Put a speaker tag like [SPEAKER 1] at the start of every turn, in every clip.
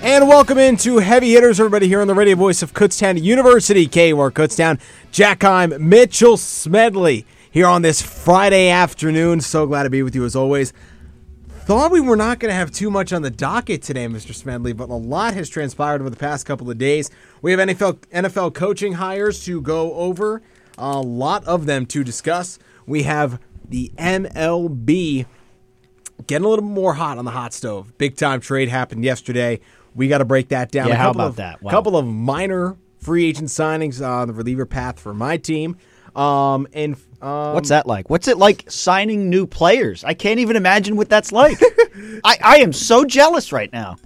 [SPEAKER 1] And welcome into Heavy Hitters, everybody, here on the radio voice of Kutztown University, KUR Kutztown, Jack Heim, Mitchell Smedley, here on this Friday afternoon. So glad to be with you as always. Thought we were not going to have too much on the docket today, Mr. Smedley, but a lot has transpired over the past couple of days. We have NFL, NFL coaching hires to go over, a lot of them to discuss. We have the MLB getting a little more hot on the hot stove. Big time trade happened yesterday. We got to break that down.
[SPEAKER 2] Yeah,
[SPEAKER 1] a
[SPEAKER 2] how
[SPEAKER 1] couple
[SPEAKER 2] about
[SPEAKER 1] of,
[SPEAKER 2] that? Wow.
[SPEAKER 1] Couple of minor free agent signings on the reliever path for my team. Um, and um,
[SPEAKER 2] What's that like? What's it like signing new players? I can't even imagine what that's like. I, I am so jealous right now.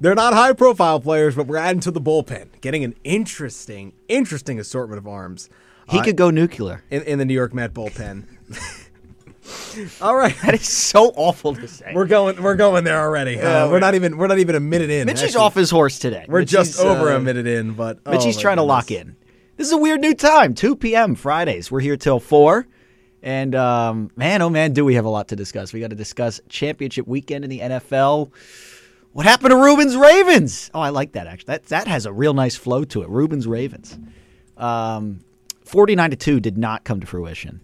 [SPEAKER 1] They're not high profile players, but we're adding to the bullpen, getting an interesting, interesting assortment of arms uh,
[SPEAKER 2] He could go nuclear.
[SPEAKER 1] in, in the New York Met bullpen. All right,
[SPEAKER 2] That is so awful to say.
[SPEAKER 1] we're going, we're going there already. Uh, we're not even, we're not even a minute in.
[SPEAKER 2] Mitchie's
[SPEAKER 1] Actually,
[SPEAKER 2] off his horse today. uh,
[SPEAKER 1] We're just over a
[SPEAKER 2] him.
[SPEAKER 1] minute in, but oh
[SPEAKER 2] Mitchie's
[SPEAKER 1] my
[SPEAKER 2] trying to
[SPEAKER 1] goodness.
[SPEAKER 2] lock in. This is a weird new time, 2 p.m. Fridays. We're here till 4. And um, man, oh man, do we have a lot to discuss. We got to discuss championship weekend in the NFL. What happened to Ruben's Ravens? Oh, I like that actually. That that has a real nice flow to it. Ruben's Ravens. Um, 49 to 2 did not come to fruition.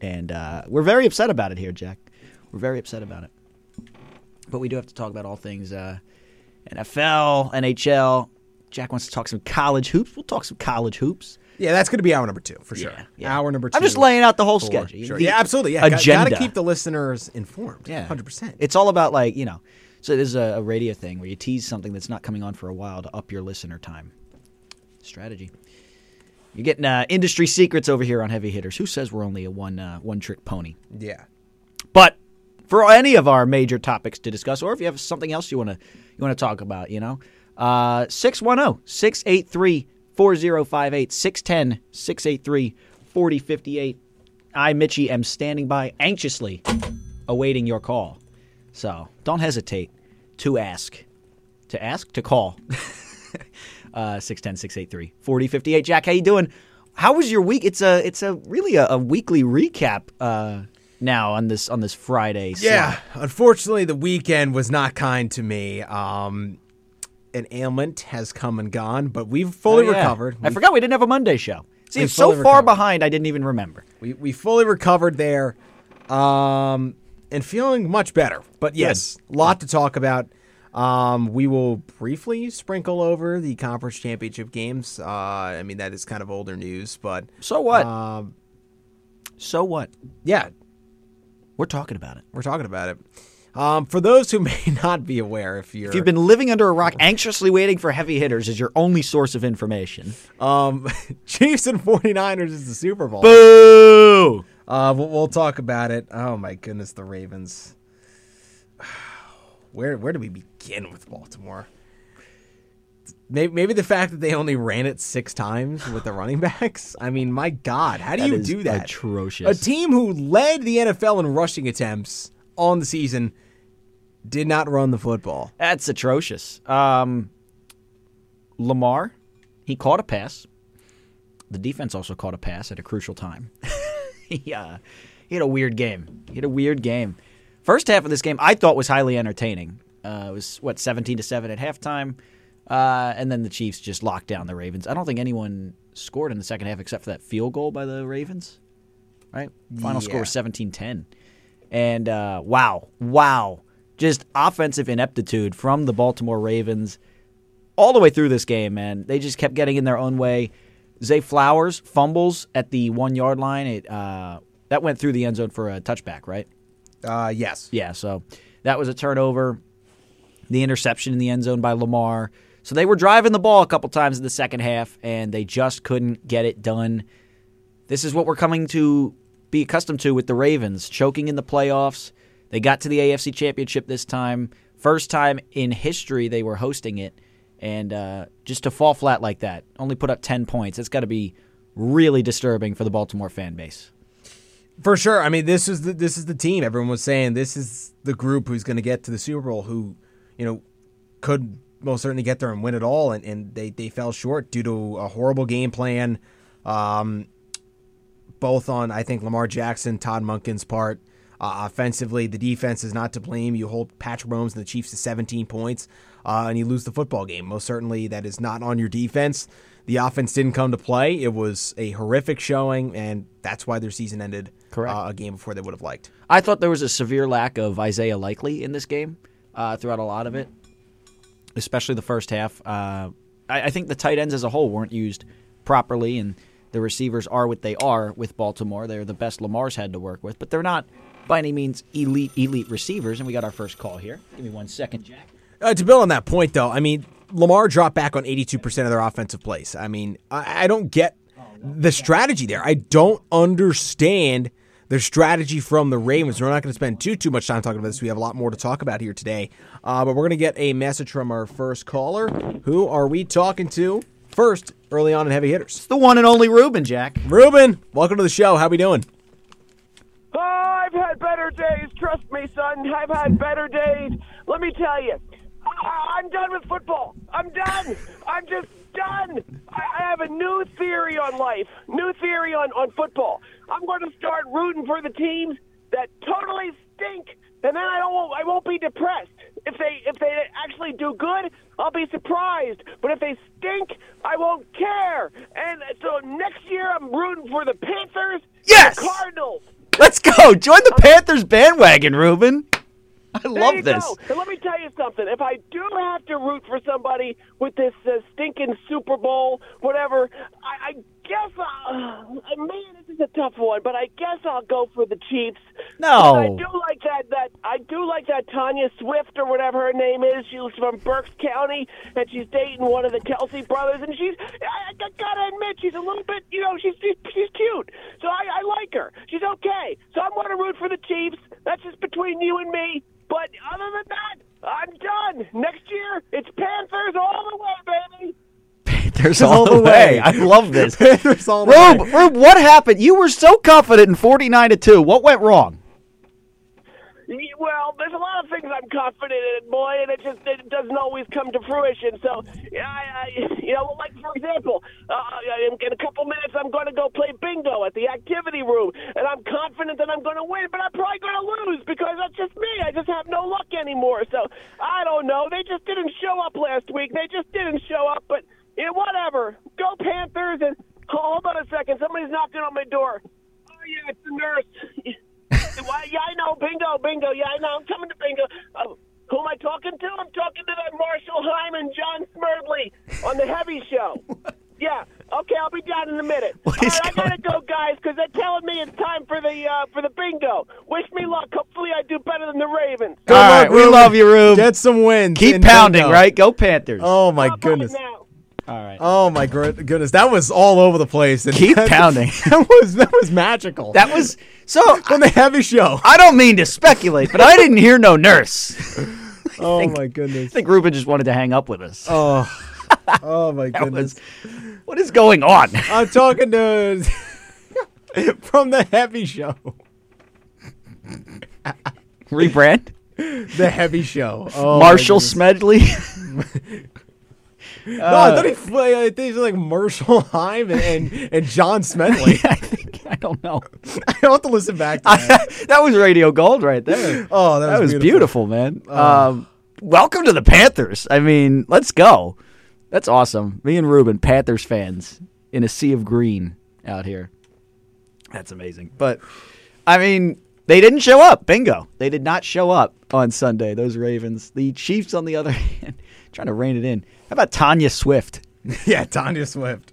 [SPEAKER 2] And uh, we're very upset about it here, Jack. We're very upset about it. But we do have to talk about all things uh, NFL, NHL. Jack wants to talk some college hoops. We'll talk some college hoops.
[SPEAKER 1] Yeah, that's going to be hour number two for sure.
[SPEAKER 2] yeah.
[SPEAKER 1] Hour number two.
[SPEAKER 2] I'm just laying out the whole
[SPEAKER 1] for
[SPEAKER 2] schedule.
[SPEAKER 1] sure.
[SPEAKER 2] The
[SPEAKER 1] Yeah, absolutely. Yeah, Got
[SPEAKER 2] agenda.
[SPEAKER 1] to keep the listeners informed.
[SPEAKER 2] Yeah.
[SPEAKER 1] 100%.
[SPEAKER 2] It's all about like, you know, so there's a, a radio thing where you tease something that's not coming on for a while to up your listener time. Strategy. You're getting uh, industry secrets over here on heavy hitters. Who says we're only a one uh, one trick pony?
[SPEAKER 1] yeah.
[SPEAKER 2] But for any of our major topics to discuss, or if you have something else you want to you want to talk about, you know, uh, 610-683-4058, 610-683-4058. I, Mitchie, am standing by anxiously awaiting your call. So don't hesitate to ask, to ask, to call. Uh, 610-683-4058. Jack, how you doing? How was your week? It's a it's a really a, a weekly recap uh, now on this on this Friday. slot.
[SPEAKER 1] Yeah, unfortunately, the weekend was not kind to me. Um, an ailment has come and gone, but we've fully
[SPEAKER 2] Oh, yeah.
[SPEAKER 1] recovered.
[SPEAKER 2] I
[SPEAKER 1] We-
[SPEAKER 2] forgot we didn't have a Monday show. See,
[SPEAKER 1] We
[SPEAKER 2] it's so
[SPEAKER 1] fully
[SPEAKER 2] far
[SPEAKER 1] recovered.
[SPEAKER 2] behind I didn't even remember.
[SPEAKER 1] We, we fully recovered there, um, and feeling much better. But yes, a lot to talk about. Um, we will briefly sprinkle over the conference championship games. Uh, I mean, that is kind of older news, but
[SPEAKER 2] So what?
[SPEAKER 1] um,
[SPEAKER 2] so what?
[SPEAKER 1] yeah,
[SPEAKER 2] We're talking about it.
[SPEAKER 1] we're talking about it. Um, for those who may not be aware, if you're
[SPEAKER 2] If you've been living under a rock, anxiously waiting for heavy hitters as your only source of information.
[SPEAKER 1] um, Chiefs and 49ers is the Super Bowl.
[SPEAKER 2] Boo!
[SPEAKER 1] Uh, we'll, we'll talk about it. Oh my goodness, the Ravens. Where where do we begin with Baltimore? Maybe, maybe the fact that they only ran it six times with the running backs. I mean, my God, how do
[SPEAKER 2] That
[SPEAKER 1] you
[SPEAKER 2] is
[SPEAKER 1] do that?
[SPEAKER 2] atrocious.
[SPEAKER 1] A team who led the NFL in rushing attempts on the season did not run the football.
[SPEAKER 2] That's atrocious. Um, Lamar, he caught a pass. The defense also caught a pass at a crucial time. he, uh, he had a weird game. He had a weird game. First half of this game, I thought was highly entertaining. Uh, it was what seventeen to seven at halftime, uh, and then the Chiefs just locked down the Ravens. I don't think anyone scored in the second half except for that field goal by the Ravens. Right? Final score was
[SPEAKER 1] Yeah.
[SPEAKER 2] 17-10. And uh, wow, wow, just offensive ineptitude from the Baltimore Ravens all the way through this game, man. They just kept getting in their own way. Zay Flowers fumbles at the one yard line. It uh, that went through the end zone for a touchback, right?
[SPEAKER 1] Uh, yes.
[SPEAKER 2] Yeah, so that was a turnover. The interception in the end zone by Lamar. So they were driving the ball a couple times in the second half, and they just couldn't get it done. This is what we're coming to be accustomed to with the Ravens choking in the playoffs. They got to the AFC Championship this time. First time in history they were hosting it. And uh, just to fall flat like that, only put up 10 points, it's got to be really disturbing for the Baltimore fan base.
[SPEAKER 1] For sure. I mean, this is the this is the team everyone was saying. This is the group who's going to get to the Super Bowl. Who, you know, could most certainly get there and win it all. And, and they they fell short due to a horrible game plan, um, both on I think Lamar Jackson, Todd Munkin's part. Uh, offensively, the defense is not to blame. You hold Patrick Mahomes and the Chiefs to 17 points, uh, and you lose the football game. Most certainly, that is not on your defense. The offense didn't come to play. It was a horrific showing, and that's why their season ended
[SPEAKER 2] Correct.
[SPEAKER 1] uh, a game before they would have liked.
[SPEAKER 2] I thought there was a severe lack of Isaiah Likely in this game uh, throughout a lot of it, especially the first half. Uh, I, I think the tight ends as a whole weren't used properly, and the receivers are what they are with Baltimore. They're the best Lamar's had to work with, but they're not by any means elite elite receivers. And we got our first call here. Give me one second, Jack.
[SPEAKER 1] Uh, to build on that point, though, I mean, Lamar dropped back on 82% of their offensive plays. I mean, I, I don't get the strategy there. I don't understand their strategy from the Ravens. We're not going to spend too, too much time talking about this. We have a lot more to talk about here today. Uh, but we're going to get a message from our first caller. Who are we talking to first early on in Heavy Hitters?
[SPEAKER 2] It's the one and only Ruben, Jack.
[SPEAKER 1] Ruben, welcome to the show. How we doing?
[SPEAKER 3] Oh, I've had better days. Trust me, son. I've had better days. Let me tell you, I- I'm done with football. I'm done. I'm just done. I, I have a new theory on life, new theory on, on football. I'm going to start rooting for the teams that totally stink, and then I don't. won't- I won't be depressed. If they if they actually do good, I'll be surprised. But if they stink, I won't care. And so next year, I'm rooting for the Panthers. and the
[SPEAKER 2] Yes!
[SPEAKER 3] Cardinals.
[SPEAKER 2] Let's go. Join the Panthers bandwagon, Ruben. I
[SPEAKER 3] There you
[SPEAKER 2] love this.
[SPEAKER 3] Go. And let me tell you something. If I do have to root for somebody with this uh, stinking Super Bowl, whatever, I, I guess, uh, man, this is a tough one, but I guess I'll go for the Chiefs.
[SPEAKER 2] No.
[SPEAKER 3] But I do like that, that. I do like that Tanya Swift or whatever her name is. She was from Berks County, and she's dating one of the Kelsey brothers. And she's, I, I gotta admit, she's a little bit, you know, she's she's, she's cute. So I, I like her. She's okay. So I'm gonna root for the Chiefs. That's just between you and me. But other than that, I'm done. Next year, it's Panthers all the way, baby.
[SPEAKER 2] There's all, the way. I love this.
[SPEAKER 1] Panthers all the
[SPEAKER 2] Rube,
[SPEAKER 1] way.
[SPEAKER 2] Rube, what happened? You were so confident in 49 to 2. What went wrong?
[SPEAKER 3] Y- Well, there's a lot of things I'm confident in, boy, and it just it doesn't always come to fruition. So, yeah, I, I, you know, like for example, uh, in, in a couple minutes I'm going to go play bingo at the activity room, and I'm confident that I'm going to win, but I'm probably going to lose because that's just me. I just have no luck anymore. So I don't know. They just didn't show up last week. They just didn't show up. But you know, whatever. Go Panthers! And oh, hold on a second. Somebody's knocking on my door. Oh yeah, it's the nurse. Why, yeah, I know. Bingo, bingo. Yeah, I know. I'm coming to bingo. Uh, who am I talking to? I'm talking to that Marshall Hyman, John Smerdley on the Heavy Show. yeah. Okay, I'll be down in a minute. All
[SPEAKER 2] is
[SPEAKER 3] right, I gotta go, guys, because they're telling me it's time for the uh, for the bingo. Wish me luck. Hopefully, I do better than the Ravens.
[SPEAKER 1] Good
[SPEAKER 2] All
[SPEAKER 1] luck,
[SPEAKER 2] right, we
[SPEAKER 1] Ruben.
[SPEAKER 2] love you, Rube.
[SPEAKER 1] Get some wins.
[SPEAKER 2] Keep
[SPEAKER 1] in
[SPEAKER 2] pounding,
[SPEAKER 1] bingo.
[SPEAKER 2] right? Go Panthers.
[SPEAKER 1] Oh, my
[SPEAKER 3] Bye-bye
[SPEAKER 1] goodness.
[SPEAKER 3] now.
[SPEAKER 2] all right.
[SPEAKER 1] Oh my gr- goodness, that was all over the place. And
[SPEAKER 2] Keep
[SPEAKER 1] that-
[SPEAKER 2] pounding.
[SPEAKER 1] That was that was magical.
[SPEAKER 2] that was so. I,
[SPEAKER 1] on the heavy show.
[SPEAKER 2] I don't mean to speculate, but I didn't hear no nurse. I
[SPEAKER 1] Oh my goodness.
[SPEAKER 2] think Ruben just wanted to hang up with us.
[SPEAKER 1] Oh, oh my
[SPEAKER 2] That
[SPEAKER 1] goodness.
[SPEAKER 2] was, what is going on?
[SPEAKER 1] I'm talking to from the heavy show.
[SPEAKER 2] Rebrand?
[SPEAKER 1] The heavy show. Oh, my
[SPEAKER 2] Marshall
[SPEAKER 1] goodness.
[SPEAKER 2] Smedley?
[SPEAKER 1] No, I thought he play, I think he's like Marshall Heim and, and, and John Smedley.
[SPEAKER 2] I think, I don't know.
[SPEAKER 1] I will have to listen back to that.
[SPEAKER 2] that was radio gold right there.
[SPEAKER 1] Oh, that was, Oh.
[SPEAKER 2] that was beautiful, man. Um, welcome to the Panthers. I mean, let's go. That's awesome. Me and Ruben, Panthers fans in a sea of green out here. That's amazing. But I mean, they didn't show up. Bingo. They did not show up on Sunday. Those Ravens. The Chiefs, on the other hand, trying to rein it in. How about Tanya Swift?
[SPEAKER 1] Yeah, Tanya Swift.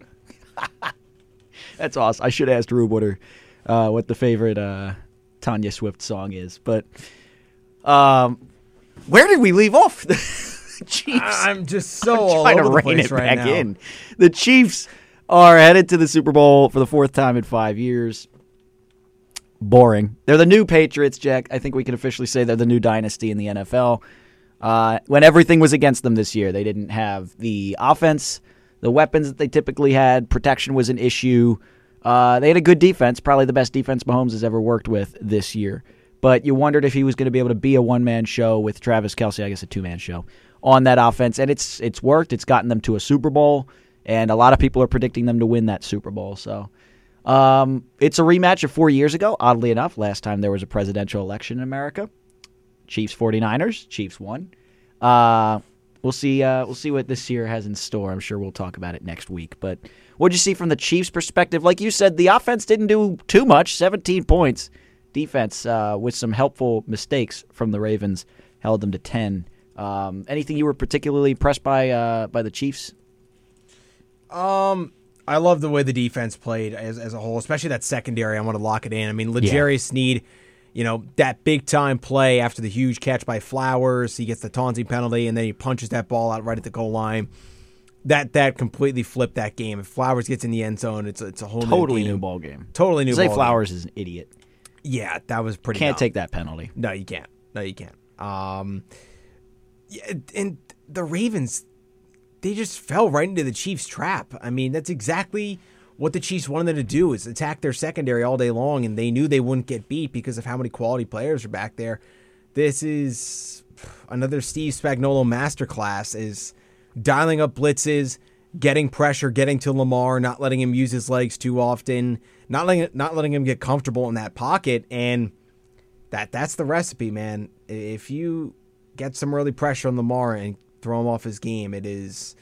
[SPEAKER 2] That's awesome. I should have asked Rube what her, uh, what the favorite uh, Tanya Swift song is. But um, where did we leave off? The Chiefs.
[SPEAKER 1] I'm just so all
[SPEAKER 2] trying
[SPEAKER 1] over
[SPEAKER 2] to
[SPEAKER 1] the
[SPEAKER 2] rein
[SPEAKER 1] place
[SPEAKER 2] it
[SPEAKER 1] right
[SPEAKER 2] back
[SPEAKER 1] now.
[SPEAKER 2] in. The Chiefs are headed to the Super Bowl for the fourth time in five years. Boring. They're the new Patriots, Jack. I think we can officially say they're the new dynasty in the NFL. Uh, when everything was against them this year, they didn't have the offense, the weapons that they typically had. Protection was an issue. Uh, they had a good defense, probably the best defense Mahomes has ever worked with this year. But you wondered if he was going to be able to be a one man show with Travis Kelsey, I guess a two man show on that offense, and it's it's worked. It's gotten them to a Super Bowl, and a lot of people are predicting them to win that Super Bowl. So Um, it's a rematch of four years ago. Oddly enough, last time there was a presidential election in America, Chiefs 49ers, Chiefs won. Uh, we'll see. Uh, we'll see what this year has in store. I'm sure we'll talk about it next week. But what'd you see from the Chiefs' perspective? Like you said, the offense didn't do too much. 17 points. Defense, uh, with some helpful mistakes from the Ravens, held them to 10. Um, anything you were particularly impressed by uh, by the Chiefs?
[SPEAKER 1] I love the way the defense played as, as a whole, especially that secondary. I want to lock it in. I mean, Legarius Sneed, you know, that big time play after the huge catch by Flowers. He gets the taunting penalty, and then he punches that ball out right at the goal line. That that completely flipped that game. If Flowers gets in the end zone, it's it's a whole
[SPEAKER 2] Totally
[SPEAKER 1] new, game.
[SPEAKER 2] new ball game.
[SPEAKER 1] Totally new.
[SPEAKER 2] Zay
[SPEAKER 1] ball
[SPEAKER 2] Flowers is an idiot.
[SPEAKER 1] Game. Yeah, that was pretty.
[SPEAKER 2] Can't
[SPEAKER 1] dumb.
[SPEAKER 2] take that penalty.
[SPEAKER 1] No, you can't. No, you can't. Um, yeah, and the Ravens, they just fell right into the Chiefs' trap. I mean, that's exactly what the Chiefs wanted them to do is attack their secondary all day long, and they knew they wouldn't get beat because of how many quality players are back there. This is another Steve Spagnuolo masterclass: is dialing up blitzes, getting pressure, getting to Lamar, not letting him use his legs too often, not letting not letting him get comfortable in that pocket, and that that's the recipe, man. I- If you get some early pressure on Lamar and throw him off his game, it is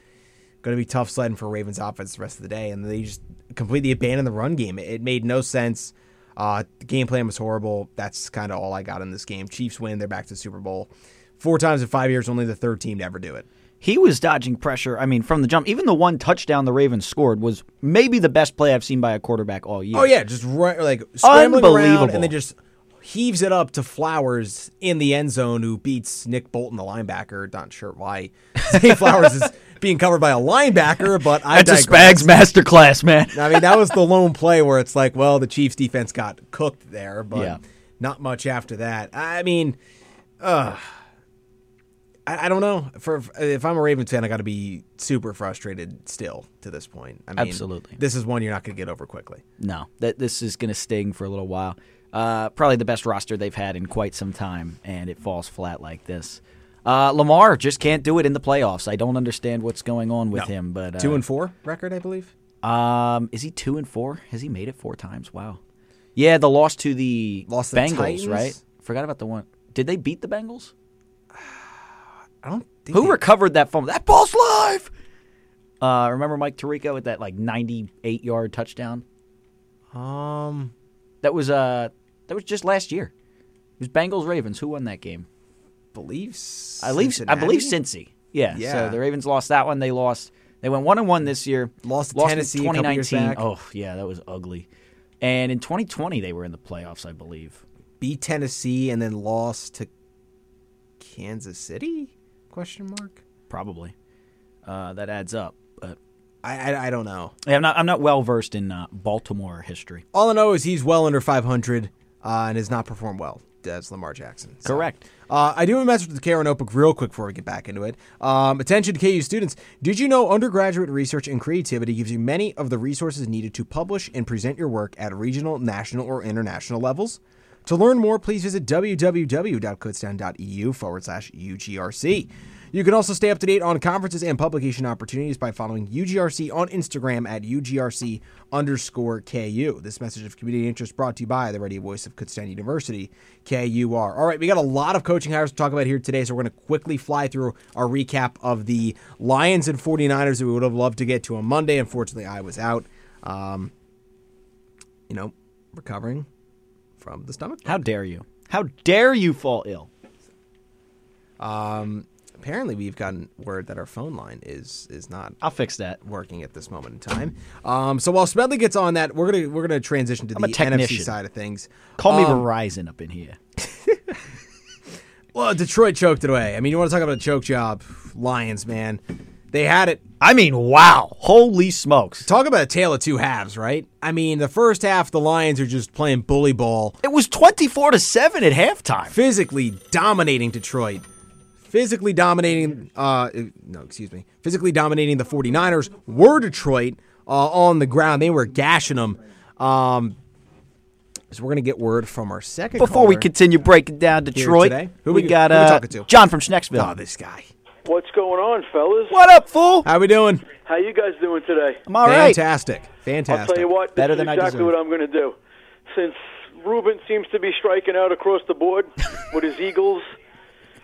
[SPEAKER 1] going to be tough sledding for Ravens offense the rest of the day. And they just completely abandoned the run game. It, it made no sense. Uh, the game plan was horrible. That's kind of all I got in this game. Chiefs win. They're back to the Super Bowl. Four times in five years, only the third team to ever do it.
[SPEAKER 2] He was dodging pressure. I mean, from the jump, even the one touchdown the Ravens scored was maybe the best play I've seen by a quarterback all year.
[SPEAKER 1] Oh yeah, just right, like scrambling around,
[SPEAKER 2] Unbelievable.
[SPEAKER 1] and then just heaves it up to Flowers in the end zone, who beats Nick Bolton, the linebacker. Not sure why Zay Flowers is being covered by a linebacker, but I
[SPEAKER 2] that's a
[SPEAKER 1] digress.
[SPEAKER 2] Spags masterclass, man.
[SPEAKER 1] I mean, that was the lone play where it's like, well, the Chiefs defense got cooked there, but
[SPEAKER 2] Yeah.
[SPEAKER 1] not much after that. I mean, uh, I, I don't know. For if I'm a Ravens fan, I got to be super frustrated still to this point. I mean,
[SPEAKER 2] Absolutely.
[SPEAKER 1] this is one you're not going to get over quickly.
[SPEAKER 2] No, that this is going to sting for a little while. Uh, probably the best roster they've had in quite some time, and it falls flat like this. Uh, Lamar just can't do it in the playoffs. I don't understand what's going on with him. But uh,
[SPEAKER 1] Two and four record, I believe.
[SPEAKER 2] um, is he two and four? Has he made it four times? Wow. Yeah, the loss to the
[SPEAKER 1] Lost to the
[SPEAKER 2] Bengals,
[SPEAKER 1] Titans?
[SPEAKER 2] right? Forgot about the one. Did they beat the Bengals?
[SPEAKER 1] I don't think
[SPEAKER 2] Who
[SPEAKER 1] they-
[SPEAKER 2] recovered that fumble? That ball's live. Uh, remember Mike Tirico with that like 98 yard touchdown?
[SPEAKER 1] um
[SPEAKER 2] That was uh that was just last year. It was Bengals Ravens. Who won that game?
[SPEAKER 1] believes
[SPEAKER 2] I believe I believe Cincy. Yeah.
[SPEAKER 1] Yeah.
[SPEAKER 2] So the Ravens lost that one. They lost. They went one and one this year.
[SPEAKER 1] Lost to
[SPEAKER 2] in
[SPEAKER 1] Tennessee a couple years back.
[SPEAKER 2] Oh yeah, that was ugly. And in 2020 they were in the playoffs, I believe.
[SPEAKER 1] beat Tennessee and then lost to Kansas City? Question mark.
[SPEAKER 2] Probably. Uh, that adds up. But
[SPEAKER 1] I, I I don't know.
[SPEAKER 2] I'm not I'm not well versed in uh, Baltimore history.
[SPEAKER 1] All I know is he's well under 500 uh, and has not performed well. That's Lamar Jackson. So-
[SPEAKER 2] Correct.
[SPEAKER 1] Uh, I do have a message to the KR notebook real quick before we get back into it. Um, attention to KU students. Did you know undergraduate research and creativity gives you many of the resources needed to publish and present your work at regional, national, or international levels? To learn more, please visit www.kutztown.edu E forward slash UGRC. You can also stay up to date on conferences and publication opportunities by following UGRC on Instagram at UGRC underscore KU. This message of community interest brought to you by the radio voice of Kutztown University, KUR. All right, we got a lot of coaching hires to talk about here today, so we're going to quickly fly through our recap of the Lions and 49ers that we would have loved to get to on Monday. Unfortunately, I was out, um, you know, recovering from the stomach.
[SPEAKER 2] How dare you? How dare you fall ill?
[SPEAKER 1] Apparently, we've gotten word that our phone line is is not
[SPEAKER 2] I'll fix that.
[SPEAKER 1] working at this moment in time. Um, so while Smedley gets on that, we're gonna we're gonna transition to
[SPEAKER 2] I'm a
[SPEAKER 1] the NFC
[SPEAKER 2] technician.
[SPEAKER 1] side of things.
[SPEAKER 2] Call me
[SPEAKER 1] Um,
[SPEAKER 2] Verizon up in here.
[SPEAKER 1] well, Detroit choked it away. I mean, you want to talk about a choke job? Lions, man, they had it.
[SPEAKER 2] I mean, wow. Holy smokes.
[SPEAKER 1] Talk about a tale of two halves, right? I mean, the first half, the Lions are just playing bully ball,
[SPEAKER 2] It was 24 to 7 at halftime.
[SPEAKER 1] physically dominating Detroit. Physically dominating, uh, no, excuse me, physically dominating the 49ers were Detroit uh, on the ground. They were gashing them. Um, so we're going to get word from our second
[SPEAKER 2] Before we
[SPEAKER 1] caller.
[SPEAKER 2] continue breaking down Detroit,
[SPEAKER 1] today? Who
[SPEAKER 2] Who
[SPEAKER 1] we-
[SPEAKER 2] we got
[SPEAKER 1] who we
[SPEAKER 2] uh,
[SPEAKER 1] talking to?
[SPEAKER 2] John from Schnecksville.
[SPEAKER 1] Oh, this guy.
[SPEAKER 4] What's going on, fellas?
[SPEAKER 2] What up, fool?
[SPEAKER 1] How we doing?
[SPEAKER 4] How you guys doing today?
[SPEAKER 2] I'm all right.
[SPEAKER 1] Fantastic. Fantastic.
[SPEAKER 4] I'll tell you what, this
[SPEAKER 2] Better
[SPEAKER 4] is
[SPEAKER 2] than I
[SPEAKER 4] exactly
[SPEAKER 2] deserve.
[SPEAKER 4] what I'm going to do. Since Ruben seems to be striking out across the board with his Eagles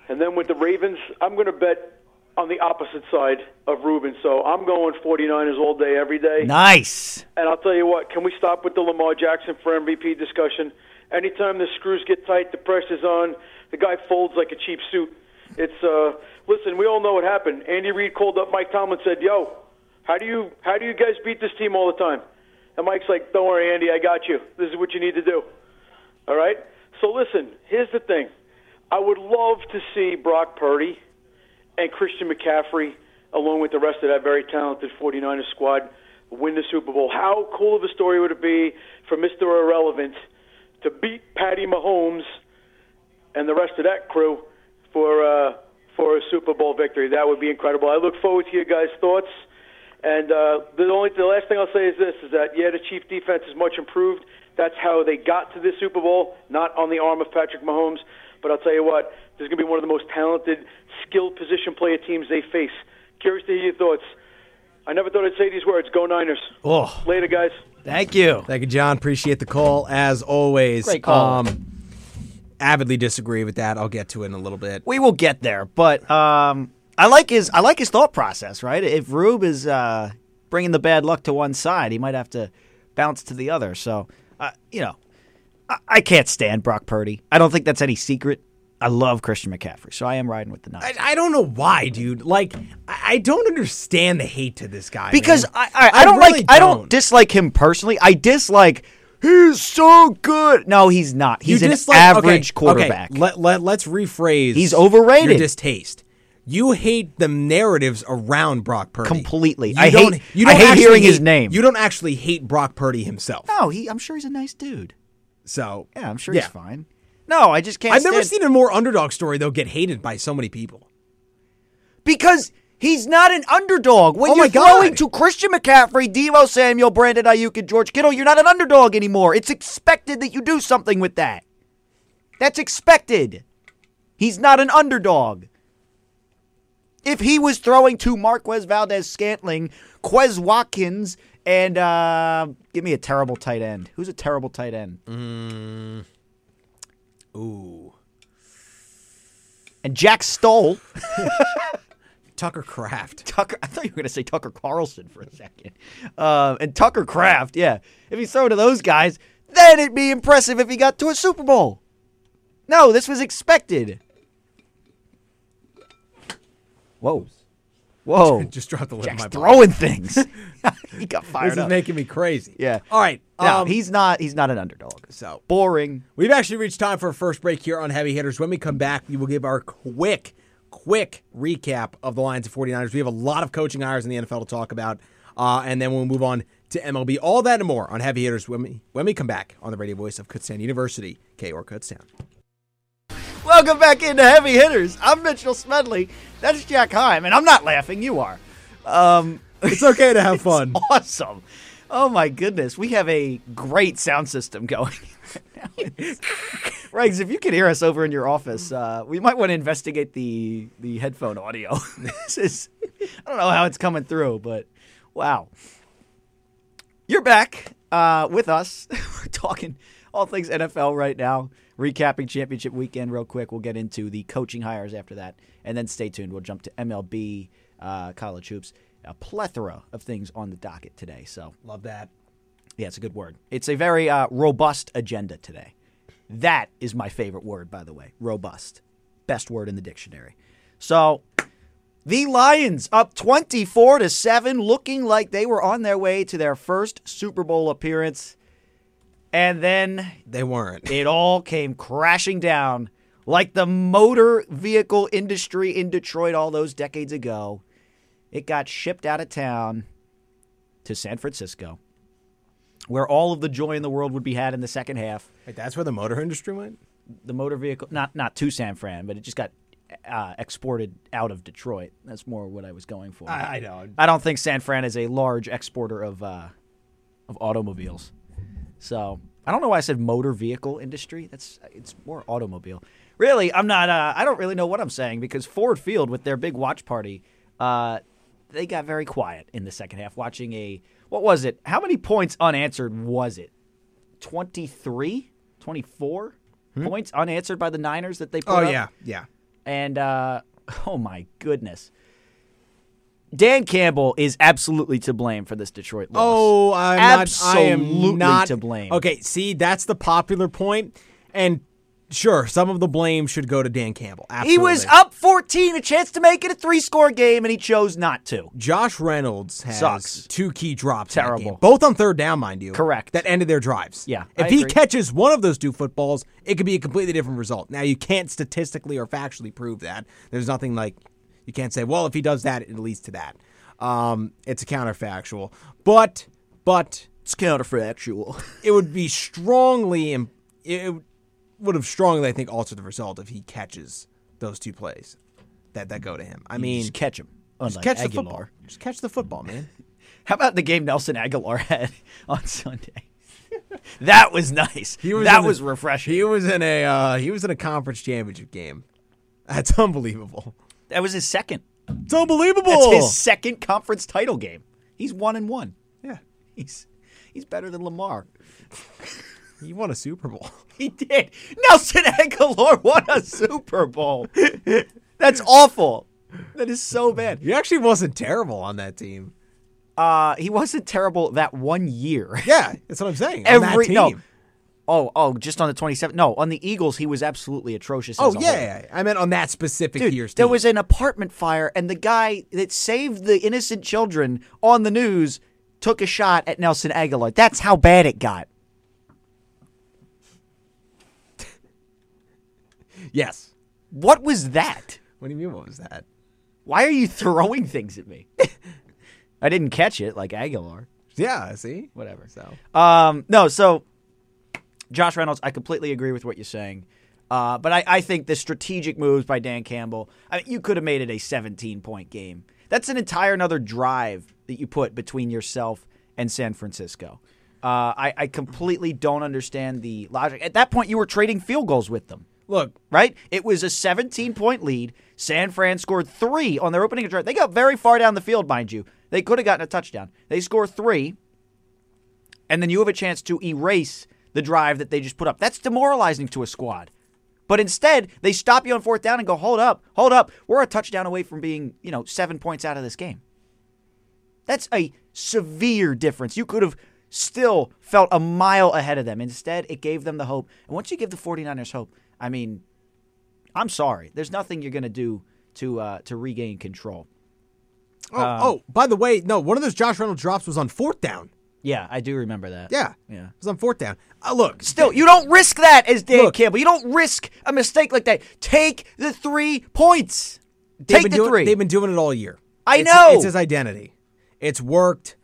[SPEAKER 4] and then with the Ravens, I'm going to bet on the opposite side of Ruben. So I'm going 49ers all day, every day.
[SPEAKER 2] Nice.
[SPEAKER 4] And I'll tell you what, can we stop with the Lamar Jackson for MVP discussion? Anytime the screws get tight, the pressure's on, the guy folds like a cheap suit. It's uh listen, we all know what happened. Andy Reid called up Mike Tomlin said, Yo, how do you how do you guys beat this team all the time? And Mike's like, Don't worry, Andy, I got you. This is what you need to do. All right? So listen, here's the thing. I would love to see Brock Purdy and Christian McCaffrey, along with the rest of that very talented 49ers squad, win the Super Bowl. How cool of a story would it be for Mr. Irrelevant to beat Patty Mahomes and the rest of that crew for uh, for a Super Bowl victory? That would be incredible. I look forward to your guys' thoughts. And uh, the only the last thing I'll say is this: is that yeah, the Chief defense is much improved. That's how they got to the Super Bowl, not on the arm of Patrick Mahomes. But I'll tell you what, this is going to be one of the most talented, skilled position player teams they face. Curious to hear your thoughts. I never thought I'd say these words. Go Niners.
[SPEAKER 2] Oh,
[SPEAKER 4] Later, guys.
[SPEAKER 2] thank you.
[SPEAKER 1] Thank you, John. Appreciate the call as always.
[SPEAKER 2] Great call.
[SPEAKER 1] Um, avidly disagree with that. I'll get to it in a little bit.
[SPEAKER 2] We will get there, but um, I like his I like his thought process. Right? If Rube is uh, bringing the bad luck to one side, he might have to bounce to the other. So, uh, you know, I, I can't stand Brock Purdy. I don't think that's any secret. I love Christian McCaffrey, so I am riding with the Niners.
[SPEAKER 1] I, I don't know why, dude. Like, I, I don't understand the hate to this guy.
[SPEAKER 2] because
[SPEAKER 1] man.
[SPEAKER 2] I, I, I don't
[SPEAKER 1] really
[SPEAKER 2] like I don't dislike him personally. I dislike he's so good. No, he's not.
[SPEAKER 1] You
[SPEAKER 2] He's an
[SPEAKER 1] dislike- okay,
[SPEAKER 2] average
[SPEAKER 1] okay,
[SPEAKER 2] quarterback.
[SPEAKER 1] let, let, let's rephrase.
[SPEAKER 2] He's overrated.
[SPEAKER 1] Your distaste. You hate the narratives around Brock Purdy
[SPEAKER 2] Completely.
[SPEAKER 1] You
[SPEAKER 2] I
[SPEAKER 1] don't-
[SPEAKER 2] hate-
[SPEAKER 1] You
[SPEAKER 2] I
[SPEAKER 1] don't
[SPEAKER 2] hate
[SPEAKER 1] actually
[SPEAKER 2] hearing his name.
[SPEAKER 1] You don't actually hate Brock Purdy himself.
[SPEAKER 2] no, he I'm sure he's a nice dude.
[SPEAKER 1] So
[SPEAKER 2] Yeah, I'm sure
[SPEAKER 1] yeah.
[SPEAKER 2] he's fine. No, I just can't
[SPEAKER 1] I've never
[SPEAKER 2] stand-
[SPEAKER 1] seen a more underdog story though get hated by so many people.
[SPEAKER 2] because he's not an underdog. When
[SPEAKER 1] Oh my
[SPEAKER 2] you're throwing
[SPEAKER 1] God.
[SPEAKER 2] to Christian McCaffrey, Devo Samuel, Brandon Ayuk, and George Kittle, you're not an underdog anymore. It's expected that you do something with that. That's expected. He's not an underdog. If he was throwing to Marquez Valdez Scantling, Quez Watkins, and uh, give me a terrible tight end. Who's a terrible tight end?
[SPEAKER 1] Mm. Ooh,
[SPEAKER 2] And Jack Stoll.
[SPEAKER 1] Tucker Craft.
[SPEAKER 2] Tucker. I thought you were going to say Tucker Carlson for a second. Um, and Tucker Kraft, yeah. If he's thrown to those guys, then it'd be impressive if he got to a Super Bowl. No, this was expected. Whoa. Whoa.
[SPEAKER 1] Just dropped the lid
[SPEAKER 2] Jack's
[SPEAKER 1] on my bottle.
[SPEAKER 2] throwing things. he got fired
[SPEAKER 1] This is
[SPEAKER 2] up.
[SPEAKER 1] making me crazy.
[SPEAKER 2] Yeah.
[SPEAKER 1] All right.
[SPEAKER 2] no,
[SPEAKER 1] um,
[SPEAKER 2] he's not. He's not an underdog.
[SPEAKER 1] So-
[SPEAKER 2] boring.
[SPEAKER 1] We've actually reached time for a first break here on Heavy Hitters. When we come back, we will give our quick, quick recap of the Lions and 49ers. We have a lot of coaching hires in the NFL to talk about. Uh, and then we'll move on to MLB. All that and more on Heavy Hitters when we, when we come back on the radio voice of Kutztown University, KOR Kutztown.
[SPEAKER 2] Welcome back into Heavy Hitters. I'm Mitchell Smedley. That's Jack Heim, and I'm not laughing. You are. Um,
[SPEAKER 1] It's okay to have fun.
[SPEAKER 2] awesome. Oh my goodness, we have a great sound system going. right now. It's- Rags, if you can hear us over in your office, uh, we might want to investigate the the headphone audio. this is, I don't know how it's coming through, but wow, you're back uh, with us. We're talking all things NFL right now. Recapping championship weekend real quick. We'll get into the coaching hires after that, and then stay tuned. We'll jump to MLB, uh, college hoops, a plethora of things on the docket today. So
[SPEAKER 1] Love that.
[SPEAKER 2] yeah, it's a good word. It's a very uh, robust agenda today. That is my favorite word, by the way. Robust. Best word in the dictionary. So, the Lions up 24 to 7, looking like they were on their way to their first Super Bowl appearance. And then
[SPEAKER 1] They weren't.
[SPEAKER 2] it all came crashing down like the motor vehicle industry in Detroit all those decades ago. It got shipped out of town to San Francisco, where all of the joy in the world would be had in the second half.
[SPEAKER 1] Wait, that's where the motor industry went?
[SPEAKER 2] The motor vehicle, not not to San Fran, but it just got uh, exported out of Detroit. That's more what I was going for.
[SPEAKER 1] I- I know.
[SPEAKER 2] I don't think San Fran is a large exporter of uh, of automobiles. So I don't know why I said motor vehicle industry. That's it's more automobile. really, I'm not. Uh, I don't really know what I'm saying because Ford Field with their big watch party, uh, they got very quiet in the second half. Watching a what was it? How many points unanswered was it? 23, 24 points unanswered by the Niners that they put
[SPEAKER 1] Hmm? Oh
[SPEAKER 2] up?
[SPEAKER 1] yeah, yeah.
[SPEAKER 2] And uh, oh my goodness. Dan Campbell is absolutely to blame for this Detroit loss.
[SPEAKER 1] Oh, I'm not, I
[SPEAKER 2] Absolutely
[SPEAKER 1] am not
[SPEAKER 2] to blame.
[SPEAKER 1] Okay, see, that's the popular point, and sure, some of the blame should go to Dan Campbell. Absolutely.
[SPEAKER 2] He was up 14, a chance to make it a three score game, and he chose not to.
[SPEAKER 1] Josh Reynolds has
[SPEAKER 2] Sucks.
[SPEAKER 1] two key drops. in that
[SPEAKER 2] Terrible.
[SPEAKER 1] game, both on third down, mind you.
[SPEAKER 2] Correct.
[SPEAKER 1] That ended their drives.
[SPEAKER 2] Yeah,
[SPEAKER 1] If
[SPEAKER 2] I
[SPEAKER 1] he
[SPEAKER 2] agree.
[SPEAKER 1] catches one of those two footballs, it could be a completely different result. Now, you can't statistically or factually prove that. There's nothing like, you can't say, well, if he does that, it leads to that. Um, it's a counterfactual. But, but,
[SPEAKER 2] It's counterfactual.
[SPEAKER 1] it would be strongly, im- it would have strongly, I think, altered the result if he catches those two plays that, that go to him. I mean,
[SPEAKER 2] Just catch him.
[SPEAKER 1] just
[SPEAKER 2] unlike
[SPEAKER 1] catch the
[SPEAKER 2] Aguilar.
[SPEAKER 1] football. Just catch the football, man.
[SPEAKER 2] How about the game Nelson Aguilar had on Sunday? that was nice. that
[SPEAKER 1] in a-
[SPEAKER 2] was refreshing.
[SPEAKER 1] He was in a uh, he was in a conference championship game. That's unbelievable.
[SPEAKER 2] that was his second.
[SPEAKER 1] It's unbelievable.
[SPEAKER 2] That's his second conference title game. He's one and one.
[SPEAKER 1] yeah,
[SPEAKER 2] He's he's better than Lamar.
[SPEAKER 1] he won a Super Bowl.
[SPEAKER 2] He did. Nelson Aguilar won a Super Bowl. That's awful. That is so bad.
[SPEAKER 1] He actually wasn't terrible on that team.
[SPEAKER 2] Uh, he wasn't terrible that one year.
[SPEAKER 1] Yeah, that's what I'm saying. on that
[SPEAKER 2] Every
[SPEAKER 1] team.
[SPEAKER 2] no. Oh, oh, just on the 27th. No, on the Eagles, he was absolutely atrocious.
[SPEAKER 1] Oh
[SPEAKER 2] as a
[SPEAKER 1] yeah,
[SPEAKER 2] whole.
[SPEAKER 1] yeah, yeah. I meant on that specific
[SPEAKER 2] Dude,
[SPEAKER 1] year's
[SPEAKER 2] there
[SPEAKER 1] team.
[SPEAKER 2] was an apartment fire, and the guy that saved the innocent children on the news took a shot at Nelson Aguilar. That's how bad it got.
[SPEAKER 1] yes.
[SPEAKER 2] What was that?
[SPEAKER 1] What do you mean? What was that?
[SPEAKER 2] Why are you throwing things at me? I didn't catch it like Aguilar.
[SPEAKER 1] Yeah. See.
[SPEAKER 2] Whatever.
[SPEAKER 1] So
[SPEAKER 2] Um, no, so Josh Reynolds, I completely agree with what you're saying. Uh, but I, I think the strategic moves by Dan Campbell, I mean, you could have made it a 17 point game. That's an entire another drive that you put between yourself and San Francisco. Uh, I, I completely don't understand the logic. At that point, you were trading field goals with them
[SPEAKER 1] look,
[SPEAKER 2] right? It was a 17 point lead. San Fran scored three on their opening drive. They got very far down the field, mind you. They could have gotten a touchdown. They score three, and then you have a chance to erase the drive that they just put up. That's demoralizing to a squad. But instead, they stop you on fourth down and go, hold up, hold up. We're a touchdown away from being, you know, seven points out of this game. That's a severe difference. You could have still felt a mile ahead of them. Instead, it gave them the hope. And once you give the 49ers hope, I mean, I'm sorry. There's nothing you're going to do to uh, to regain control.
[SPEAKER 1] oh,
[SPEAKER 2] uh,
[SPEAKER 1] oh, by the way, no, one of those Josh Reynolds drops was on fourth down.
[SPEAKER 2] Yeah, I do remember that.
[SPEAKER 1] Yeah,
[SPEAKER 2] Yeah.
[SPEAKER 1] it was on fourth down. Uh, look,
[SPEAKER 2] Still, you don't risk that as Dan
[SPEAKER 1] Look.
[SPEAKER 2] Campbell. You don't risk a mistake like that. Take the three points.
[SPEAKER 1] They've
[SPEAKER 2] Take
[SPEAKER 1] been
[SPEAKER 2] the
[SPEAKER 1] doing,
[SPEAKER 2] three.
[SPEAKER 1] They've been doing it all year.
[SPEAKER 2] I
[SPEAKER 1] It's-
[SPEAKER 2] know.
[SPEAKER 1] It's his identity. It's worked.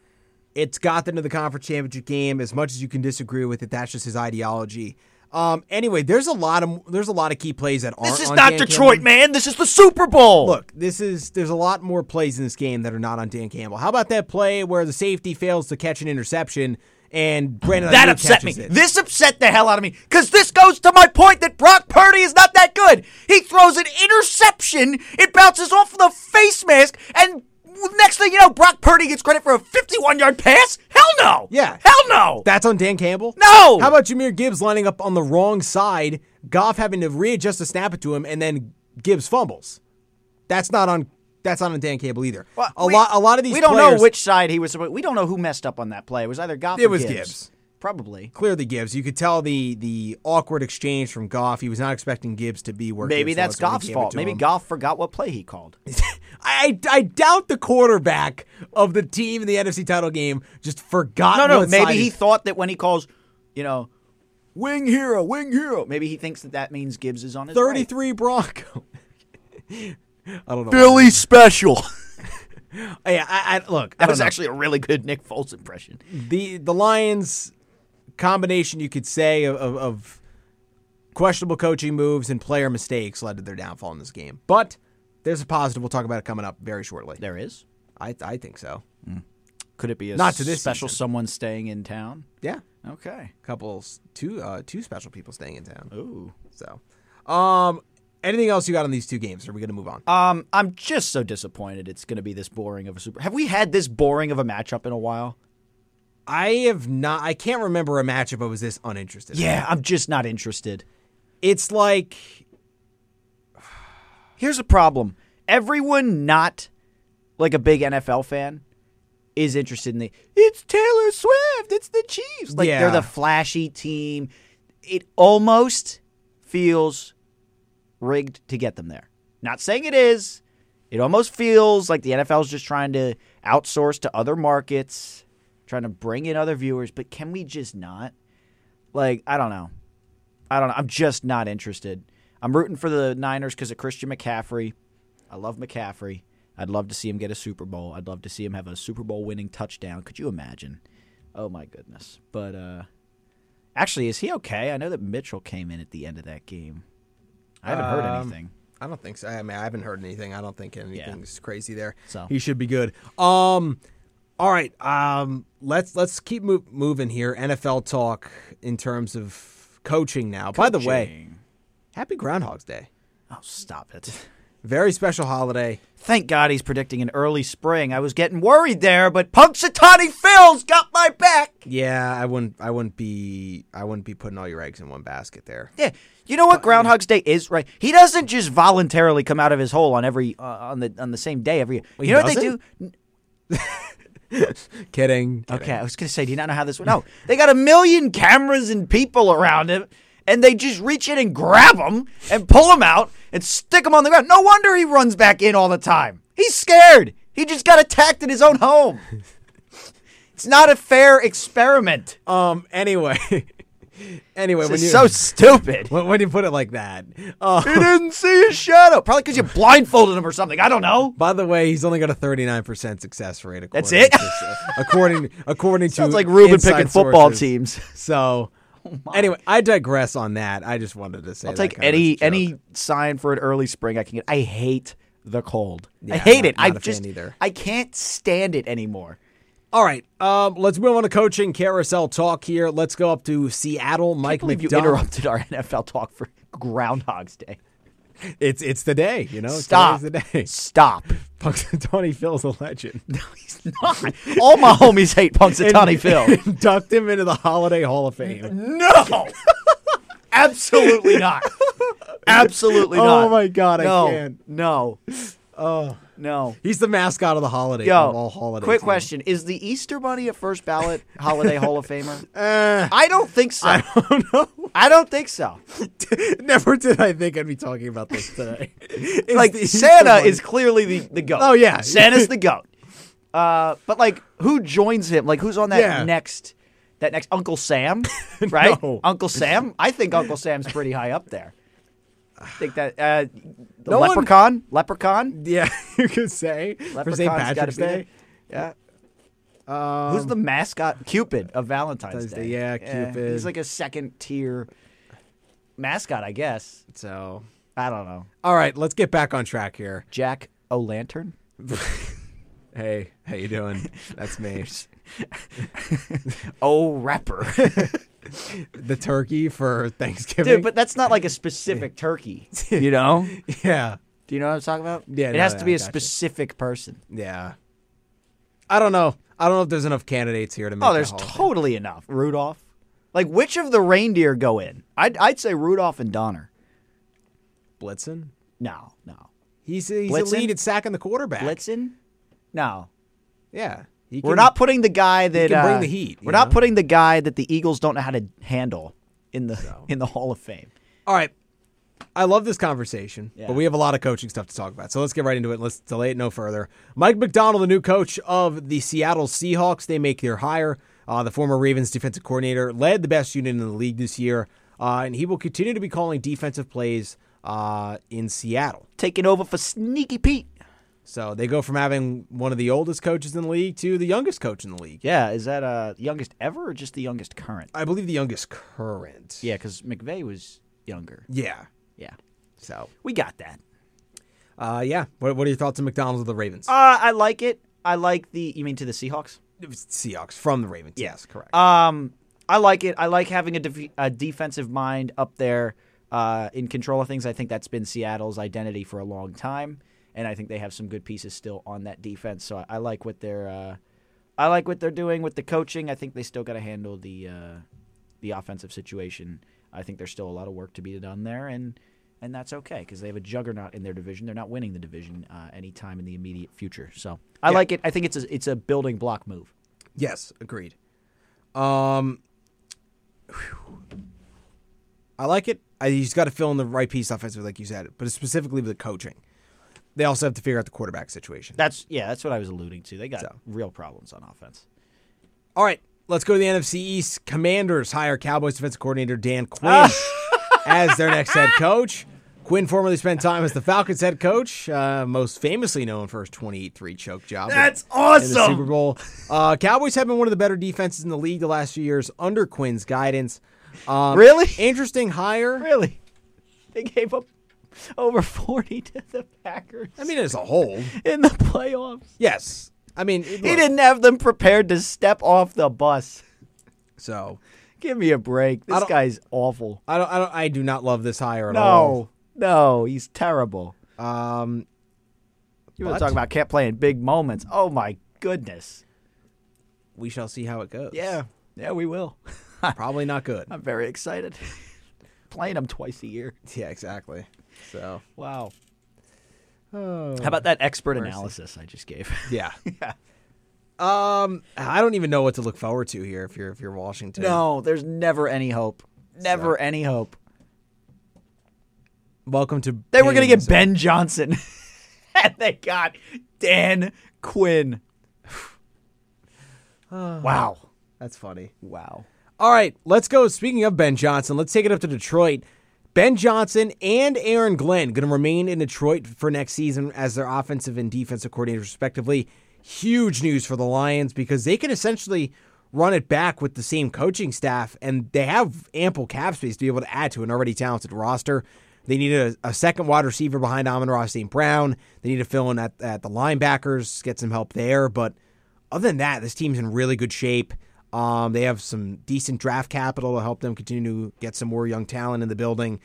[SPEAKER 1] It's got them to the conference championship game. As much as you can disagree with it, that's just his ideology. Um, anyway, there's a lot of there's a lot of key plays that aren't.
[SPEAKER 2] this is
[SPEAKER 1] on
[SPEAKER 2] not
[SPEAKER 1] Dan
[SPEAKER 2] Detroit,
[SPEAKER 1] Campbell.
[SPEAKER 2] man. This is the Super Bowl.
[SPEAKER 1] Look, this is there's a lot more plays in this game that are not on Dan Campbell. How about that play where the safety fails to catch an interception and Brandon
[SPEAKER 2] That
[SPEAKER 1] Ayuk
[SPEAKER 2] upset me.
[SPEAKER 1] catches it?
[SPEAKER 2] This upset the hell out of me because this goes to my point that Brock Purdy is not that good. He throws an interception, it bounces off the face mask, and next thing you know, Brock Purdy gets credit for a 51 yard pass? Hell no.
[SPEAKER 1] Yeah.
[SPEAKER 2] Hell no.
[SPEAKER 1] That's on Dan Campbell?
[SPEAKER 2] No!
[SPEAKER 1] How about Jameer Gibbs lining up on the wrong side, Goff having to readjust to snap it to him, and then Gibbs fumbles? That's not on that's not on Dan Campbell either.
[SPEAKER 2] Well,
[SPEAKER 1] a
[SPEAKER 2] we-
[SPEAKER 1] lot a lot of these
[SPEAKER 2] We don't
[SPEAKER 1] players-
[SPEAKER 2] know which side he was supposed We don't know who messed up on that play. It was either Goff
[SPEAKER 1] It
[SPEAKER 2] or
[SPEAKER 1] was
[SPEAKER 2] Gibbs.
[SPEAKER 1] Gibbs.
[SPEAKER 2] Probably.
[SPEAKER 1] clearly Gibbs. You could tell the the awkward exchange from Goff. He was not expecting Gibbs to be where
[SPEAKER 2] Maybe
[SPEAKER 1] Gibbs
[SPEAKER 2] that's
[SPEAKER 1] was when he
[SPEAKER 2] Goff's
[SPEAKER 1] gave it
[SPEAKER 2] fault.
[SPEAKER 1] to
[SPEAKER 2] Maybe
[SPEAKER 1] him.
[SPEAKER 2] Goff forgot what play he called.
[SPEAKER 1] I I doubt the quarterback of the team in the NFC title game just forgot.
[SPEAKER 2] No, no.
[SPEAKER 1] what
[SPEAKER 2] Maybe
[SPEAKER 1] side
[SPEAKER 2] he
[SPEAKER 1] his-
[SPEAKER 2] thought that when he calls, you know, wing hero, wing hero. Maybe he thinks that that means Gibbs is on his right.
[SPEAKER 1] 33 Bronco. I don't know.
[SPEAKER 2] Billy Special.
[SPEAKER 1] why. Yeah, I, I, look, I
[SPEAKER 2] That
[SPEAKER 1] don't
[SPEAKER 2] was
[SPEAKER 1] know.
[SPEAKER 2] actually a really good Nick Foles impression.
[SPEAKER 1] the the Lions combination you could say of, of, of questionable coaching moves and player mistakes led to their downfall in this game. But there's a positive. We'll talk about it coming up very shortly.
[SPEAKER 2] There is.
[SPEAKER 1] I I think so.
[SPEAKER 2] Could it be a
[SPEAKER 1] Not to this
[SPEAKER 2] special
[SPEAKER 1] season.
[SPEAKER 2] someone staying in town?
[SPEAKER 1] Yeah,
[SPEAKER 2] Okay.
[SPEAKER 1] couples two uh, two special people staying in town.
[SPEAKER 2] Ooh.
[SPEAKER 1] So, um, Anything else you got on these two games? Or are we going to move on?
[SPEAKER 2] Um, I'm just so disappointed it's going to be this boring of a super. Have we had this boring of a matchup in a while?
[SPEAKER 1] I have not. I can't remember a matchup I was this uninterested. in.
[SPEAKER 2] Yeah, I'm just not interested.
[SPEAKER 1] It's like
[SPEAKER 2] Here's the problem. Everyone not like a big NFL fan is interested in the it's Taylor Swift, it's the Chiefs. Like
[SPEAKER 1] Yeah.
[SPEAKER 2] they're the flashy team. It almost feels rigged to get them there. Not saying it is. It almost feels like the NFL is just trying to outsource to other markets, trying to bring in other viewers, but can we just not? Like, I don't know. I don't know. I'm just not interested. I'm rooting for the Niners because of Christian McCaffrey. I love McCaffrey. I'd love to see him get a Super Bowl. I'd love to see him have a Super Bowl winning touchdown. Could you imagine? Oh my goodness. But uh actually, is he okay? I know that Mitchell came in at the end of that game. I haven't heard
[SPEAKER 1] Um,
[SPEAKER 2] anything.
[SPEAKER 1] I don't think so. I mean, I haven't heard anything. I don't think anything's crazy there.
[SPEAKER 2] So.
[SPEAKER 1] he should be good. Um, all right. Um, let's let's keep mo- moving here. NFL talk in terms of coaching now. By the way,
[SPEAKER 2] Ching.
[SPEAKER 1] happy Groundhog's Day.
[SPEAKER 2] Oh, stop it.
[SPEAKER 1] Very special holiday.
[SPEAKER 2] Thank God he's predicting an early spring. I was getting worried there, but Punxsutawney Phil's got my back.
[SPEAKER 1] Yeah, I wouldn't. I wouldn't be. I wouldn't be putting all your eggs in one basket there.
[SPEAKER 2] Yeah, you know what Groundhog's Day is, right? He doesn't just voluntarily come out of his hole on every uh, on the on the same day every year. you know what they do?
[SPEAKER 1] doesn't? Kidding. kidding.
[SPEAKER 2] Okay, I was gonna say, do you not know how this? No, they got a million cameras and people around him, and they just reach in and grab him and pull him out and stick him on the ground. No wonder he runs back in all the time. He's scared. He just got attacked in his own home. it's not a fair experiment.
[SPEAKER 1] Um. Anyway. anyway, when
[SPEAKER 2] It's
[SPEAKER 1] you
[SPEAKER 2] so stupid.
[SPEAKER 1] when, when you put it like that. Um,
[SPEAKER 2] He didn't see his shadow. Probably because you blindfolded him or something. I don't know.
[SPEAKER 1] By the way, he's only got a 39% success rate. According
[SPEAKER 2] That's it?
[SPEAKER 1] To, this- according according to
[SPEAKER 2] Sounds like Ruben
[SPEAKER 1] inside
[SPEAKER 2] picking football
[SPEAKER 1] sources.
[SPEAKER 2] teams. Oh
[SPEAKER 1] So anyway, I digress on that. I just wanted to say
[SPEAKER 2] I'll
[SPEAKER 1] that
[SPEAKER 2] take
[SPEAKER 1] kind of
[SPEAKER 2] any
[SPEAKER 1] joke.
[SPEAKER 2] any sign for an early spring I can get. I hate the cold. I
[SPEAKER 1] Yeah,
[SPEAKER 2] hate
[SPEAKER 1] not-
[SPEAKER 2] it. I
[SPEAKER 1] not a fan
[SPEAKER 2] just
[SPEAKER 1] either.
[SPEAKER 2] I can't stand it anymore.
[SPEAKER 1] All right, um, let's move on to coaching carousel talk here. Let's go up to Seattle.
[SPEAKER 2] I
[SPEAKER 1] Mike
[SPEAKER 2] believe you
[SPEAKER 1] McDonald.
[SPEAKER 2] interrupted our NFL talk for Groundhog's Day.
[SPEAKER 1] It's it's the day, you know.
[SPEAKER 2] Stop.
[SPEAKER 1] Oh, Today's the day.
[SPEAKER 2] Stop.
[SPEAKER 1] Punxsutawney Phil's a legend.
[SPEAKER 2] He's not. All my homies hate Punxsutawney Phil.
[SPEAKER 1] Induct him into the Holiday Hall of Fame.
[SPEAKER 2] No. Absolutely not. Absolutely
[SPEAKER 1] Oh
[SPEAKER 2] not.
[SPEAKER 1] my God, I
[SPEAKER 2] no,
[SPEAKER 1] can't.
[SPEAKER 2] No. Oh. No.
[SPEAKER 1] He's the mascot of the holiday
[SPEAKER 2] Yo,
[SPEAKER 1] of all holidays. you
[SPEAKER 2] quick
[SPEAKER 1] know.
[SPEAKER 2] question: Is the Easter Bunny a first ballot Holiday Hall of Famer?
[SPEAKER 1] Eh,
[SPEAKER 2] I don't think so. I don't, think so.
[SPEAKER 1] Never did I think I'd be talking about this today. It's
[SPEAKER 2] Like
[SPEAKER 1] the Easter
[SPEAKER 2] Santa
[SPEAKER 1] Bunny.
[SPEAKER 2] is clearly the the goat.
[SPEAKER 1] Oh, yeah.
[SPEAKER 2] Santa's the goat. Uh, but like, who joins him? Like, who's on that
[SPEAKER 1] Yeah.
[SPEAKER 2] next? That next Uncle Sam, right?
[SPEAKER 1] No.
[SPEAKER 2] Uncle Sam. I think Uncle Sam's pretty high up there. I think that uh, the
[SPEAKER 1] No one-
[SPEAKER 2] leprechaun, leprechaun,
[SPEAKER 1] Yeah, you could say for St.
[SPEAKER 2] leprechaun's got to
[SPEAKER 1] Patrick's
[SPEAKER 2] be there.
[SPEAKER 1] Day.
[SPEAKER 2] Yeah. Who's the mascot? Cupid of Valentine's
[SPEAKER 1] Valentine's
[SPEAKER 2] Day.
[SPEAKER 1] Day, yeah, Cupid.
[SPEAKER 2] He's like a second tier mascot, I guess.
[SPEAKER 1] So,
[SPEAKER 2] I don't know.
[SPEAKER 1] all right, let's get back on track here.
[SPEAKER 2] Jack O'Lantern.
[SPEAKER 1] Hey, how you doing? That's me.
[SPEAKER 2] Oh, rapper.
[SPEAKER 1] the turkey for Thanksgiving.
[SPEAKER 2] Dude, but that's not like a specific turkey. You know?
[SPEAKER 1] yeah,
[SPEAKER 2] Do you know what I'm talking about?
[SPEAKER 1] Yeah,
[SPEAKER 2] It
[SPEAKER 1] no,
[SPEAKER 2] has
[SPEAKER 1] yeah,
[SPEAKER 2] to be
[SPEAKER 1] I
[SPEAKER 2] a
[SPEAKER 1] gotcha.
[SPEAKER 2] specific person.
[SPEAKER 1] yeah. I don't know. I don't know if there's enough candidates here to make.
[SPEAKER 2] Oh,
[SPEAKER 1] the
[SPEAKER 2] there's
[SPEAKER 1] Hall of Fame.
[SPEAKER 2] totally enough. Rudolph. Like, which of the reindeer go in? I'd, I'd say Rudolph and Donner.
[SPEAKER 1] Blitzen.
[SPEAKER 2] No, no.
[SPEAKER 1] He's he's
[SPEAKER 2] Blitzen?
[SPEAKER 1] a lead at sacking the quarterback.
[SPEAKER 2] Blitzen? No.
[SPEAKER 1] Yeah, he
[SPEAKER 2] We're
[SPEAKER 1] can-
[SPEAKER 2] not putting the guy that
[SPEAKER 1] can bring
[SPEAKER 2] uh,
[SPEAKER 1] the heat,
[SPEAKER 2] We're
[SPEAKER 1] you
[SPEAKER 2] not
[SPEAKER 1] know?
[SPEAKER 2] putting the guy that the Eagles don't know how to handle in the in the Hall of Fame.
[SPEAKER 1] All right. I love this conversation,
[SPEAKER 2] Yeah.
[SPEAKER 1] but we have a lot of coaching stuff to talk about. So let's get right into it. Let's delay it no further. Mike McDonald, the new coach of the Seattle Seahawks, they make their hire. Uh, the former Ravens defensive coordinator led the best unit in the league this year, uh, and he will continue to be calling defensive plays uh, in Seattle.
[SPEAKER 2] Taking over for Sneaky Pete.
[SPEAKER 1] So they go from having one of the oldest coaches in the league to the youngest coach in the league.
[SPEAKER 2] Yeah, is that uh youngest ever or just the youngest current?
[SPEAKER 1] I believe the youngest current.
[SPEAKER 2] Yeah, because McVay was younger.
[SPEAKER 1] Yeah.
[SPEAKER 2] Yeah,
[SPEAKER 1] So,
[SPEAKER 2] we got that.
[SPEAKER 1] uh, yeah. What, what are your thoughts on McDonald's of the Ravens?
[SPEAKER 2] Uh, I like it. I like the. You mean to the Seahawks?
[SPEAKER 1] Seahawks from the Ravens. Uh, Yes, correct.
[SPEAKER 2] Um, I like it. I like having a, def- a defensive mind up there. uh, in control of things. I think that's been Seattle's identity for a long time, and I think they have some good pieces still on that defense. So I, I like what they're uh, I like what they're doing with the coaching. I think they still got to handle the uh, the offensive situation. I think there's still a lot of work to be done there, and and that's okay because they have a juggernaut in their division. They're not winning the division uh, anytime in the immediate future. So I like it. I think it's a, it's a building block move.
[SPEAKER 1] Yes, agreed. Um, I like it. I, he's got to fill in the right piece offensively, like you said, but specifically with the coaching. They also have to figure out the quarterback situation.
[SPEAKER 2] That's yeah, that's what I was alluding to. They got
[SPEAKER 1] So.
[SPEAKER 2] real problems on offense.
[SPEAKER 1] All right, let's go to the NFC East. Commanders hire Cowboys defensive coordinator Dan Quinn
[SPEAKER 5] Ah.
[SPEAKER 1] as their next head coach. Quinn formerly spent time as the Falcons head coach, uh, most famously known for his 28-3 choke job.
[SPEAKER 5] That's
[SPEAKER 1] in the Super
[SPEAKER 5] awesome.
[SPEAKER 1] Bowl. Uh, Cowboys have been one of the better defenses in the league the last few years under Quinn's guidance. Um,
[SPEAKER 2] Really?
[SPEAKER 1] Interesting hire.
[SPEAKER 2] Really, they gave up over forty to the Packers
[SPEAKER 1] I mean, as a whole,
[SPEAKER 2] in the playoffs.
[SPEAKER 1] yes. I mean, it-
[SPEAKER 2] He
[SPEAKER 1] look,
[SPEAKER 2] didn't have them prepared to step off the bus.
[SPEAKER 1] So
[SPEAKER 2] Give me a break. This
[SPEAKER 1] don't-
[SPEAKER 2] guy's awful.
[SPEAKER 1] I don't, I don't. I do not love this hire at
[SPEAKER 2] No, no, he's terrible.
[SPEAKER 1] all. Um,
[SPEAKER 2] You were
[SPEAKER 1] What?
[SPEAKER 2] talking about kept playing big moments. Oh my goodness.
[SPEAKER 1] we shall see how it goes.
[SPEAKER 2] Yeah, yeah, we will.
[SPEAKER 1] Probably not good.
[SPEAKER 2] I'm very excited. Playing them twice a year.
[SPEAKER 1] Yeah, exactly. So
[SPEAKER 2] Wow. Oh. How about that expert analysis I just gave?
[SPEAKER 1] yeah. Um, I don't even know what to look forward to here. If you're if you're Washington,
[SPEAKER 2] no, there's never any hope. Never any hope.
[SPEAKER 1] Welcome to
[SPEAKER 2] They were going to
[SPEAKER 1] Pagans.
[SPEAKER 2] get Ben Johnson, and they got Dan Quinn. wow.
[SPEAKER 1] That's funny.
[SPEAKER 2] Wow.
[SPEAKER 1] All right, let's go. Speaking of Ben Johnson, let's take it up to Detroit. Ben Johnson and Aaron Glenn going to remain in Detroit for next season as their offensive and defensive coordinators, respectively. Huge news for the Lions because they can essentially run it back with the same coaching staff, and they have ample cap space to be able to add to an already talented roster. They need a, a second wide receiver behind Amon Ross St. Brown. They need to fill in at, at the linebackers, get some help there. But other than that, this team's in really good shape. Um, they have some decent draft capital to help them continue to get some more young talent in the building.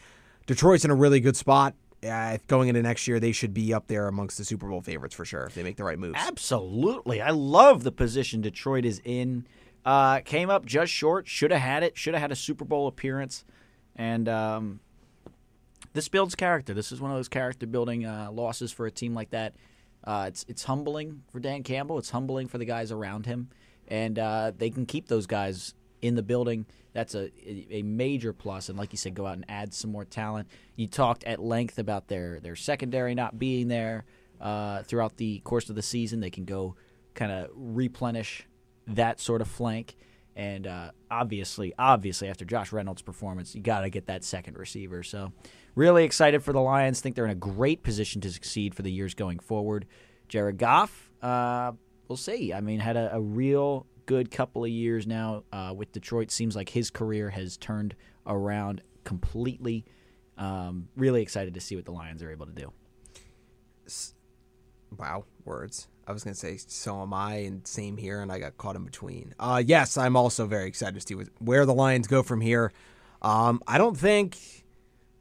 [SPEAKER 1] Detroit's in a really good spot. Uh, going into next year, they should be up there amongst the Super Bowl favorites for sure if they make the right moves.
[SPEAKER 2] Absolutely. I love the position Detroit is in. Uh, came up just short. Should have had it. Should have had a Super Bowl appearance. And um, this builds character. This is one of those character building uh, losses for a team like that. Uh, it's it's humbling for Dan Campbell. It's humbling for the guys around him, and uh, they can keep those guys in the building. That's a a major plus. And like you said, go out and add some more talent. You talked at length about their their secondary not being there uh, throughout the course of the season. They can go kind of replenish that sort of flank. And uh, obviously, obviously, after Josh Reynolds' performance, you got to get that second receiver. So, really excited for the Lions. Think they're in a great position to succeed for the years going forward. Jared Goff, uh, we'll see. I mean, had a, a real good couple of years now uh, with Detroit. Seems like his career has turned around completely. Um, really excited to see what the Lions are able to do.
[SPEAKER 1] Wow, words. I was going to say, so am I, and same here, and I got caught in between. Uh, yes, I'm also very excited to see what- where the Lions go from here. Um, I don't think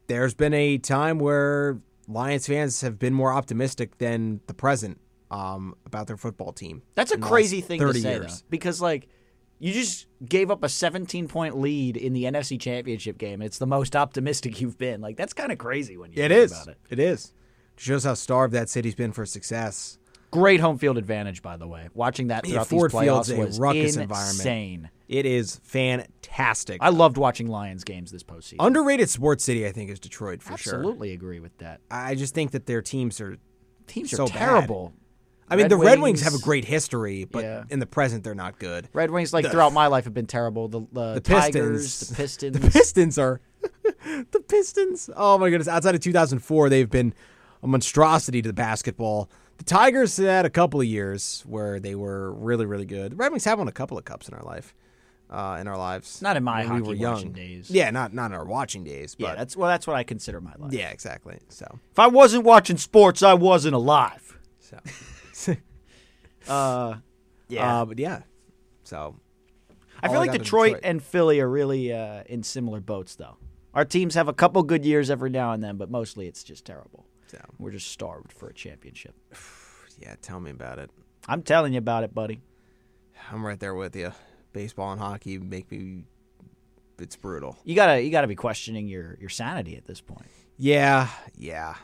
[SPEAKER 1] there's been a time where Lions fans have been more optimistic than the present um, about their football team.
[SPEAKER 2] That's a
[SPEAKER 1] in the
[SPEAKER 2] crazy
[SPEAKER 1] last
[SPEAKER 2] thing to
[SPEAKER 1] 30
[SPEAKER 2] say,
[SPEAKER 1] years.
[SPEAKER 2] though, because like you just gave up a 17 point lead in the NFC Championship game. It's the most optimistic you've been. Like that's kind of crazy when you
[SPEAKER 1] It
[SPEAKER 2] think
[SPEAKER 1] is.
[SPEAKER 2] about it.
[SPEAKER 1] It is. Shows how starved that city's been for success.
[SPEAKER 2] Great home field advantage, by the way. Watching that throughout
[SPEAKER 1] Ford
[SPEAKER 2] these
[SPEAKER 1] Field's
[SPEAKER 2] playoffs
[SPEAKER 1] a
[SPEAKER 2] was
[SPEAKER 1] ruckus
[SPEAKER 2] insane.
[SPEAKER 1] environment. It is fantastic.
[SPEAKER 2] I loved watching Lions games this postseason.
[SPEAKER 1] Underrated sports city, I think, is Detroit for sure.
[SPEAKER 2] Absolutely agree with that.
[SPEAKER 1] I just think that their teams are.
[SPEAKER 2] Teams
[SPEAKER 1] So
[SPEAKER 2] are
[SPEAKER 1] bad.
[SPEAKER 2] terrible.
[SPEAKER 1] I mean, the Red Wings have a great history, but
[SPEAKER 2] Yeah.
[SPEAKER 1] in the present, they're not good.
[SPEAKER 2] Red Wings. Like
[SPEAKER 1] The-
[SPEAKER 2] throughout my life, have been terrible. The, the,
[SPEAKER 1] The
[SPEAKER 2] Tigers,
[SPEAKER 1] Pistons.
[SPEAKER 2] the Pistons.
[SPEAKER 1] The Pistons are. the Pistons. Oh my goodness! Outside of 2004, they've been a monstrosity to the basketball. The Tigers had a couple of years where they were really, really good. The Red Wings have won a couple of cups in our life, uh, in our lives.
[SPEAKER 2] Not in my
[SPEAKER 1] when we
[SPEAKER 2] hockey
[SPEAKER 1] were young.
[SPEAKER 2] watching days.
[SPEAKER 1] Yeah, not not in our watching days. But
[SPEAKER 2] yeah, that's well. That's what I consider my life.
[SPEAKER 1] yeah, exactly. So
[SPEAKER 2] If I wasn't watching sports, I wasn't alive.
[SPEAKER 1] so
[SPEAKER 2] Uh, yeah.
[SPEAKER 1] Uh, but yeah, so
[SPEAKER 2] I
[SPEAKER 1] all I
[SPEAKER 2] feel like
[SPEAKER 1] got is
[SPEAKER 2] Detroit,
[SPEAKER 1] Detroit.
[SPEAKER 2] and Philly are really uh, in similar boats, though. Our teams have a couple good years every now and then, but mostly it's just terrible. We're just starved for a championship.
[SPEAKER 1] Yeah, tell me about it.
[SPEAKER 2] I'm telling you about it, buddy.
[SPEAKER 1] I'm right there with you. Baseball and hockey make me. It's brutal.
[SPEAKER 2] You gotta you gotta be questioning your your sanity at this point.
[SPEAKER 1] Yeah, yeah.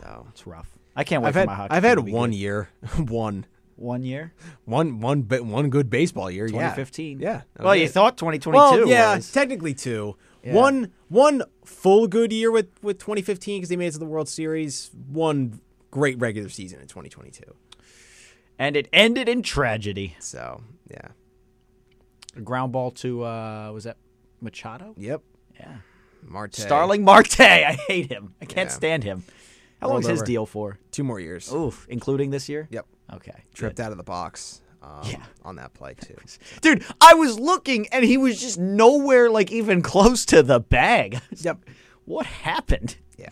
[SPEAKER 1] so
[SPEAKER 2] It's rough. I can't wait
[SPEAKER 1] I've
[SPEAKER 2] for
[SPEAKER 1] had
[SPEAKER 2] my hockey.
[SPEAKER 1] I've
[SPEAKER 2] team
[SPEAKER 1] had
[SPEAKER 2] to be
[SPEAKER 1] one
[SPEAKER 2] good.
[SPEAKER 1] year, one,
[SPEAKER 2] one year,
[SPEAKER 1] one, one, ba- one good baseball year. yeah.
[SPEAKER 2] 2015.
[SPEAKER 1] Yeah. that
[SPEAKER 2] Well,
[SPEAKER 1] was
[SPEAKER 2] you
[SPEAKER 1] it.
[SPEAKER 2] thought 2022.
[SPEAKER 1] Well, yeah,
[SPEAKER 2] was-
[SPEAKER 1] technically two. One one full good year with with 2015 because they made it to the World Series. One great regular season in 2022.
[SPEAKER 2] and it ended in tragedy.
[SPEAKER 1] So yeah,
[SPEAKER 2] A ground ball to uh was that Machado?
[SPEAKER 1] yep,
[SPEAKER 2] Yeah.
[SPEAKER 1] Marte.
[SPEAKER 2] Starling Marte. I hate him. I can't
[SPEAKER 1] Yeah.
[SPEAKER 2] stand him. How
[SPEAKER 1] Rolled
[SPEAKER 2] long's his
[SPEAKER 1] over.
[SPEAKER 2] deal for?
[SPEAKER 1] two more years.
[SPEAKER 2] Oof, including this year?
[SPEAKER 1] Yep,
[SPEAKER 2] Okay.
[SPEAKER 1] tripped out of the box. Um,
[SPEAKER 2] Yeah.
[SPEAKER 1] on that play too.
[SPEAKER 2] Dude, I was looking and he was just nowhere like even close to the bag. I was
[SPEAKER 1] Yep.
[SPEAKER 2] like, What happened?
[SPEAKER 1] Yeah,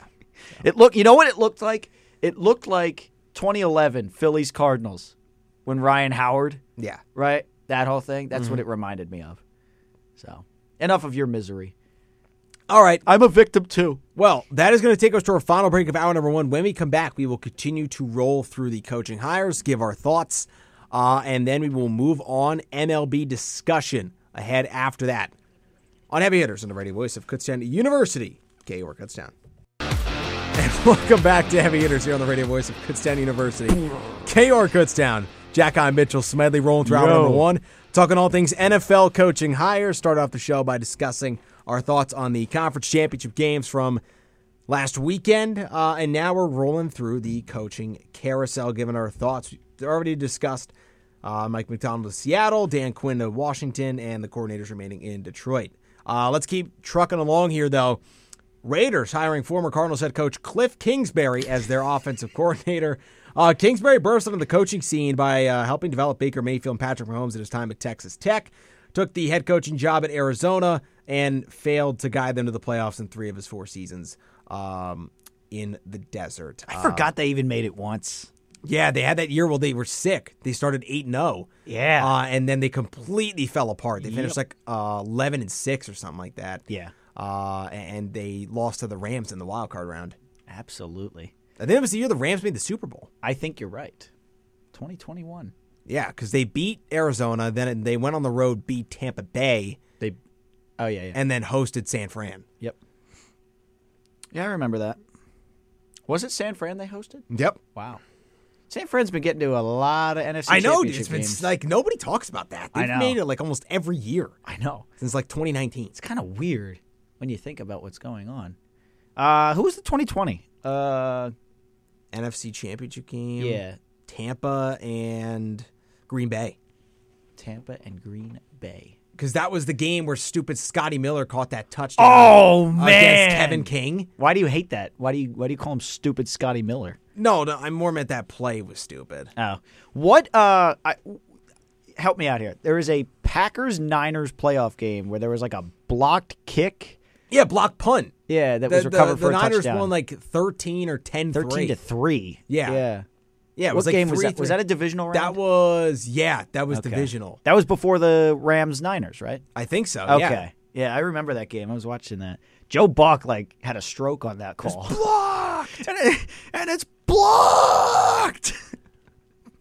[SPEAKER 2] It looked you know what it looked like? It looked like 2011 Phillies Cardinals when Ryan Howard,
[SPEAKER 1] yeah.
[SPEAKER 2] right? That whole thing. That's what it reminded me of. So, enough of your misery.
[SPEAKER 1] All right.
[SPEAKER 2] I'm a victim too.
[SPEAKER 1] Well, that is going to take us to our final break of hour number one. When we come back, we will continue to roll through the coaching hires, give our thoughts, uh, and then we will move on MLB discussion ahead after that. On Heavy Hitters on the radio voice of Kutztown University, KUR Kutztown. And welcome back to Heavy Hitters here on the radio voice of Kutztown University, KUR Kutztown. Jack, I'm Mitchell Smedley, rolling through hour number one, talking all things NFL coaching hires. Start off the show by discussing our thoughts on the conference championship games from last weekend, uh, and now we're rolling through the coaching carousel, giving our thoughts. We already discussed uh, Mike McDonald of Seattle, Dan Quinn of Washington, and the coordinators remaining in Detroit. Uh, let's keep trucking along here, though. Raiders hiring former Cardinals head coach Cliff Kingsbury as their offensive coordinator. Uh, Kingsbury burst onto the coaching scene by uh, helping develop Baker Mayfield and Patrick Mahomes at his time at Texas Tech. Took the head coaching job at Arizona and failed to guide them to the playoffs in three of his four seasons um, in the desert.
[SPEAKER 2] I
[SPEAKER 1] Uh,
[SPEAKER 2] forgot they even made it once.
[SPEAKER 1] yeah, they had that year where they were sick. They started eight and zero.
[SPEAKER 2] Yeah.
[SPEAKER 1] uh, and then they completely fell apart. They finished like uh, eleven and six or something like that.
[SPEAKER 2] Yeah.
[SPEAKER 1] uh, and they lost to the Rams in the wild card round.
[SPEAKER 2] Absolutely.
[SPEAKER 1] And then it was the year the Rams made the Super Bowl.
[SPEAKER 2] I think you're right. 2021.
[SPEAKER 1] Yeah, because they beat Arizona, then they went on the road, beat Tampa Bay,
[SPEAKER 2] They Oh yeah, yeah.
[SPEAKER 1] and then hosted San Fran.
[SPEAKER 2] yep. Yeah, I remember that. Was it San Fran they hosted?
[SPEAKER 1] Yep.
[SPEAKER 2] Wow. San Fran's been getting to a lot of NFC
[SPEAKER 1] I know, dude.
[SPEAKER 2] championship
[SPEAKER 1] It's been
[SPEAKER 2] games.
[SPEAKER 1] like nobody talks about that.
[SPEAKER 2] I
[SPEAKER 1] They've
[SPEAKER 2] know.
[SPEAKER 1] made it like almost every year
[SPEAKER 2] I know.
[SPEAKER 1] since like 2019.
[SPEAKER 2] It's kind of weird when you think about what's going on. Uh who was the 2020? Uh
[SPEAKER 1] NFC Championship game.
[SPEAKER 2] Yeah.
[SPEAKER 1] Tampa and Green Bay.
[SPEAKER 2] Tampa and Green Bay.
[SPEAKER 1] Because that was the game where stupid Scotty Miller caught that touchdown. Oh, Against Kevin King.
[SPEAKER 2] Why do you hate that? Why do you why do you call him stupid Scotty Miller?
[SPEAKER 1] No, no, I more meant that play was stupid.
[SPEAKER 2] Oh, what? Uh, I, help me out here. There is a Packers Niners playoff game where there was like a blocked kick.
[SPEAKER 1] Yeah, block punt.
[SPEAKER 2] Yeah, that
[SPEAKER 1] The,
[SPEAKER 2] was
[SPEAKER 1] the,
[SPEAKER 2] recovered
[SPEAKER 1] the
[SPEAKER 2] for a
[SPEAKER 1] Niners
[SPEAKER 2] touchdown.
[SPEAKER 1] won like 13 or 10
[SPEAKER 2] thirteen to three.
[SPEAKER 1] Yeah.
[SPEAKER 2] yeah.
[SPEAKER 1] Yeah, it
[SPEAKER 2] What
[SPEAKER 1] was like
[SPEAKER 2] game was
[SPEAKER 1] three-
[SPEAKER 2] that? Was that a divisional round?
[SPEAKER 1] That was yeah, that was
[SPEAKER 2] Okay.
[SPEAKER 1] divisional.
[SPEAKER 2] That was before the Rams Niners, right?
[SPEAKER 1] I think so.
[SPEAKER 2] Okay.
[SPEAKER 1] Yeah.
[SPEAKER 2] Yeah, I remember that game. I was watching that. Joe Buck like had a stroke on that call.
[SPEAKER 1] Blocked
[SPEAKER 2] and, it- and it's blocked.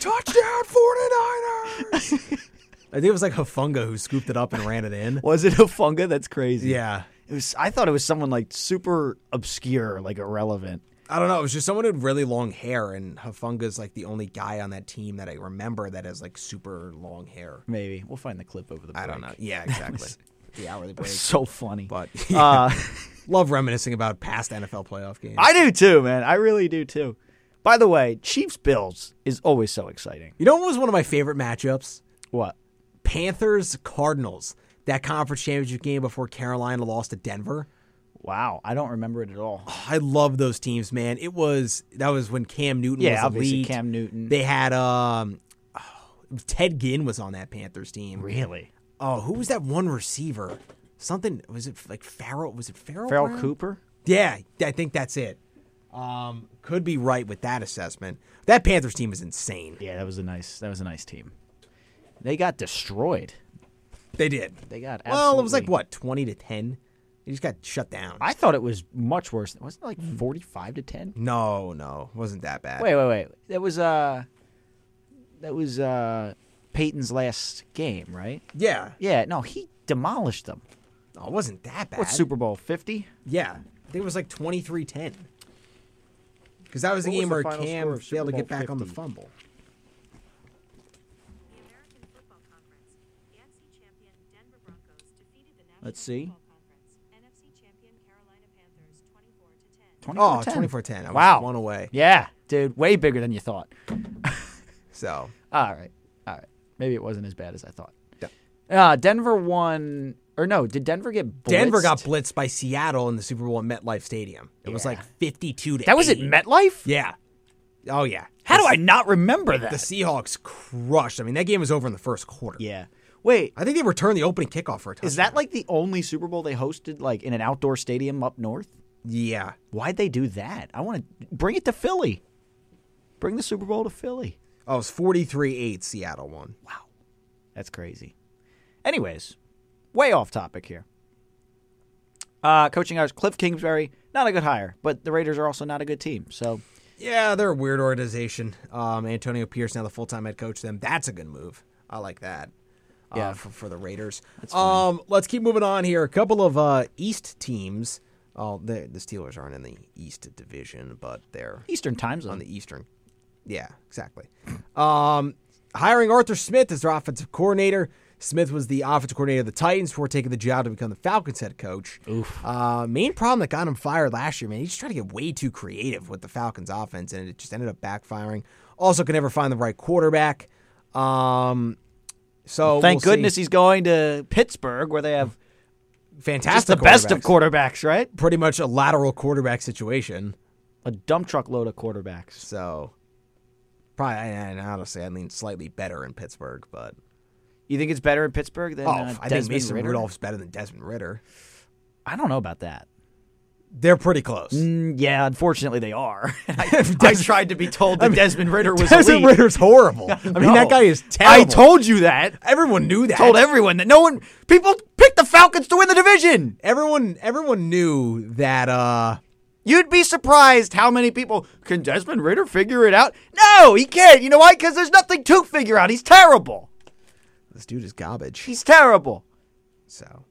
[SPEAKER 1] touchdown 49ers. I think it was like Hafunga who scooped it up and ran it in.
[SPEAKER 2] was it a funga? That's crazy.
[SPEAKER 1] Yeah.
[SPEAKER 2] It was. I thought it was someone like super obscure, like irrelevant.
[SPEAKER 1] I don't know. It was just someone who had really long hair, and Hafunga's like the only guy on that team that I remember that has like super long hair.
[SPEAKER 2] Maybe we'll find the clip over the. Break.
[SPEAKER 1] I don't know. Yeah, exactly. the hourly break.
[SPEAKER 2] So funny.
[SPEAKER 1] But
[SPEAKER 2] uh,
[SPEAKER 1] love reminiscing about past NFL playoff games.
[SPEAKER 2] I do too, man. I really do too. By the way, Chiefs Bills is always so exciting.
[SPEAKER 1] you know what was one of my favorite matchups?
[SPEAKER 2] What?
[SPEAKER 1] Panthers Cardinals. That conference championship game before Carolina lost to Denver.
[SPEAKER 2] Wow, I don't remember it at all.
[SPEAKER 1] I love those teams, man. It was that was when Cam Newton
[SPEAKER 2] Yeah,
[SPEAKER 1] was
[SPEAKER 2] obviously
[SPEAKER 1] elite.
[SPEAKER 2] Cam Newton.
[SPEAKER 1] They had um oh, Ted Ginn was on that Panthers team.
[SPEAKER 2] Really?
[SPEAKER 1] Oh, who was that one receiver? Something was it like Farrell? Was it Farrell?
[SPEAKER 2] Farrell
[SPEAKER 1] Brown?
[SPEAKER 2] Cooper?
[SPEAKER 1] Yeah, I think that's it. Um, could be right with that assessment. That Panthers team is insane.
[SPEAKER 2] Yeah, that was a nice. That was a nice team. They got destroyed.
[SPEAKER 1] They did.
[SPEAKER 2] They got
[SPEAKER 1] Well, it was like
[SPEAKER 2] absolutely-
[SPEAKER 1] what twenty to ten. They just got shut down.
[SPEAKER 2] I thought it was much worse. Wasn't it like
[SPEAKER 1] Hmm.
[SPEAKER 2] forty-five to ten?
[SPEAKER 1] no, no, it wasn't that bad.
[SPEAKER 2] Wait, wait, wait. That was uh, that was uh, Peyton's last game, right?
[SPEAKER 1] Yeah,
[SPEAKER 2] Yeah. No, he demolished them.
[SPEAKER 1] no, it wasn't that bad.
[SPEAKER 2] What's Super Bowl fifty?
[SPEAKER 1] Yeah, I think it was like 23-10. Because that was the
[SPEAKER 5] What was
[SPEAKER 1] game
[SPEAKER 5] the
[SPEAKER 1] where
[SPEAKER 5] final
[SPEAKER 1] Cam
[SPEAKER 5] score of
[SPEAKER 1] failed
[SPEAKER 5] Super
[SPEAKER 1] to get
[SPEAKER 5] Bowl
[SPEAKER 1] back on the
[SPEAKER 5] 50?
[SPEAKER 1] fumble.
[SPEAKER 6] The American Football Conference, the NFC champion Denver Broncos defeated the National
[SPEAKER 2] Let's see.
[SPEAKER 6] Football Conference, NFC champion Carolina Panthers 24 to 10.
[SPEAKER 1] Oh, 24-10. I was
[SPEAKER 2] Wow.
[SPEAKER 1] one away.
[SPEAKER 2] Yeah, dude, way bigger than you thought.
[SPEAKER 1] So
[SPEAKER 2] All right, all right. Maybe it wasn't as bad as I thought. Uh, Denver won, or no? Did Denver get blitzed?
[SPEAKER 1] Denver got blitzed by Seattle in the Super Bowl at MetLife Stadium. It was like 52 to
[SPEAKER 2] That was at
[SPEAKER 1] 8.
[SPEAKER 2] MetLife.
[SPEAKER 1] Yeah. Oh yeah.
[SPEAKER 2] How do I not remember that?
[SPEAKER 1] The Seahawks crushed. I mean, that game was over in the first quarter.
[SPEAKER 2] yeah. Wait,
[SPEAKER 1] I think they returned the opening kickoff for a touchdown.
[SPEAKER 2] is that like the only Super Bowl they hosted like in an outdoor stadium up north?
[SPEAKER 1] Yeah.
[SPEAKER 2] Why'd they do that? I want to bring it to Philly. Bring the Super Bowl to Philly.
[SPEAKER 1] Oh, it was 43-8 Seattle won.
[SPEAKER 2] Wow. That's crazy. Anyways, way off topic here. Uh, coaching hours, Cliff Kingsbury, not a good hire, but the Raiders are also not a good team. So,
[SPEAKER 1] Yeah, they're a weird organization. Um, Antonio Pierce now the full time head coach. Them that's a good move. I like that. Uh,
[SPEAKER 2] Yeah.
[SPEAKER 1] for, for the Raiders. um, let's keep moving on here. A couple of uh, East teams. Oh, the the Steelers aren't in the East division, but they're
[SPEAKER 2] Eastern time zone.
[SPEAKER 1] on the Eastern. Yeah, exactly. Um, hiring Arthur Smith as their offensive coordinator. Smith was the offensive coordinator of the Titans before taking the job to become the Falcons head coach. Oof. Uh, main problem that got him fired last year, man, he just tried to get way too creative with the Falcons offense, and it just ended up backfiring. Also, could never find the right quarterback. Um, so
[SPEAKER 2] Thank
[SPEAKER 1] we'll see.
[SPEAKER 2] goodness he's going to Pittsburgh, where they have just
[SPEAKER 1] fantastic,
[SPEAKER 2] the best of
[SPEAKER 1] quarterbacks.
[SPEAKER 2] quarterbacks, right?
[SPEAKER 1] pretty much a lateral quarterback situation.
[SPEAKER 2] A dump truck load of quarterbacks.
[SPEAKER 1] So probably, and honestly, I lean slightly better in Pittsburgh, but.
[SPEAKER 2] You think it's better in Pittsburgh than
[SPEAKER 1] Oh,
[SPEAKER 2] uh,
[SPEAKER 1] I think
[SPEAKER 2] Desmond
[SPEAKER 1] Mason
[SPEAKER 2] Ritter?
[SPEAKER 1] Rudolph's better than Desmond Ritter.
[SPEAKER 2] I don't know about that.
[SPEAKER 1] They're pretty close.
[SPEAKER 2] Mm, yeah, unfortunately, they are. I,
[SPEAKER 1] If
[SPEAKER 2] I
[SPEAKER 1] Des-
[SPEAKER 2] tried to be told that Desmond Ritter was
[SPEAKER 1] Desmond
[SPEAKER 2] elite.
[SPEAKER 1] Ritter's horrible. I mean, that
[SPEAKER 2] No.
[SPEAKER 1] guy is
[SPEAKER 2] I
[SPEAKER 1] terrible.
[SPEAKER 2] told you that.
[SPEAKER 1] everyone knew that.
[SPEAKER 2] told everyone that no one people picked the Falcons to win the division.
[SPEAKER 1] everyone. Everyone knew that. uh
[SPEAKER 2] You'd be surprised how many people can Desmond Ritter figure it out? No, he can't. You know why? Because there's nothing to figure out. He's terrible.
[SPEAKER 1] This dude is garbage.
[SPEAKER 2] He's terrible.
[SPEAKER 1] So.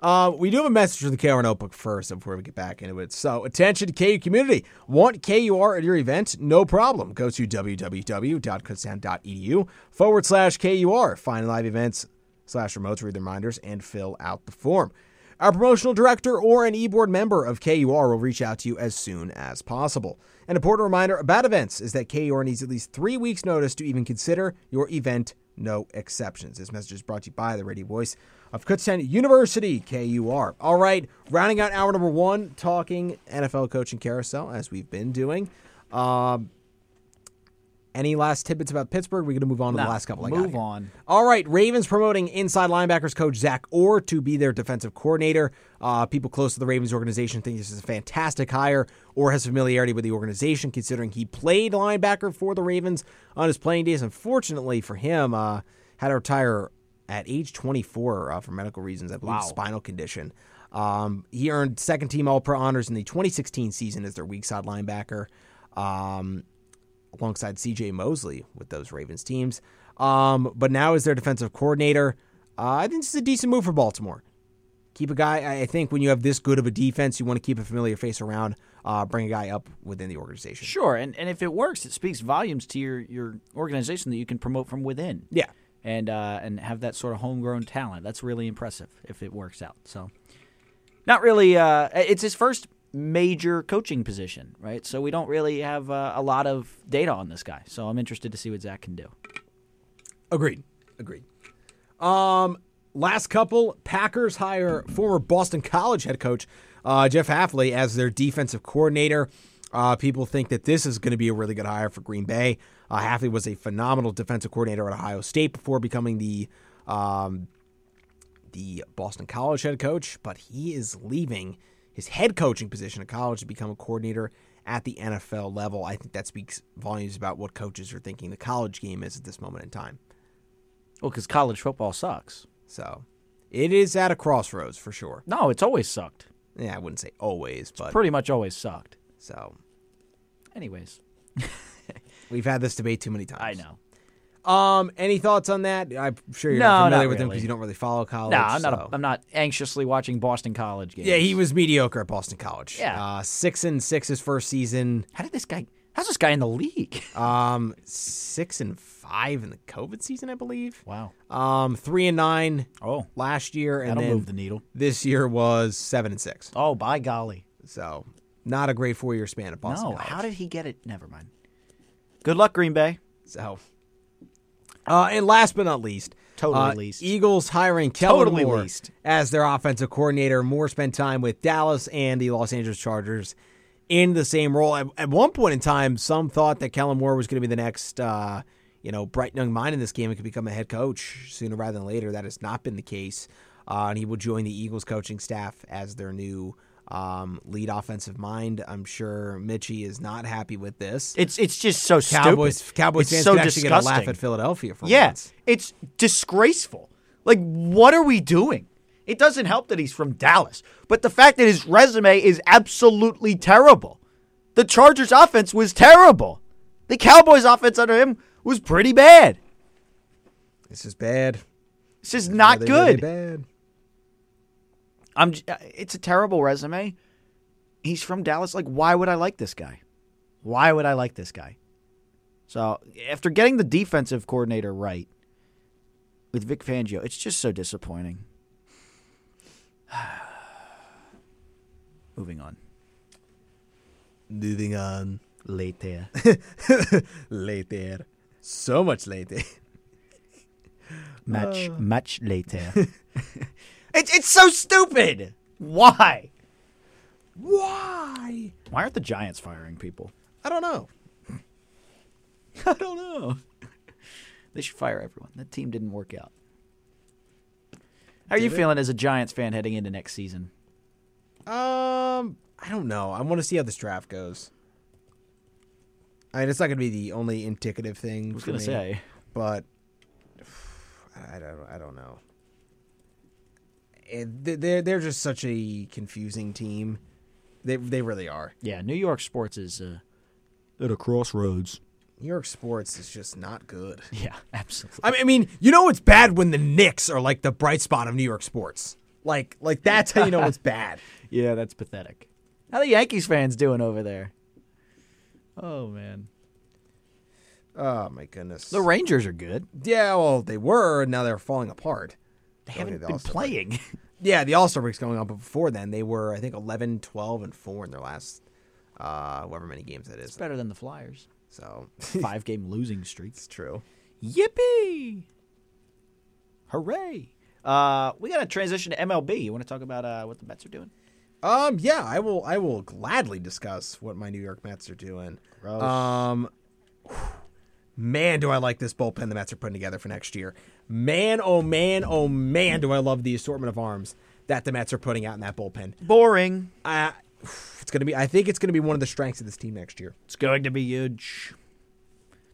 [SPEAKER 1] Uh, we do have a message from the KR Notebook first before we get back into it. So, attention to KU community. Want KUR at your event? No problem. Go to www.kutztown.edu e forward slash KUR. Find live events slash remotes, read the reminders, and fill out the form. Our promotional director or an e-board member of KUR will reach out to you as soon as possible. An important reminder about events is that KUR needs at least three weeks' notice to even consider your event, no exceptions. This message is brought to you by the Radio Voice of Kutztown University, KUR. All right, rounding out hour number one, talking NFL coaching carousel as we've been doing. Um, any last tidbits about Pittsburgh? We're going to move on to the
[SPEAKER 2] Nah,
[SPEAKER 1] last couple. I got
[SPEAKER 2] move
[SPEAKER 1] here.
[SPEAKER 2] on.
[SPEAKER 1] All right, Ravens promoting inside linebackers coach Zach Orr to be their defensive coordinator. Uh, people close to the Ravens organization think this is a fantastic hire. Orr has familiarity with the organization, considering he played linebacker for the Ravens on his playing days. Unfortunately for him, uh, had to retire at age 24 uh, for medical reasons, I believe spinal condition. Um, he earned second team All Pro honors in the 2016 season as their weak side linebacker. Um, alongside CJ Mosley with those Ravens teams. Um, but now as their defensive coordinator, uh, I think this is a decent move for Baltimore. Keep a guy. I- I think when you have this good of a defense, you want to keep a familiar face around. Uh, bring a guy up within the organization.
[SPEAKER 2] Sure, and, and if it works, it speaks volumes to your, your organization that you can promote from within.
[SPEAKER 1] Yeah.
[SPEAKER 2] And uh, and have that sort of homegrown talent. That's really impressive if it works out. So not really uh, it's his first major coaching position, right? So we don't really have uh, a lot of data on this guy. So I'm interested to see what Zach can do.
[SPEAKER 1] Agreed. Agreed. Um, last couple Packers hire former Boston College head coach uh, Jeff Hafley as their defensive coordinator. Uh, people think that this is going to be a really good hire for Green Bay. Uh, Hafley was a phenomenal defensive coordinator at Ohio State before becoming the um, the Boston College head coach, but he is leaving his head coaching position at college to become a coordinator at the NFL level. I think that speaks volumes about what coaches are thinking the college game is at this moment in time.
[SPEAKER 2] Well, because college football sucks.
[SPEAKER 1] So it is at a crossroads for sure.
[SPEAKER 5] No, it's always sucked.
[SPEAKER 1] Yeah, I wouldn't say always, but
[SPEAKER 5] Pretty much always sucked.
[SPEAKER 1] so
[SPEAKER 5] Anyways,
[SPEAKER 1] we've had this debate too many times.
[SPEAKER 5] I know.
[SPEAKER 1] Um, any thoughts on that? I'm sure you're
[SPEAKER 5] No,
[SPEAKER 1] not
[SPEAKER 5] not
[SPEAKER 1] familiar with him because
[SPEAKER 5] really.
[SPEAKER 1] you don't really follow college.
[SPEAKER 5] No, I'm not.
[SPEAKER 1] so-
[SPEAKER 5] A, I'm not anxiously watching Boston College games.
[SPEAKER 1] yeah, he was mediocre at Boston College.
[SPEAKER 5] Yeah.
[SPEAKER 1] uh, six and six his first season.
[SPEAKER 5] How did this guy? How's this guy in the league?
[SPEAKER 1] Um, six and five in the COVID season, I believe.
[SPEAKER 5] Wow.
[SPEAKER 1] Um, three and nine
[SPEAKER 5] Oh,
[SPEAKER 1] last year, and
[SPEAKER 5] that'll
[SPEAKER 1] then
[SPEAKER 5] move the needle.
[SPEAKER 1] this year was seven and six.
[SPEAKER 5] Oh, by golly.
[SPEAKER 1] So not a great four year span at Boston
[SPEAKER 5] No,
[SPEAKER 1] College.
[SPEAKER 5] how did he get it? Never mind.
[SPEAKER 2] Good luck, Green Bay.
[SPEAKER 1] So, uh, and last but not least,
[SPEAKER 5] Totally
[SPEAKER 1] uh,
[SPEAKER 5] least.
[SPEAKER 1] Eagles hiring Kellen
[SPEAKER 5] Totally
[SPEAKER 1] Moore
[SPEAKER 5] least.
[SPEAKER 1] as their offensive coordinator. Moore spent time with Dallas and the Los Angeles Chargers in the same role. At, at one point in time, some thought that Kellen Moore was going to be the next, uh, you know, bright young mind in this game and could become a head coach sooner rather than later. That has not been the case, uh, and he will join the Eagles coaching staff as their new. Um, lead offensive mind. I'm sure Mitchie is not happy with this.
[SPEAKER 2] It's it's just so
[SPEAKER 1] Cowboys
[SPEAKER 2] stupid.
[SPEAKER 1] Cowboys
[SPEAKER 2] It's
[SPEAKER 1] fans
[SPEAKER 2] so
[SPEAKER 1] could actually get a laugh
[SPEAKER 2] disgusting.
[SPEAKER 1] at Philadelphia for
[SPEAKER 2] Yeah,
[SPEAKER 1] once.
[SPEAKER 2] it's disgraceful. Like, what are we doing? It doesn't help that he's from Dallas, but the fact that his resume is absolutely terrible. The Chargers' offense was terrible. The Cowboys' offense under him was pretty bad.
[SPEAKER 1] This is bad.
[SPEAKER 2] It's just not
[SPEAKER 1] Really, really
[SPEAKER 2] good.
[SPEAKER 1] bad.
[SPEAKER 2] I'm. j- uh, It's a terrible resume. He's from Dallas. Like, why would I like this guy? Why would I like this guy? So after getting the defensive coordinator right with Vic Fangio, it's just so disappointing. Moving on
[SPEAKER 1] Moving on
[SPEAKER 2] later.
[SPEAKER 1] later. So much later.
[SPEAKER 2] much much later. it's it's so stupid. Why?
[SPEAKER 1] Why?
[SPEAKER 2] Why aren't the Giants firing people?
[SPEAKER 1] I don't know.
[SPEAKER 2] I don't know. They should fire everyone. That team didn't work out.
[SPEAKER 5] How are you feeling as a Giants fan heading into next season?
[SPEAKER 1] Um, I don't know. I want to see how this draft goes. I mean, it's not going to be the only indicative thing. I was
[SPEAKER 5] gonna say.
[SPEAKER 1] but I don't. I don't know. It, they're they're just such a confusing team. They they really are.
[SPEAKER 5] Yeah, New York sports is uh, at a crossroads.
[SPEAKER 1] New York sports is just not good.
[SPEAKER 5] Yeah, absolutely.
[SPEAKER 1] I mean, I mean, you know it's bad when the Knicks are like the bright spot of New York sports. Like, like that's how you know it's bad.
[SPEAKER 5] Yeah, that's pathetic. How the Yankees fans doing over there? Oh man,
[SPEAKER 1] Oh my goodness.
[SPEAKER 5] the Rangers are good.
[SPEAKER 1] yeah, well, they were, and now they're falling apart. They haven't
[SPEAKER 5] Been playing.
[SPEAKER 1] Yeah, the All Star Break's going on, but before then, they were I think 11, 12, and four in their last, uh, however many games that is.
[SPEAKER 5] Better than the Flyers.
[SPEAKER 1] So
[SPEAKER 5] Five game losing streak.
[SPEAKER 1] it's true.
[SPEAKER 5] Yippee! Hooray! Uh, we got to transition to MLB. You want to talk about uh, what the Mets are doing?
[SPEAKER 1] Um, yeah, I will. I will gladly discuss what my New York Mets are doing. Um, man, do I like this bullpen the Mets are putting together for next year. Man, oh man, oh man, do I love the assortment of arms that the Mets are putting out in that bullpen.
[SPEAKER 2] Boring.
[SPEAKER 1] I, it's gonna be. I think it's gonna be one of the strengths of this team next year.
[SPEAKER 5] It's going to be huge.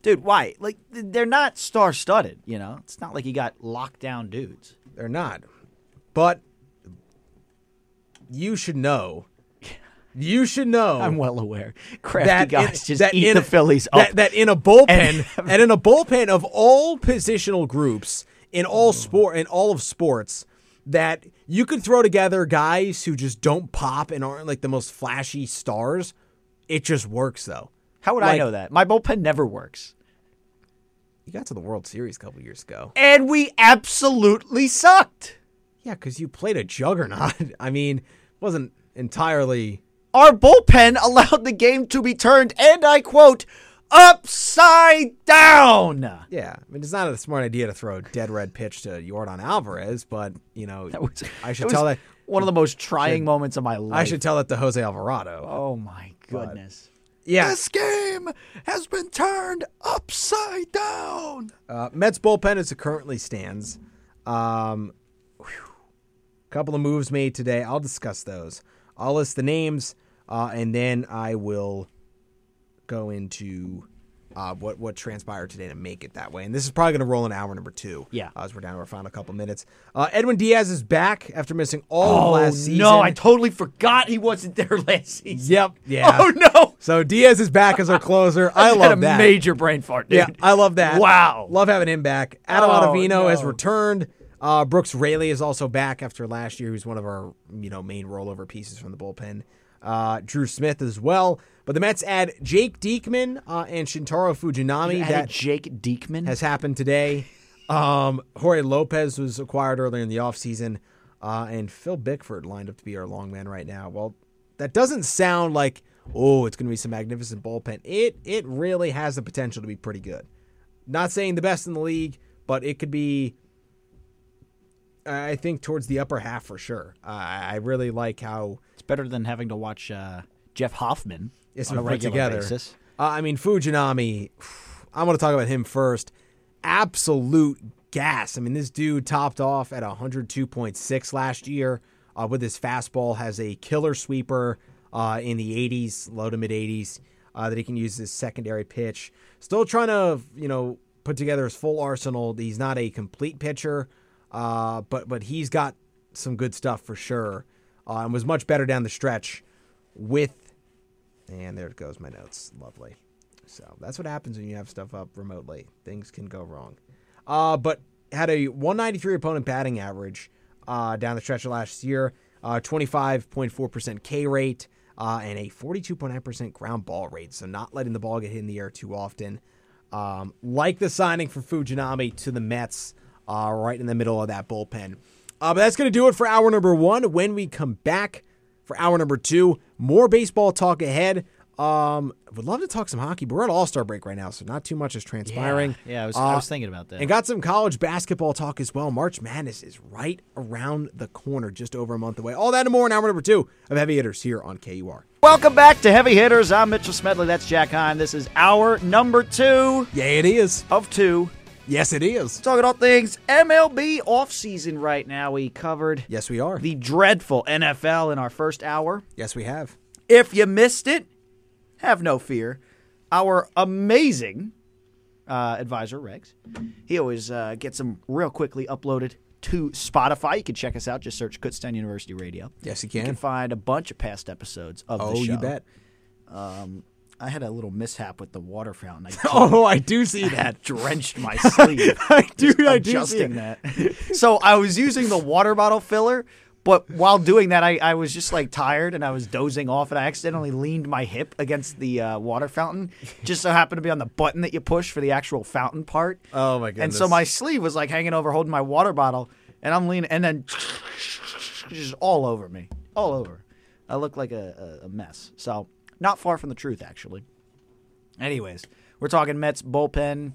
[SPEAKER 2] Dude, why? Like th- they're not star studded, you know? It's not like you got locked down dudes.
[SPEAKER 1] They're not, but you should know. You should know.
[SPEAKER 5] I'm well aware. Crafty
[SPEAKER 1] that
[SPEAKER 5] guys
[SPEAKER 1] in,
[SPEAKER 5] just
[SPEAKER 1] that
[SPEAKER 5] eat
[SPEAKER 1] in
[SPEAKER 5] the
[SPEAKER 1] a-
[SPEAKER 5] Phillies up.
[SPEAKER 1] That, that in a bullpen and, in a bullpen of all positional groups in all
[SPEAKER 5] Mm.
[SPEAKER 1] sport in all of sports that you could throw together guys who just don't pop and aren't like the most flashy stars. It just works though.
[SPEAKER 2] How would I
[SPEAKER 1] Like-
[SPEAKER 2] know that? My bullpen never works.
[SPEAKER 1] You got to the World Series a couple years ago.
[SPEAKER 2] And we absolutely sucked.
[SPEAKER 1] Yeah, because you played a juggernaut. I mean, it wasn't entirely.
[SPEAKER 2] Our bullpen allowed the game to be turned, and I quote, upside down.
[SPEAKER 1] Yeah, I mean, it's not a smart idea to throw a dead red pitch to Jordan Alvarez, but you know, I should
[SPEAKER 2] was
[SPEAKER 1] tell that.
[SPEAKER 2] One of the most trying moments of my life.
[SPEAKER 1] I should tell that to Jose Alvarado.
[SPEAKER 2] Oh my goodness.
[SPEAKER 1] yeah,
[SPEAKER 2] This game has been turned upside down.
[SPEAKER 1] Uh, Mets bullpen as it currently stands. Um, whew. couple of moves made today. I'll discuss those. I'll list the names, uh, and then I will go into uh, what what transpired today to make it that way. And this is probably going to roll in hour number two.
[SPEAKER 2] Yeah.
[SPEAKER 1] uh, as we're down to our final couple minutes. Uh, Edwin Diaz is back after missing all of
[SPEAKER 2] Oh
[SPEAKER 1] last season.
[SPEAKER 2] no! I totally forgot he wasn't there last season.
[SPEAKER 1] Yep. Yeah.
[SPEAKER 2] Oh no!
[SPEAKER 1] So Diaz is back as our closer. I
[SPEAKER 2] Had a
[SPEAKER 1] love that.
[SPEAKER 2] major brain fart, dude.
[SPEAKER 1] Yeah, I love that.
[SPEAKER 2] Wow.
[SPEAKER 1] Love having him back. Adam
[SPEAKER 2] Oh,
[SPEAKER 1] Ottavino has
[SPEAKER 2] no.
[SPEAKER 1] returned. Uh, Brooks Raley is also back after last year. He was one of our you know main rollover pieces from the bullpen. Uh, Drew Smith as well. But the Mets add Jake Diekman uh, and Shintaro Fujinami.
[SPEAKER 2] You added
[SPEAKER 1] that
[SPEAKER 2] Jake Diekman.
[SPEAKER 1] has happened today. Um, Jorge Lopez was acquired earlier in the offseason. Uh, and Phil Bickford lined up to be our long man right now. Well, that doesn't sound like, oh, it's going to be some magnificent bullpen. It, it really has the potential to be pretty good. Not saying the best in the league, but it could be, I I think, towards the upper half for sure. Uh, I I really like how
[SPEAKER 2] it's better than having to watch uh, Jeff Hoffman
[SPEAKER 1] it's
[SPEAKER 2] on
[SPEAKER 1] been
[SPEAKER 2] a
[SPEAKER 1] put
[SPEAKER 2] regular
[SPEAKER 1] together.
[SPEAKER 2] basis.
[SPEAKER 1] Uh, I mean, Fujinami, I want to talk about him first. Absolute gas. I mean, this dude topped off at 102.6 last year uh, with his fastball, has a killer sweeper uh, in the 80s, low to mid 80s, uh, that he can use as secondary pitch. Still trying to, you know, put together his full arsenal. He's not a complete pitcher, uh, but but he's got some good stuff for sure, uh, and was much better down the stretch with and there it goes, my notes. Lovely. So that's what happens when you have stuff up remotely. Things can go wrong. Uh, but had a 193 opponent batting average uh, down the stretch of last year, uh, 25.4% K rate, uh, and a 42.9% ground ball rate. So not letting the ball get hit in the air too often. Um, like the signing for Fujinami to the Mets, uh, right in the middle of that bullpen. Uh, but that's going to do it for hour number one. When we come back, for hour number two. More baseball talk ahead. Um, would love to talk some hockey, but we're at All Star break right now, so not too much is transpiring.
[SPEAKER 5] Yeah, I was,
[SPEAKER 1] Uh,
[SPEAKER 5] I was thinking about that.
[SPEAKER 1] and got some college basketball talk as well. March Madness is right around the corner, just over a month away. All that and more in hour number two of Heavy Hitters here on KUR.
[SPEAKER 2] Welcome back to Heavy Hitters. I'm Mitchell Smedley. That's Jack Hine. This is our number two
[SPEAKER 1] Yeah, it is.
[SPEAKER 2] of two.
[SPEAKER 1] Yes, it is.
[SPEAKER 2] Talking all things MLB offseason right now. We covered
[SPEAKER 1] Yes, we are.
[SPEAKER 2] the dreadful NFL in our first hour.
[SPEAKER 1] Yes, we have.
[SPEAKER 2] If you missed it, have no fear. Our amazing uh, advisor, Rex, he always uh, gets them real quickly uploaded to Spotify. You can check us out. Just search Kutztown University Radio.
[SPEAKER 1] Yes, you
[SPEAKER 2] You
[SPEAKER 1] can.
[SPEAKER 2] can find a bunch of past episodes of the
[SPEAKER 1] oh,
[SPEAKER 2] show.
[SPEAKER 1] you bet.
[SPEAKER 2] I had a little mishap with the water fountain. I
[SPEAKER 1] Oh, I do see that.
[SPEAKER 2] that drenched my sleeve.
[SPEAKER 1] I do. I do see
[SPEAKER 2] adjusting
[SPEAKER 1] it.
[SPEAKER 2] that. so I was using the water bottle filler, but while doing that, I, I was just like tired and I was dozing off, and I accidentally leaned my hip against the uh, water fountain. Just so happened to be on the button that you push for the actual fountain part.
[SPEAKER 1] Oh, my
[SPEAKER 2] And so
[SPEAKER 1] goodness.
[SPEAKER 2] my sleeve was like hanging over, holding my water bottle, and I'm leaning, and then just all over me, all over. I look like a, a- a mess. So not far from the truth, actually. Anyways, we're talking Mets bullpen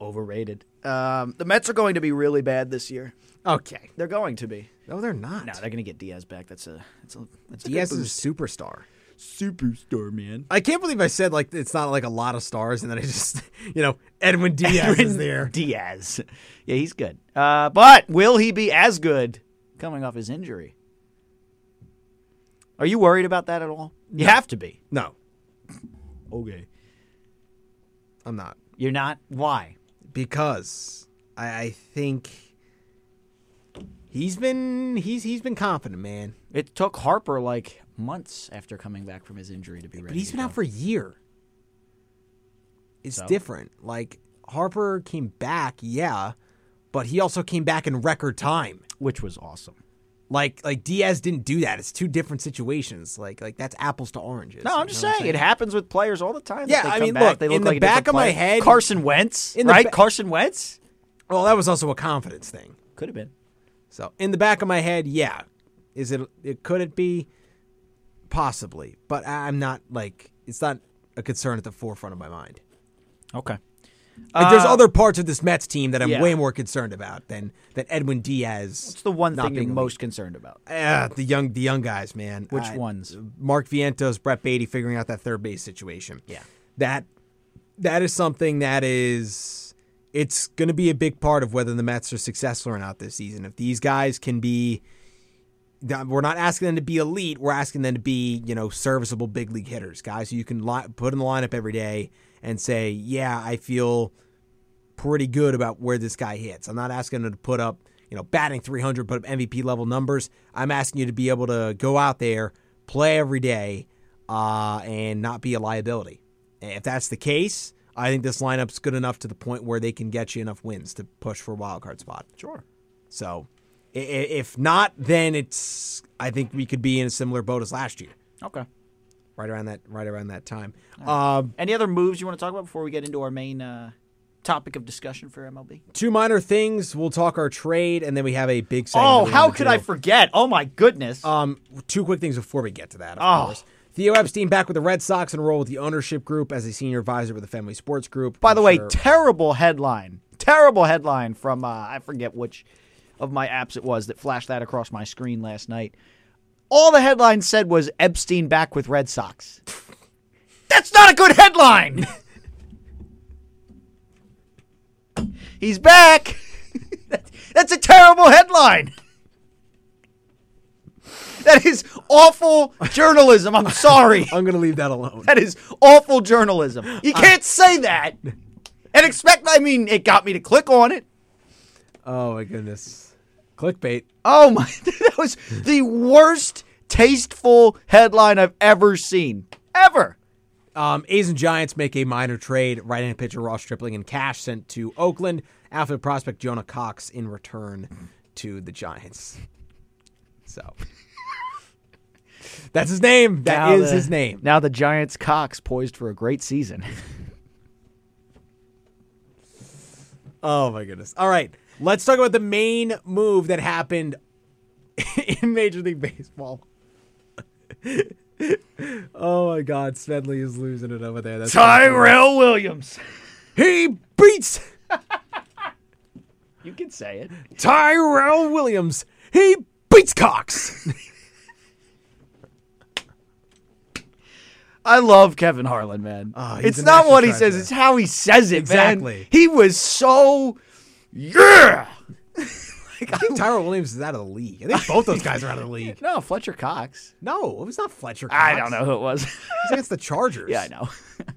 [SPEAKER 2] overrated. Um, the Mets are going to be really bad this year.
[SPEAKER 1] Okay.
[SPEAKER 2] They're going to be.
[SPEAKER 1] No, they're not.
[SPEAKER 2] No, they're going to get Diaz back. That's a that's a that's a
[SPEAKER 1] Diaz is
[SPEAKER 2] good
[SPEAKER 1] a
[SPEAKER 2] boost.
[SPEAKER 1] superstar.
[SPEAKER 2] superstar man.
[SPEAKER 1] I can't believe I said like it's not like a lot of stars, and then I just you know Edwin Diaz is there.
[SPEAKER 2] Diaz. Yeah, he's good. Uh, but will he be as good coming off his injury? Are you worried about that at all? You have to be.
[SPEAKER 1] No,
[SPEAKER 2] Okay.
[SPEAKER 1] I'm not
[SPEAKER 2] You're not. Why?
[SPEAKER 1] because I, I think he's been he's he's been confident, man,
[SPEAKER 2] It took Harper like months after coming back from his injury to be ready.
[SPEAKER 1] but he's
[SPEAKER 2] to
[SPEAKER 1] been
[SPEAKER 2] go.
[SPEAKER 1] out for a year. It's different. Like Harper came back, yeah, but he also came back in record time.
[SPEAKER 2] which was awesome.
[SPEAKER 1] Like like Diaz didn't do that. It's two different situations. Like like that's apples to oranges.
[SPEAKER 2] No,
[SPEAKER 1] You
[SPEAKER 2] I'm just
[SPEAKER 1] know what
[SPEAKER 2] saying it happens with players all the time. that
[SPEAKER 1] Yeah,
[SPEAKER 2] they
[SPEAKER 1] I
[SPEAKER 2] come
[SPEAKER 1] mean,
[SPEAKER 2] back,
[SPEAKER 1] look,
[SPEAKER 2] they
[SPEAKER 1] in
[SPEAKER 2] look
[SPEAKER 1] the
[SPEAKER 2] like a
[SPEAKER 1] back
[SPEAKER 2] different
[SPEAKER 1] of my
[SPEAKER 2] player.
[SPEAKER 1] head-
[SPEAKER 2] Carson Wentz,
[SPEAKER 1] In the
[SPEAKER 2] right?
[SPEAKER 1] ba-
[SPEAKER 2] Carson Wentz
[SPEAKER 1] Well, that was also a confidence thing.
[SPEAKER 2] could have been.
[SPEAKER 1] So in the back of my head, yeah, is it? It could it be? Possibly, but I- I'm not like it's not a concern at the forefront of my mind.
[SPEAKER 2] Okay.
[SPEAKER 1] Like, there's other parts of this Mets team that I'm
[SPEAKER 2] Uh, yeah.
[SPEAKER 1] way more concerned about than than Edwin Diaz.
[SPEAKER 2] It's the one
[SPEAKER 1] not
[SPEAKER 2] thing you're
[SPEAKER 1] being
[SPEAKER 2] most concerned about.
[SPEAKER 1] elite. Ah, the young the young guys, man.
[SPEAKER 2] Which
[SPEAKER 1] I-
[SPEAKER 2] ones?
[SPEAKER 1] Mark Vientos, Brett Beatty figuring out that third base situation.
[SPEAKER 2] Yeah.
[SPEAKER 1] that that is something that is it's going to be a big part of whether the Mets are successful or not this season. If these guys can be that- we're not asking them to be elite, we're asking them to be, you know, serviceable big league hitters, guys who you can li- put in the lineup every day and say, yeah, I feel pretty good about where this guy hits. I'm not asking him to put up, you know, batting 300, put up MVP level numbers. I'm asking you to be able to go out there, play every day, uh, and not be a liability. And if that's the case, I think this lineup's good enough to the point where they can get you enough wins to push for a wild card spot. Sure. So, i- i- if not, then it's I think we could be in a similar boat as last year,
[SPEAKER 2] Okay.
[SPEAKER 1] right around that right around that time. Um,
[SPEAKER 2] Any other moves you want to talk about before we get into our main uh, topic of discussion for MLB?
[SPEAKER 1] two minor things. We'll talk our trade, and then we have a big. segment
[SPEAKER 2] Oh,
[SPEAKER 1] we
[SPEAKER 2] how
[SPEAKER 1] wanna
[SPEAKER 2] could
[SPEAKER 1] do.
[SPEAKER 2] I forget? Oh my goodness.
[SPEAKER 1] Um, two quick things before we get to that. Of
[SPEAKER 2] Oh.
[SPEAKER 1] course. Theo Epstein back with the Red Sox and role with the ownership group as a senior advisor with the Family Sports Group.
[SPEAKER 2] By the way,
[SPEAKER 1] Sure.
[SPEAKER 2] terrible headline. Terrible headline from uh, I forget which of my apps it was that flashed that across my screen last night. All the headline said was Epstein back with Red Sox. That's not a good headline. He's back. That- That's a terrible headline. That is awful journalism. I'm sorry.
[SPEAKER 1] I'm going to leave that alone.
[SPEAKER 2] That is awful journalism. You
[SPEAKER 1] Uh,
[SPEAKER 2] can't say that and expect. I mean, it got me to click on it.
[SPEAKER 1] Oh my goodness, clickbait.
[SPEAKER 2] Oh my! That was the worst tasteful headline I've ever seen, ever.
[SPEAKER 1] Um, A's and Giants make a minor trade. Right-handed pitcher Ross Stripling and cash sent to Oakland. Outfield prospect Jonah Cox in return to the Giants. So that's his name. That is his name.
[SPEAKER 2] Now the Giants' Cox poised for a great season.
[SPEAKER 1] Oh my goodness. All right. Let's talk about the main move that happened in Major League Baseball. oh my god, Smedley is losing it over there. That's
[SPEAKER 2] Tyrell Williams.
[SPEAKER 1] He beats
[SPEAKER 2] You can say it.
[SPEAKER 1] Tyrell Williams. He beats Cox.
[SPEAKER 2] I love Kevin Harlan, man.
[SPEAKER 1] Ah, he's
[SPEAKER 2] it's
[SPEAKER 1] a
[SPEAKER 2] not
[SPEAKER 1] national
[SPEAKER 2] what he
[SPEAKER 1] treasure.
[SPEAKER 2] says; it's how he says it, man.
[SPEAKER 1] Exactly.
[SPEAKER 2] He was so, yeah. Like,
[SPEAKER 1] I think Tyrell Williams is out of the league. I think both those guys are out of the league.
[SPEAKER 2] no, Fletcher Cox.
[SPEAKER 1] No, it was not Fletcher. Cox.
[SPEAKER 2] I don't know who it was.
[SPEAKER 1] It's against the Chargers.
[SPEAKER 2] yeah, I know.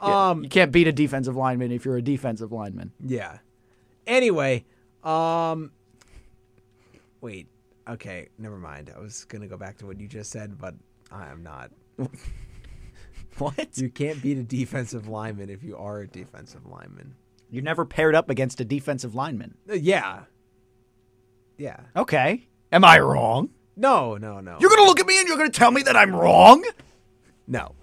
[SPEAKER 1] Um,
[SPEAKER 2] you can't beat a defensive lineman if you're a defensive lineman.
[SPEAKER 1] Yeah. Anyway, um wait. Okay, never mind. I was going to go back to what you just said, but I am not.
[SPEAKER 2] What?
[SPEAKER 1] You can't beat a defensive lineman if you are a defensive lineman.
[SPEAKER 2] You're never paired up against a defensive lineman.
[SPEAKER 1] Uh, Yeah. Yeah.
[SPEAKER 2] Okay. Am I wrong?
[SPEAKER 1] No, no, no.
[SPEAKER 2] You're going to look at me and you're going to tell me that I'm wrong?
[SPEAKER 1] no.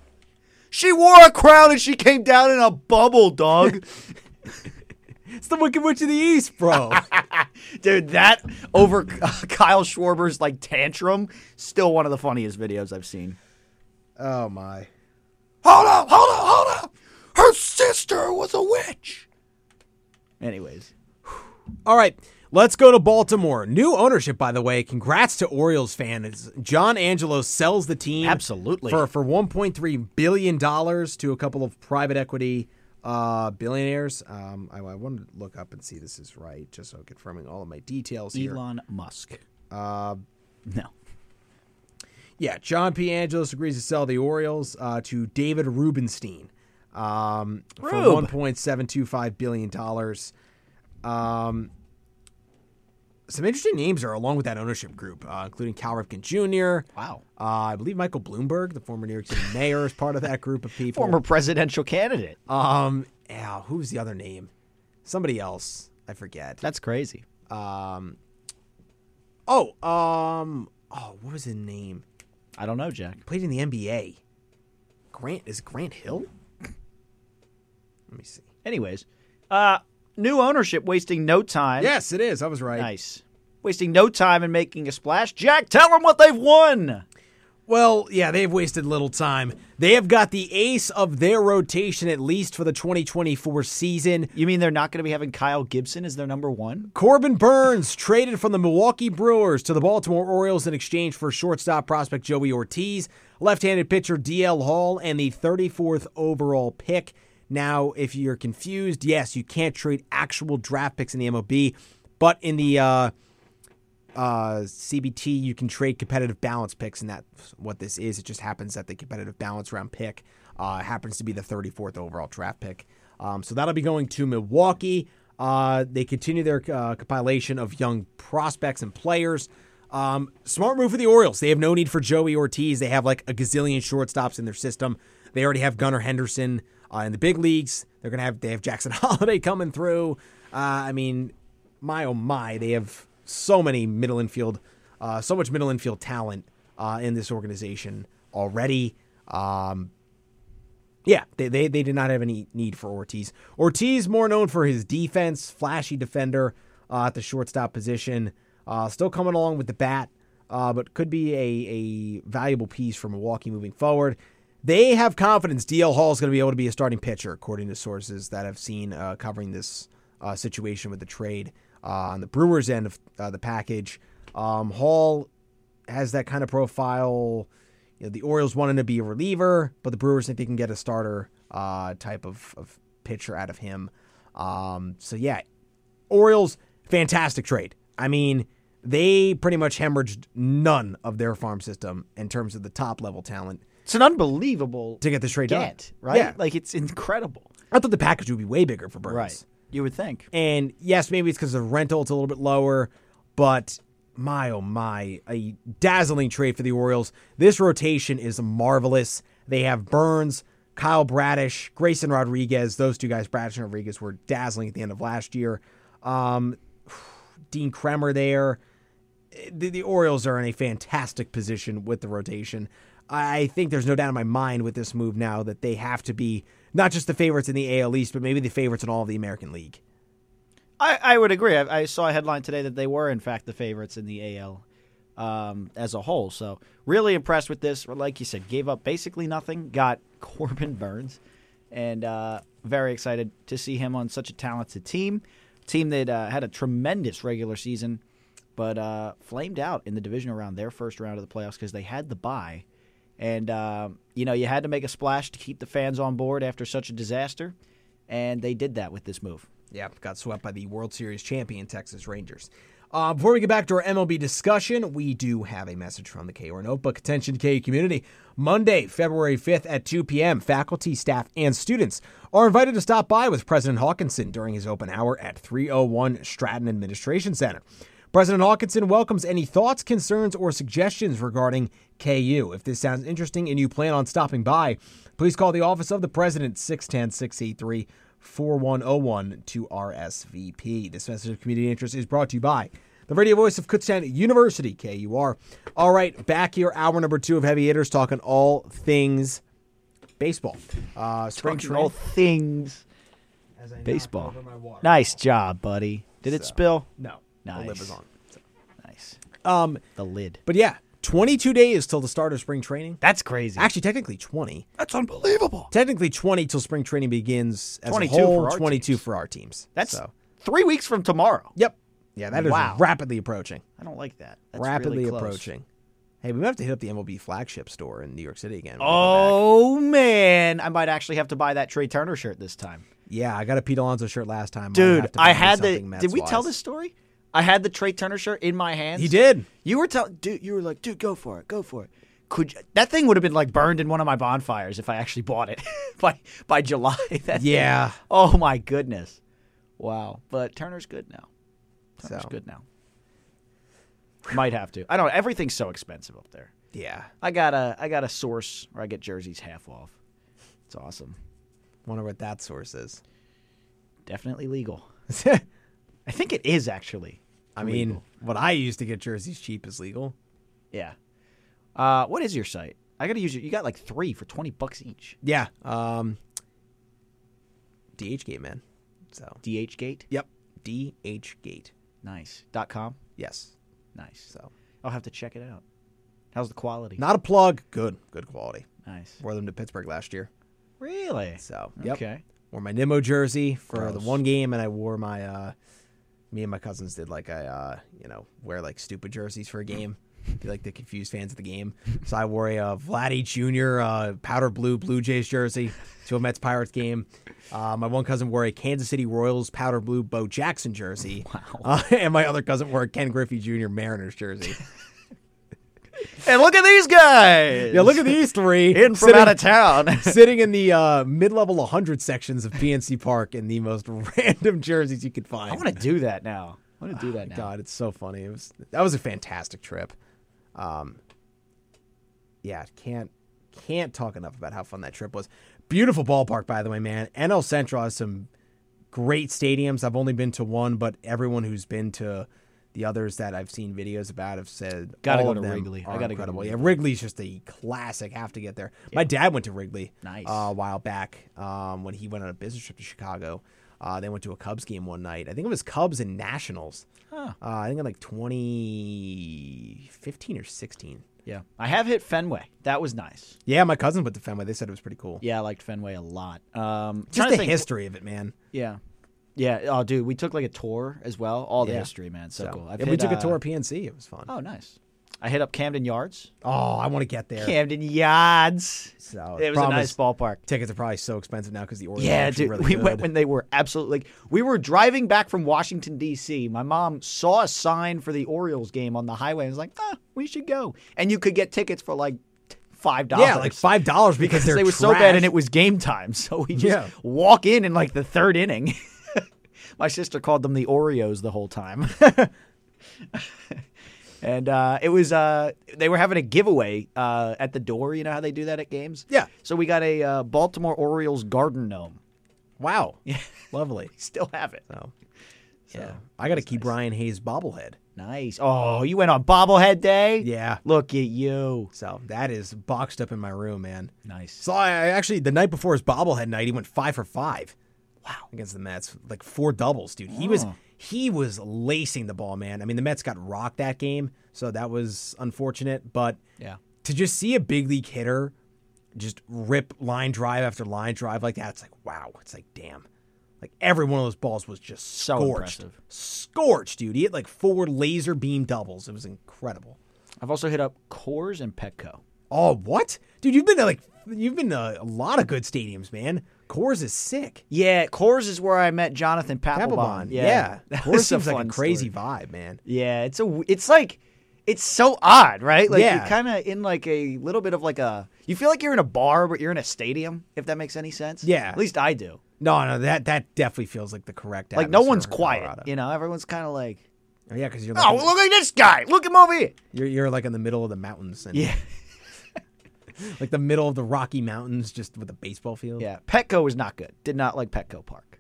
[SPEAKER 2] She wore a crown and she came down in a bubble, dog.
[SPEAKER 1] It's the Wicked Witch of the East, bro.
[SPEAKER 2] Dude, that over Kyle Schwarber's like tantrum, still one of the funniest videos I've seen.
[SPEAKER 1] oh my.
[SPEAKER 2] Hold up, hold up, hold up. Her sister was a witch. Anyways,
[SPEAKER 1] All right, let's go to Baltimore. New ownership, by the way. Congrats to Orioles fans. John Angelo sells the team
[SPEAKER 2] Absolutely.
[SPEAKER 1] for for 1.3 billion dollars to a couple of private equity uh, billionaires. Um, I, I wanted to look up and see this is right, just so I'm confirming all of my details here.
[SPEAKER 2] Elon Musk. Uh, no.
[SPEAKER 1] Yeah, John P. Angelos agrees to sell the Orioles uh, to David Rubenstein um, for
[SPEAKER 2] Rube.
[SPEAKER 1] 1.725 billion dollars. Um, some interesting names are along with that ownership group, uh, including Cal Ripken Jr.
[SPEAKER 2] Wow.
[SPEAKER 1] Uh, I believe Michael Bloomberg, the former New York City mayor, is part of that group of people.
[SPEAKER 2] Former presidential candidate.
[SPEAKER 1] Um, yeah, who was the other name? Somebody else. I forget.
[SPEAKER 2] That's crazy.
[SPEAKER 1] Um, oh, um, oh, what was his name?
[SPEAKER 2] I don't know, Jack.
[SPEAKER 1] played in the NBA. Grant is Grant Hill? Let me see.
[SPEAKER 2] Anyways, uh, new ownership wasting no time.
[SPEAKER 1] Yes, it is. I was right.
[SPEAKER 2] Nice. Wasting no time in making a splash. Jack, tell them what they've won.
[SPEAKER 1] Well, yeah, they've wasted little time. They have got the ace of their rotation at least for the 2024 season.
[SPEAKER 2] You mean they're not going to be having Kyle Gibson as their number one?
[SPEAKER 1] Corbin Burns traded from the Milwaukee Brewers to the Baltimore Orioles in exchange for shortstop prospect Joey Ortiz, left-handed pitcher DL Hall, and the 34th overall pick. Now, if you're confused, yes, you can't trade actual draft picks in the MLB, but in the uh, uh, CBT, you can trade competitive balance picks, and that's what this is. It just happens that the competitive balance round pick Uh, happens to be the 34th overall draft pick. Um, so that'll be going to Milwaukee. Uh, they continue their uh, compilation of young prospects and players. Um, smart move for the Orioles. They have no need for Joey Ortiz. They have like a gazillion shortstops in their system. They already have Gunnar Henderson uh, in the big leagues. They're gonna have they have Jackson Holiday coming through. Uh, I mean, my oh my, they have so many middle infield, uh, so much middle infield talent uh, in this organization already. Um, yeah, they, they they did not have any need for Ortiz. Ortiz more known for his defense, flashy defender uh, at the shortstop position. Uh, still coming along with the bat, uh, but could be a, a valuable piece for Milwaukee moving forward. They have confidence DL Hall is going to be able to be a starting pitcher, according to sources that have seen uh, covering this uh, situation with the trade uh, on the Brewers end of uh, the package. Um, Hall has that kind of profile. You know, the Orioles wanted to be a reliever, but the Brewers think they can get a starter uh, type of, of pitcher out of him. Um, so yeah, Orioles, fantastic trade. I mean, they pretty much hemorrhaged none of their farm system in terms of the top level talent
[SPEAKER 2] It's an unbelievable
[SPEAKER 1] to get this trade done.
[SPEAKER 2] get, right?
[SPEAKER 1] Yeah,
[SPEAKER 2] Like it's incredible.
[SPEAKER 1] I thought the package would be way bigger for Burns.
[SPEAKER 2] You would think.
[SPEAKER 1] And yes, maybe it's because the rental it's a little bit lower, but my oh my, a dazzling trade for the Orioles. This rotation is marvelous. They have Burns, Kyle Bradish, Grayson Rodriguez. Those two guys, Bradish and Rodriguez, were dazzling at the end of last year. Um, Dean Kremer there. The, the Orioles are in a fantastic position with the rotation. I I think there's no doubt in my mind with this move now that they have to be not just the favorites in the AL East, but maybe the favorites in all of the American League.
[SPEAKER 2] I, I would agree. I, I saw a headline today that they were, in fact, the favorites in the AL um, as a whole. So, really impressed with this. Like you said, gave up basically nothing, got Corbin Burns, and uh, very excited to see him on such a talented team. Team that uh, had a tremendous regular season, but uh, flamed out in the division around their first round of the playoffs because they had the bye. And, um, you know, you had to make a splash to keep the fans on board after such a disaster, and they did that with this move.
[SPEAKER 1] Yeah, got swept by the World Series champion Texas Rangers. Uh, before we get back to our MLB discussion, we do have a message from the KOR Notebook. Attention KU community. Monday, February 5th at 2 p.m., faculty, staff, and students are invited to stop by with President Hawkinson during his open hour at 301 Stratton Administration Center. President Hawkinson welcomes any thoughts, concerns, or suggestions regarding KU. If this sounds interesting and you plan on stopping by, please call the office of the president 610 683 4101 to RSVP. This message of community interest is brought to you by the radio voice of Kutztown University, KUR. All right, back here, hour number two of Heavy Hitters, talking all things baseball. Uh, spring training.
[SPEAKER 2] all things.
[SPEAKER 1] As I knock
[SPEAKER 2] baseball.
[SPEAKER 1] over my water.
[SPEAKER 2] Nice job, buddy. Did it spill?
[SPEAKER 1] No,
[SPEAKER 2] Nice.
[SPEAKER 1] the lid was on.
[SPEAKER 2] Nice.
[SPEAKER 1] Um,
[SPEAKER 2] The lid.
[SPEAKER 1] but yeah, 22 days till the start of spring training.
[SPEAKER 2] That's crazy.
[SPEAKER 1] Actually, technically 20.
[SPEAKER 2] that's unbelievable.
[SPEAKER 1] Technically 20 till spring training begins as
[SPEAKER 2] 22
[SPEAKER 1] a whole,
[SPEAKER 2] for our
[SPEAKER 1] 22
[SPEAKER 2] teams.
[SPEAKER 1] for our teams.
[SPEAKER 2] That's
[SPEAKER 1] so.
[SPEAKER 2] three weeks from tomorrow.
[SPEAKER 1] Yep. Yeah, that is
[SPEAKER 2] Wow.
[SPEAKER 1] rapidly approaching.
[SPEAKER 2] I don't like that. That's really
[SPEAKER 1] rapidly
[SPEAKER 2] close.
[SPEAKER 1] approaching. Hey, we might have to hit up the MLB flagship store in New York City again. when we go back.
[SPEAKER 2] Oh man, I might actually have to buy that Trey Turner shirt this time,
[SPEAKER 1] yeah, I got a Pete Alonso shirt last time. Might
[SPEAKER 2] dude.
[SPEAKER 1] have to
[SPEAKER 2] I
[SPEAKER 1] find
[SPEAKER 2] had the.
[SPEAKER 1] something
[SPEAKER 2] Did we tell
[SPEAKER 1] Mets-wise.
[SPEAKER 2] this story? I had the Trey Turner shirt in my hands.
[SPEAKER 1] He did.
[SPEAKER 2] You were telling, dude. You were like, dude, go for it, go for it. Could you- that thing would have been like burned in one of my bonfires if I actually bought it by by July? That thing-
[SPEAKER 1] Yeah.
[SPEAKER 2] Oh my goodness. Wow. But Turner's good now. Turner's
[SPEAKER 1] So.
[SPEAKER 2] good now. Might have to. I don't. Everything's so expensive up there.
[SPEAKER 1] Yeah,
[SPEAKER 2] I got a I got a source where I get jerseys half off. It's awesome.
[SPEAKER 1] wonder what that source is.
[SPEAKER 2] Definitely legal. I think it is actually.
[SPEAKER 1] I mean,
[SPEAKER 2] Illegal.
[SPEAKER 1] what I used to get jerseys cheap is legal.
[SPEAKER 2] Yeah. Uh, what is your site? I gotta use it. You got like three for twenty bucks each.
[SPEAKER 1] Yeah. Um. DH Gate, man. So.
[SPEAKER 2] DH Gate.
[SPEAKER 1] Yep. DH Gate.
[SPEAKER 2] Nice. Dot com.
[SPEAKER 1] Yes.
[SPEAKER 2] Nice.
[SPEAKER 1] So.
[SPEAKER 2] I'll have to check it out. How's the quality?
[SPEAKER 1] Not a plug. Good. Good quality.
[SPEAKER 2] nice.
[SPEAKER 1] Wore them to Pittsburgh last year.
[SPEAKER 2] Really?
[SPEAKER 1] So. Yep.
[SPEAKER 2] Okay.
[SPEAKER 1] Wore my Nimmo jersey for the
[SPEAKER 2] Gross.
[SPEAKER 1] one game, and I wore my. uh Me and my cousins did like I, uh, you know, wear like stupid jerseys for a game. Be like the confused fans of the game. So I wore a uh, Vladdy Jr. Uh, powder blue Blue Jays jersey to a Mets Pirates game. Uh, my one cousin wore a Kansas City Royals powder blue Bo Jackson Uh, jersey. Wow. and my other cousin wore a Ken Griffey Jr. Mariners jersey.
[SPEAKER 2] And look at these guys.
[SPEAKER 1] Yeah, look at these three
[SPEAKER 2] in from
[SPEAKER 1] sitting-
[SPEAKER 2] out of town.
[SPEAKER 1] sitting in the uh, mid-level 100 sections of PNC Park in the most random jerseys you could find.
[SPEAKER 2] I want to do that now. I want to do that now.
[SPEAKER 1] Oh God, it's so funny. It was that was a fantastic trip. Um, yeah, can't can't talk enough about how fun that trip was. Beautiful ballpark, by the way, man. NL Central has some great stadiums. I've only been to one, but everyone who's been to the others that I've seen videos about have said
[SPEAKER 2] Gotta
[SPEAKER 1] all
[SPEAKER 2] go
[SPEAKER 1] of
[SPEAKER 2] to
[SPEAKER 1] them
[SPEAKER 2] Wrigley. I
[SPEAKER 1] are
[SPEAKER 2] gotta go to
[SPEAKER 1] incredible.
[SPEAKER 2] Wrigley.
[SPEAKER 1] Yeah, Wrigley's just a classic. Have to get there. My dad went to Wrigley
[SPEAKER 2] Nice.
[SPEAKER 1] uh, a while back um, when he went on a business trip to Chicago. Uh, they went to a Cubs game one night. I think it was Cubs and Nationals. Uh, I think in like 2015 or 16.
[SPEAKER 2] Yeah, I have hit Fenway. That was nice.
[SPEAKER 1] Yeah, my cousin went to Fenway. They said it was pretty cool.
[SPEAKER 2] Yeah, I liked Fenway a lot. Um,
[SPEAKER 1] Just
[SPEAKER 2] trying
[SPEAKER 1] the
[SPEAKER 2] to think-
[SPEAKER 1] history of it, man.
[SPEAKER 2] Yeah, yeah. Oh, dude, we took like a tour as well. All the
[SPEAKER 1] Yeah.
[SPEAKER 2] history, man. So,
[SPEAKER 1] So,
[SPEAKER 2] cool.
[SPEAKER 1] yeah, we
[SPEAKER 2] hit,
[SPEAKER 1] took a
[SPEAKER 2] uh,
[SPEAKER 1] tour of PNC. It was fun.
[SPEAKER 2] Oh, nice. I hit up Camden Yards.
[SPEAKER 1] Oh, I want to get there.
[SPEAKER 2] Camden Yards.
[SPEAKER 1] So,
[SPEAKER 2] it was
[SPEAKER 1] problem
[SPEAKER 2] a nice
[SPEAKER 1] is
[SPEAKER 2] ballpark.
[SPEAKER 1] Tickets are probably so expensive now because the Orioles are
[SPEAKER 2] Yeah,
[SPEAKER 1] actually
[SPEAKER 2] dude.
[SPEAKER 1] really
[SPEAKER 2] we
[SPEAKER 1] good.
[SPEAKER 2] went when they were absolutely like we were driving back from Washington D.C. My mom saw a sign for the Orioles game on the highway and was like, "Ah, we should go." And you could get tickets for like five dollars.
[SPEAKER 1] yeah, like five dollars because, they're
[SPEAKER 2] they were so bad,
[SPEAKER 1] trash.
[SPEAKER 2] and it was game time. So we just
[SPEAKER 1] Yeah.
[SPEAKER 2] walk in in like the third inning. My sister called them the Oreos the whole time. and uh, it was uh, they were having a giveaway uh, at the door. You know how they do that at games.
[SPEAKER 1] Yeah.
[SPEAKER 2] So we got a uh, Baltimore Orioles garden gnome.
[SPEAKER 1] wow, lovely.
[SPEAKER 2] Still have it.
[SPEAKER 1] So, so I got to keep Brian Hayes bobblehead.
[SPEAKER 2] Nice. Oh, you went on bobblehead day.
[SPEAKER 1] Yeah.
[SPEAKER 2] Look at you.
[SPEAKER 1] So that is boxed up in my room, man.
[SPEAKER 2] Nice.
[SPEAKER 1] So I, I actually the night before his bobblehead night, he went five for five. Wow. Oh. Against the Mets, like four doubles, dude. He was he was lacing the ball, man. I mean, the Mets got rocked that game, so that was unfortunate. But
[SPEAKER 2] Yeah.
[SPEAKER 1] to just see a big league hitter just rip line drive after line drive like that, it's like wow. It's like damn. Like every one of those balls was just
[SPEAKER 2] So
[SPEAKER 1] scorched,
[SPEAKER 2] impressive.
[SPEAKER 1] scorched, dude. He hit like four laser beam doubles. It was incredible.
[SPEAKER 2] I've also hit up Coors and Petco.
[SPEAKER 1] Oh, what, dude? You've been to like you've been to a lot of good stadiums, man. Coors is sick.
[SPEAKER 2] Yeah, Coors is where I met Jonathan Papelbon.
[SPEAKER 1] Papelbon, yeah.
[SPEAKER 2] That
[SPEAKER 1] Coors
[SPEAKER 2] was
[SPEAKER 1] seems like
[SPEAKER 2] fun
[SPEAKER 1] a crazy
[SPEAKER 2] story.
[SPEAKER 1] vibe, man.
[SPEAKER 2] Yeah, it's a w- it's like it's so odd, right? Like
[SPEAKER 1] Yeah.
[SPEAKER 2] you're kind of in like a little bit of like a you feel like you're in a bar but you're in a stadium if that makes any sense.
[SPEAKER 1] Yeah.
[SPEAKER 2] At least I do.
[SPEAKER 1] No, no, that that definitely feels like the correct.
[SPEAKER 2] Like no
[SPEAKER 1] atmosphere
[SPEAKER 2] one's
[SPEAKER 1] for
[SPEAKER 2] quiet,
[SPEAKER 1] Colorado.
[SPEAKER 2] you know? Everyone's kind of like,
[SPEAKER 1] Oh, yeah, because you're like
[SPEAKER 2] "Oh,
[SPEAKER 1] in the-
[SPEAKER 2] look at this guy. Look him over here."
[SPEAKER 1] you're you're like in the middle of the mountains and
[SPEAKER 2] Yeah.
[SPEAKER 1] like the middle of the Rocky Mountains, just with a baseball field.
[SPEAKER 2] Yeah, Petco was not good. Did not like Petco Park.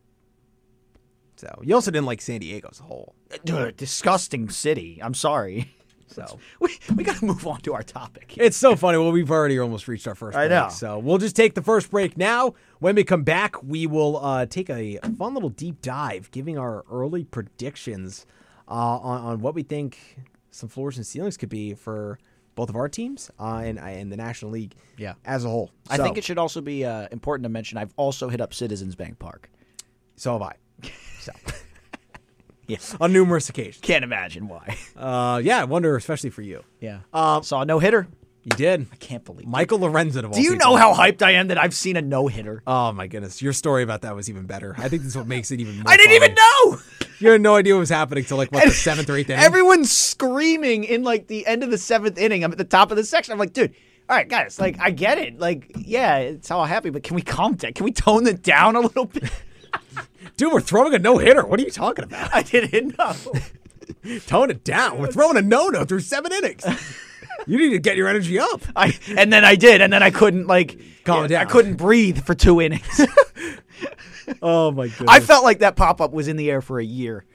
[SPEAKER 1] So you also didn't like San Diego as a whole.
[SPEAKER 2] Dude, Uh, disgusting city. I'm sorry.
[SPEAKER 1] So
[SPEAKER 2] We we got to move on to our topic.
[SPEAKER 1] It's so funny. Well, we've already almost reached our first
[SPEAKER 2] I
[SPEAKER 1] break.
[SPEAKER 2] know.
[SPEAKER 1] So we'll just take the first break now. When we come back, we will uh, take a fun little deep dive, giving our early predictions uh, on, on what we think some floors and ceilings could be for both of our teams uh, and, and the National League
[SPEAKER 2] Yeah.
[SPEAKER 1] as a whole.
[SPEAKER 2] I
[SPEAKER 1] So-
[SPEAKER 2] think it should also be uh, important to mention I've also hit up Citizens Bank Park.
[SPEAKER 1] So have I. So. On numerous occasions.
[SPEAKER 2] Can't imagine why.
[SPEAKER 1] Uh, yeah, I wonder, especially for you.
[SPEAKER 2] Yeah. Saw a no hitter.
[SPEAKER 1] You did.
[SPEAKER 2] Can't believe.
[SPEAKER 1] Michael Lorenzen of all
[SPEAKER 2] Do you
[SPEAKER 1] people.
[SPEAKER 2] know how hyped I am that I've seen a no hitter?
[SPEAKER 1] Oh my goodness, your story about that was even better. I think this is what makes it even. More
[SPEAKER 2] I didn't
[SPEAKER 1] funny.
[SPEAKER 2] even know.
[SPEAKER 1] You had no idea what was happening till like what the seventh or eighth inning.
[SPEAKER 2] Everyone's screaming in like the end of the seventh inning. I'm at the top of the section. I'm like, dude. All right, guys. Like, I get it. Like, yeah, it's all happy, but can we calm down? Can we tone it down a little bit?
[SPEAKER 1] Dude, we're throwing a no hitter. What are you talking about?
[SPEAKER 2] I didn't know.
[SPEAKER 1] Tone it down. We're throwing a no no through seven innings. you need to get your energy up.
[SPEAKER 2] I and then I did, and then I couldn't like
[SPEAKER 1] Calm
[SPEAKER 2] yeah, I
[SPEAKER 1] down.
[SPEAKER 2] couldn't breathe for two innings.
[SPEAKER 1] Oh my goodness.
[SPEAKER 2] I felt like that pop up was in the air for a year.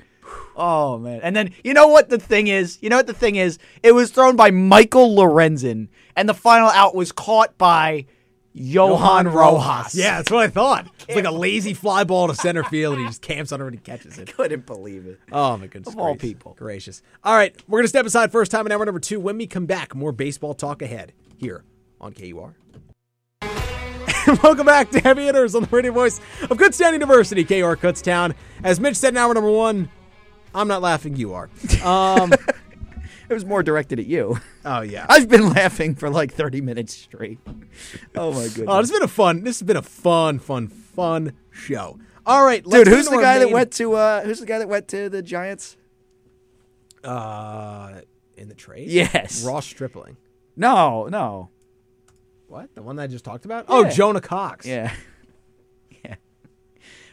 [SPEAKER 2] Oh man! And then you know what the thing is? You know what the thing is? It was thrown by Michael Lorenzen, and the final out was caught by Johan Rojas.
[SPEAKER 1] Yeah, that's what I thought. It's like a lazy fly ball to center field, and he just camps on it and catches it.
[SPEAKER 2] couldn't believe it.
[SPEAKER 1] Oh my goodness!
[SPEAKER 2] Of all
[SPEAKER 1] gracious.
[SPEAKER 2] people.
[SPEAKER 1] gracious. All right, we're gonna step aside first time in hour number two. When we come back, more baseball talk ahead here on KUR. Welcome back to Heavy Hitters on the radio voice of Kutztown University, KR Kutztown. As Mitch said in hour number one, I'm not laughing, you are. Um,
[SPEAKER 2] It was more directed at you.
[SPEAKER 1] oh yeah.
[SPEAKER 2] I've been laughing for like thirty minutes straight. Oh my goodness,
[SPEAKER 1] Oh, this has been a fun. This has been a fun, fun, fun show. All right, let's
[SPEAKER 2] dude!
[SPEAKER 1] get
[SPEAKER 2] Who's
[SPEAKER 1] into
[SPEAKER 2] the
[SPEAKER 1] our
[SPEAKER 2] guy that
[SPEAKER 1] main-
[SPEAKER 2] went to? uh Who's the guy that went to the Giants?
[SPEAKER 1] uh, in the trade?
[SPEAKER 2] Yes.
[SPEAKER 1] Ross Stripling.
[SPEAKER 2] No, no.
[SPEAKER 1] What? The one that I just talked about? Oh,
[SPEAKER 2] Yeah.
[SPEAKER 1] Jonah Cox.
[SPEAKER 2] Yeah. yeah.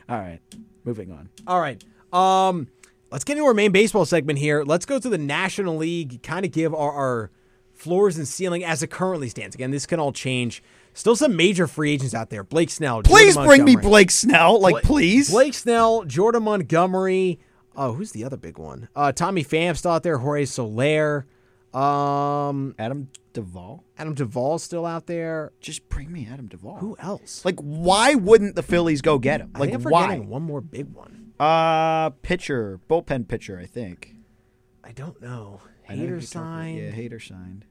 [SPEAKER 2] All right. Moving on.
[SPEAKER 1] All right. Um, let's get into our main baseball segment here. Let's go to the National League, kind of give our, our floors and ceiling as it currently stands. Again, this can all change. Still some major free agents out there. Blake Snell. Jordan
[SPEAKER 2] Please bring me
[SPEAKER 1] Montgomery.
[SPEAKER 2] Blake Snell. Like, please.
[SPEAKER 1] Blake Snell, Jordan Montgomery. Oh, who's the other big one? Uh, Tommy Pham's still out there. Jorge Soler. Um,
[SPEAKER 2] Adam Duvall.
[SPEAKER 1] Adam Duvall's still out there.
[SPEAKER 2] Just bring me Adam Duvall.
[SPEAKER 1] Who else?
[SPEAKER 2] Like, why wouldn't the Phillies go get him?
[SPEAKER 1] I think
[SPEAKER 2] Like,
[SPEAKER 1] I'm
[SPEAKER 2] why?
[SPEAKER 1] forgetting one more big one.
[SPEAKER 2] Uh, pitcher, bullpen pitcher, I think.
[SPEAKER 1] I don't know.
[SPEAKER 2] I know who you're
[SPEAKER 1] Hater
[SPEAKER 2] talking about.
[SPEAKER 1] sign.
[SPEAKER 2] Yeah, hater signed.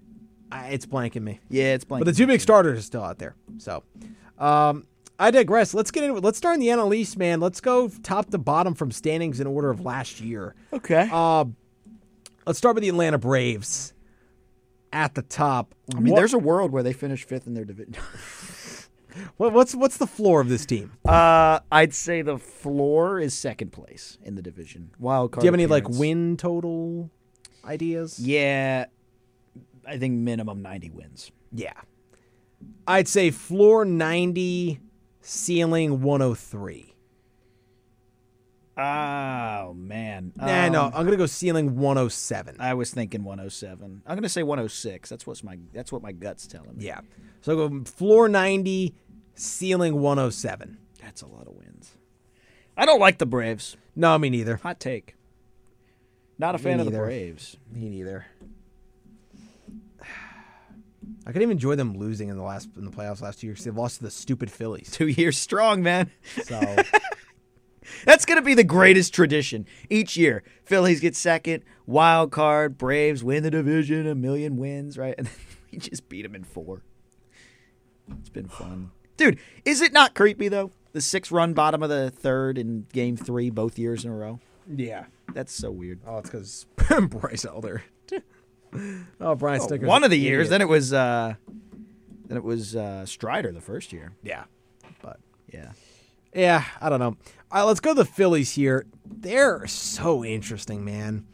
[SPEAKER 1] I, it's blanking me.
[SPEAKER 2] Yeah, it's blank.
[SPEAKER 1] But the two big starters are still out there. So, um, I digress. Let's get into it. Let's start in the NL East, man. Let's go top to bottom from standings in order of last year.
[SPEAKER 2] Okay.
[SPEAKER 1] Uh, let's start with the Atlanta Braves at the top.
[SPEAKER 2] I mean,
[SPEAKER 1] What-
[SPEAKER 2] there's a world where they finish fifth in their division.
[SPEAKER 1] what- what's what's the floor of this team? Do
[SPEAKER 2] uh, I'd say the floor is second place in the division. Wild card.
[SPEAKER 1] you have any like
[SPEAKER 2] appearance.
[SPEAKER 1] win total ideas?
[SPEAKER 2] Yeah, I think minimum ninety wins.
[SPEAKER 1] Yeah. I'd say floor 90, ceiling 103.
[SPEAKER 2] Oh man.
[SPEAKER 1] nah, no,
[SPEAKER 2] Um,
[SPEAKER 1] I'm going to go ceiling 107.
[SPEAKER 2] I was thinking 107. I'm gonna say 106. That's what's my that's what my guts telling me.
[SPEAKER 1] Yeah. So go floor 90, ceiling 107.
[SPEAKER 2] that's a lot of wins. I don't like the Braves.
[SPEAKER 1] No, me neither.
[SPEAKER 2] Hot take. Not a fan of the
[SPEAKER 1] neither.
[SPEAKER 2] Braves.
[SPEAKER 1] Me neither. I couldn't even enjoy them losing in the last in the playoffs last year because they lost to the stupid Phillies.
[SPEAKER 2] Two years strong, man.
[SPEAKER 1] So
[SPEAKER 2] That's gonna be the greatest tradition each year. Phillies get second, wild card. Braves win the division, a million wins, right? And then we just beat them in four. It's been fun, dude. Is it not creepy though? The six-run bottom of the third in Game Three, both years in a row.
[SPEAKER 1] yeah.
[SPEAKER 2] That's so weird.
[SPEAKER 1] Oh, it's because Bryce Elder. oh, Brian Snickers.
[SPEAKER 2] One of the years, then it was, uh then it was uh Strider the first year.
[SPEAKER 1] yeah, but
[SPEAKER 2] Yeah,
[SPEAKER 1] yeah, I don't know. All right, let's go to the Phillies here. They're so interesting, man.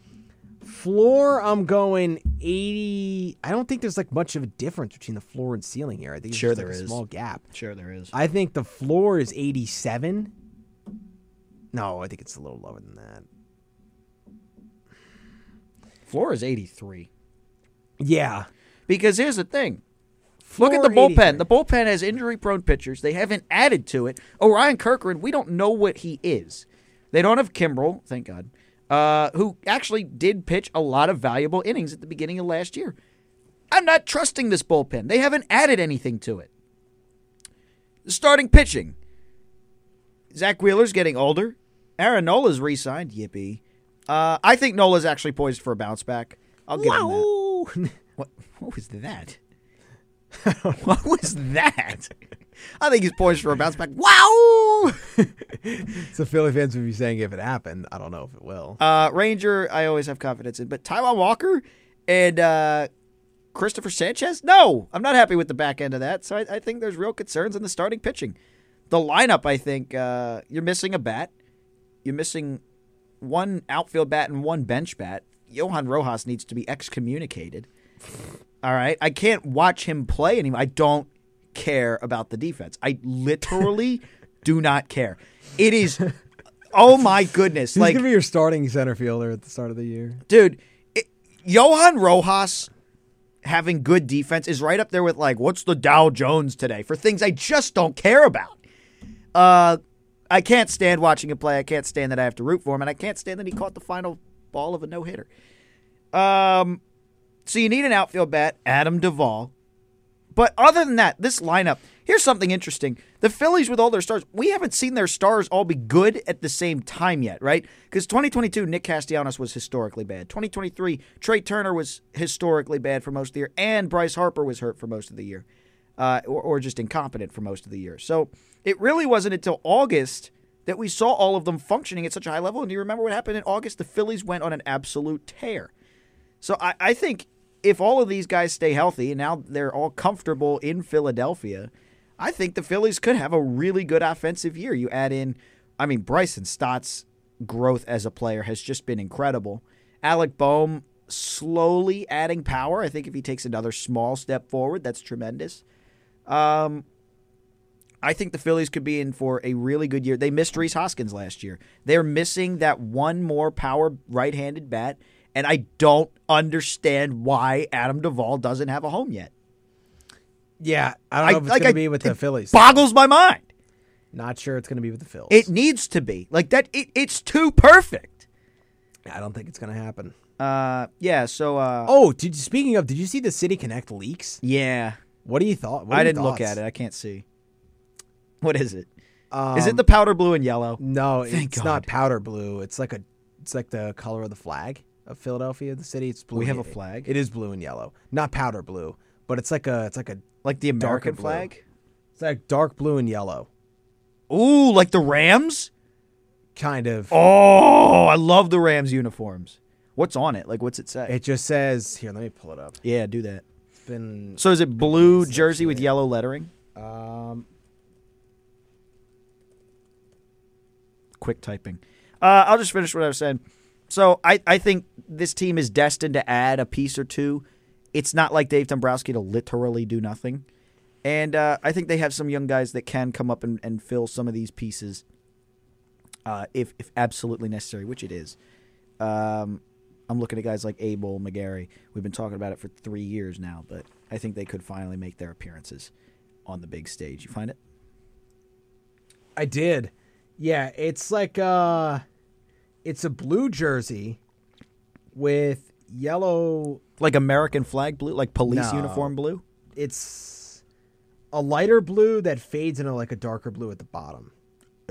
[SPEAKER 1] Floor, I'm going 80. I don't think there's like much of a difference between the floor and ceiling here. I think it's
[SPEAKER 2] Sure
[SPEAKER 1] just, like,
[SPEAKER 2] there
[SPEAKER 1] a
[SPEAKER 2] is.
[SPEAKER 1] small gap.
[SPEAKER 2] sure there is.
[SPEAKER 1] I think the floor is 87. No, I think it's a little lower than that.
[SPEAKER 2] Floor is 83.
[SPEAKER 1] Yeah.
[SPEAKER 2] Because here's the thing.
[SPEAKER 1] Floor
[SPEAKER 2] Look at the bullpen.
[SPEAKER 1] 83.
[SPEAKER 2] The bullpen has injury-prone pitchers. They haven't added to it. Orion Kirkland, we don't know what he is. They don't have Kimbrel, thank God, uh, who actually did pitch a lot of valuable innings at the beginning of last year. I'm not trusting this bullpen. They haven't added anything to it. Starting pitching. Zach Wheeler's getting older. Aaron Nola's re-signed. Yippee. Uh, I think Nola's actually poised for a bounce back. I'll give him that.
[SPEAKER 1] Wow.
[SPEAKER 2] What what was that? what was that? I think he's poised for a bounce back. Wow!
[SPEAKER 1] so Philly fans would be saying if it happened. I don't know if it will.
[SPEAKER 2] Uh, Ranger, I always have confidence in, but Taiwan Walker and uh, Christopher Sanchez. No, I'm not happy with the back end of that. So I, I think there's real concerns in the starting pitching. The lineup, I think uh, you're missing a bat. You're missing one outfield bat and one bench bat. Johan Rojas needs to be excommunicated. All right. I can't watch him play anymore. I don't care about the defense. I literally do not care. It is, oh my goodness.
[SPEAKER 1] He's
[SPEAKER 2] like,
[SPEAKER 1] gonna be your starting center fielder at the start of the year.
[SPEAKER 2] dude, it, Johan Rojas having good defense is right up there with like, what's the Dow Jones today for things I just don't care about. Uh, I can't stand watching him play. I can't stand that I have to root for him, and I can't stand that he caught the final ball of a no hitter. Um, so you need an outfield bat, Adam Duvall. But other than that, this lineup. Here's something interesting. The Phillies, with all their stars, we haven't seen their stars all be good at the same time yet, right? Because 2022, Nick Castellanos was historically bad. 2023, Trey Turner was historically bad for most of the year, and Bryce Harper was hurt for most of the year, uh, or, or just incompetent for most of the year. So it really wasn't until August that we saw all of them functioning at such a high level. And do you remember what happened in August? The Phillies went on an absolute tear. So I, I think if all of these guys stay healthy and now they're all comfortable in Philadelphia, I think the Phillies could have a really good offensive year. You add in, I mean, Bryson Stott's growth as a player has just been incredible. Alec Boehm slowly adding power. I think if he takes another small step forward, that's tremendous. Um, I think the Phillies could be in for a really good year. They missed Reese Hoskins last year. They're missing that one more power right-handed bat, and I don't understand why Adam Duvall doesn't have a home yet.
[SPEAKER 1] Yeah, I don't know if it's going to be with the
[SPEAKER 2] it
[SPEAKER 1] Phillies.
[SPEAKER 2] Boggles my mind.
[SPEAKER 1] Not sure it's going to be with the Phillies.
[SPEAKER 2] It needs to be like that. It, it's too perfect.
[SPEAKER 1] I don't think it's going to happen.
[SPEAKER 2] Uh, yeah. So, uh,
[SPEAKER 1] Oh, did you, speaking of, did you see the City Connect leaks?
[SPEAKER 2] yeah.
[SPEAKER 1] What do you thought? what are
[SPEAKER 2] I
[SPEAKER 1] your
[SPEAKER 2] didn't look
[SPEAKER 1] thoughts?
[SPEAKER 2] at it. I can't see. What is it?
[SPEAKER 1] Um,
[SPEAKER 2] Is it the powder blue and yellow?
[SPEAKER 1] No,
[SPEAKER 2] Thank
[SPEAKER 1] it's not
[SPEAKER 2] God.
[SPEAKER 1] powder blue. It's like a it's like the color of the flag of Philadelphia, the city. It's blue.
[SPEAKER 2] We have
[SPEAKER 1] and-
[SPEAKER 2] a flag?
[SPEAKER 1] It is blue and yellow. Not powder blue, but it's like a it's like a
[SPEAKER 2] Like the
[SPEAKER 1] darker
[SPEAKER 2] American
[SPEAKER 1] blue.
[SPEAKER 2] flag?
[SPEAKER 1] It's like dark blue and yellow.
[SPEAKER 2] Ooh, like the Rams?
[SPEAKER 1] Kind of.
[SPEAKER 2] Oh, I love the Rams uniforms. What's on it? Like, what's it say?
[SPEAKER 1] It just says here, let me pull it up.
[SPEAKER 2] yeah, do that.
[SPEAKER 1] It's been
[SPEAKER 2] So is it blue jersey with yellow lettering?
[SPEAKER 1] um
[SPEAKER 2] Quick typing. Uh, I'll just finish what I was saying. So I, I think this team is destined to add a piece or two. It's not like Dave Dombrowski to literally do nothing. And uh, I think they have some young guys that can come up and, and fill some of these pieces uh, if, if absolutely necessary, which it is. Um, I'm looking at guys like Abel, McGarry. We've been talking about it for three years now, but I think they could finally make their appearances on the big stage. You find it?
[SPEAKER 1] I did. Yeah, it's like uh it's a blue jersey with yellow
[SPEAKER 2] Like American flag blue? Like police
[SPEAKER 1] No.
[SPEAKER 2] uniform blue?
[SPEAKER 1] it's a lighter blue that fades into like a darker blue at the bottom.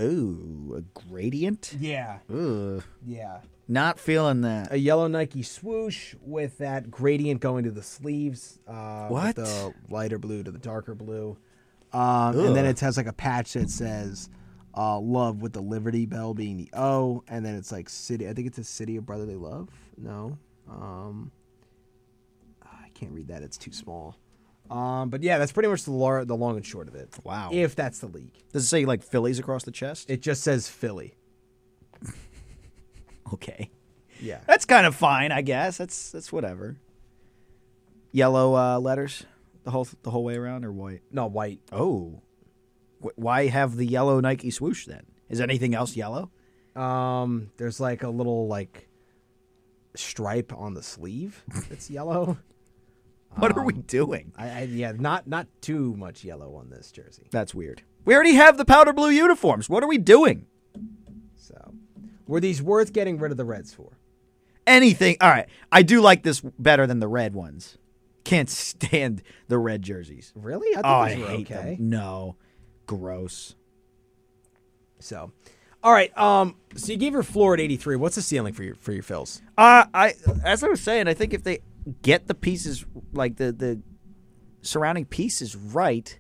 [SPEAKER 2] Ooh, a gradient?
[SPEAKER 1] Yeah.
[SPEAKER 2] Ooh,
[SPEAKER 1] Yeah.
[SPEAKER 2] not feeling that.
[SPEAKER 1] A yellow Nike swoosh with that gradient going to the sleeves. Uh,
[SPEAKER 2] What?
[SPEAKER 1] With the lighter blue to the darker blue. Um, and then
[SPEAKER 2] Ugh.
[SPEAKER 1] it has like a patch that says uh, love with the Liberty Bell being the O. And then it's like city. I think it's a city of brotherly love. No. Um, I can't read that. It's too small. Um, but yeah, that's pretty much the, lar- the long and short of it.
[SPEAKER 2] Wow.
[SPEAKER 1] If that's the league.
[SPEAKER 2] Does it say like Phillies across the chest?
[SPEAKER 1] It just says Philly.
[SPEAKER 2] okay.
[SPEAKER 1] Yeah.
[SPEAKER 2] That's kind of fine, I guess. That's that's whatever. Yellow uh, letters the whole the whole way around or white?
[SPEAKER 1] No, white.
[SPEAKER 2] Oh. Wh- why have the yellow Nike swoosh then? Is anything else yellow?
[SPEAKER 1] Um, there's like a little like stripe on the sleeve that's yellow.
[SPEAKER 2] What are we doing?
[SPEAKER 1] I, I yeah, not not too much yellow on this jersey.
[SPEAKER 2] That's weird. We already have the powder blue uniforms. What are we doing?
[SPEAKER 1] So, were these worth getting rid of the Reds for?
[SPEAKER 2] Anything. All right. I do like this better than the red ones. Can't stand the red jerseys.
[SPEAKER 1] Really? I
[SPEAKER 2] Oh,
[SPEAKER 1] thought
[SPEAKER 2] I
[SPEAKER 1] these were
[SPEAKER 2] hate
[SPEAKER 1] okay.
[SPEAKER 2] them. No. Gross.
[SPEAKER 1] So, all right. Um, so you gave your floor at 83. What's the ceiling for your for your fills?
[SPEAKER 2] Uh, I as I was saying, I think if they get the pieces like the the surrounding pieces right,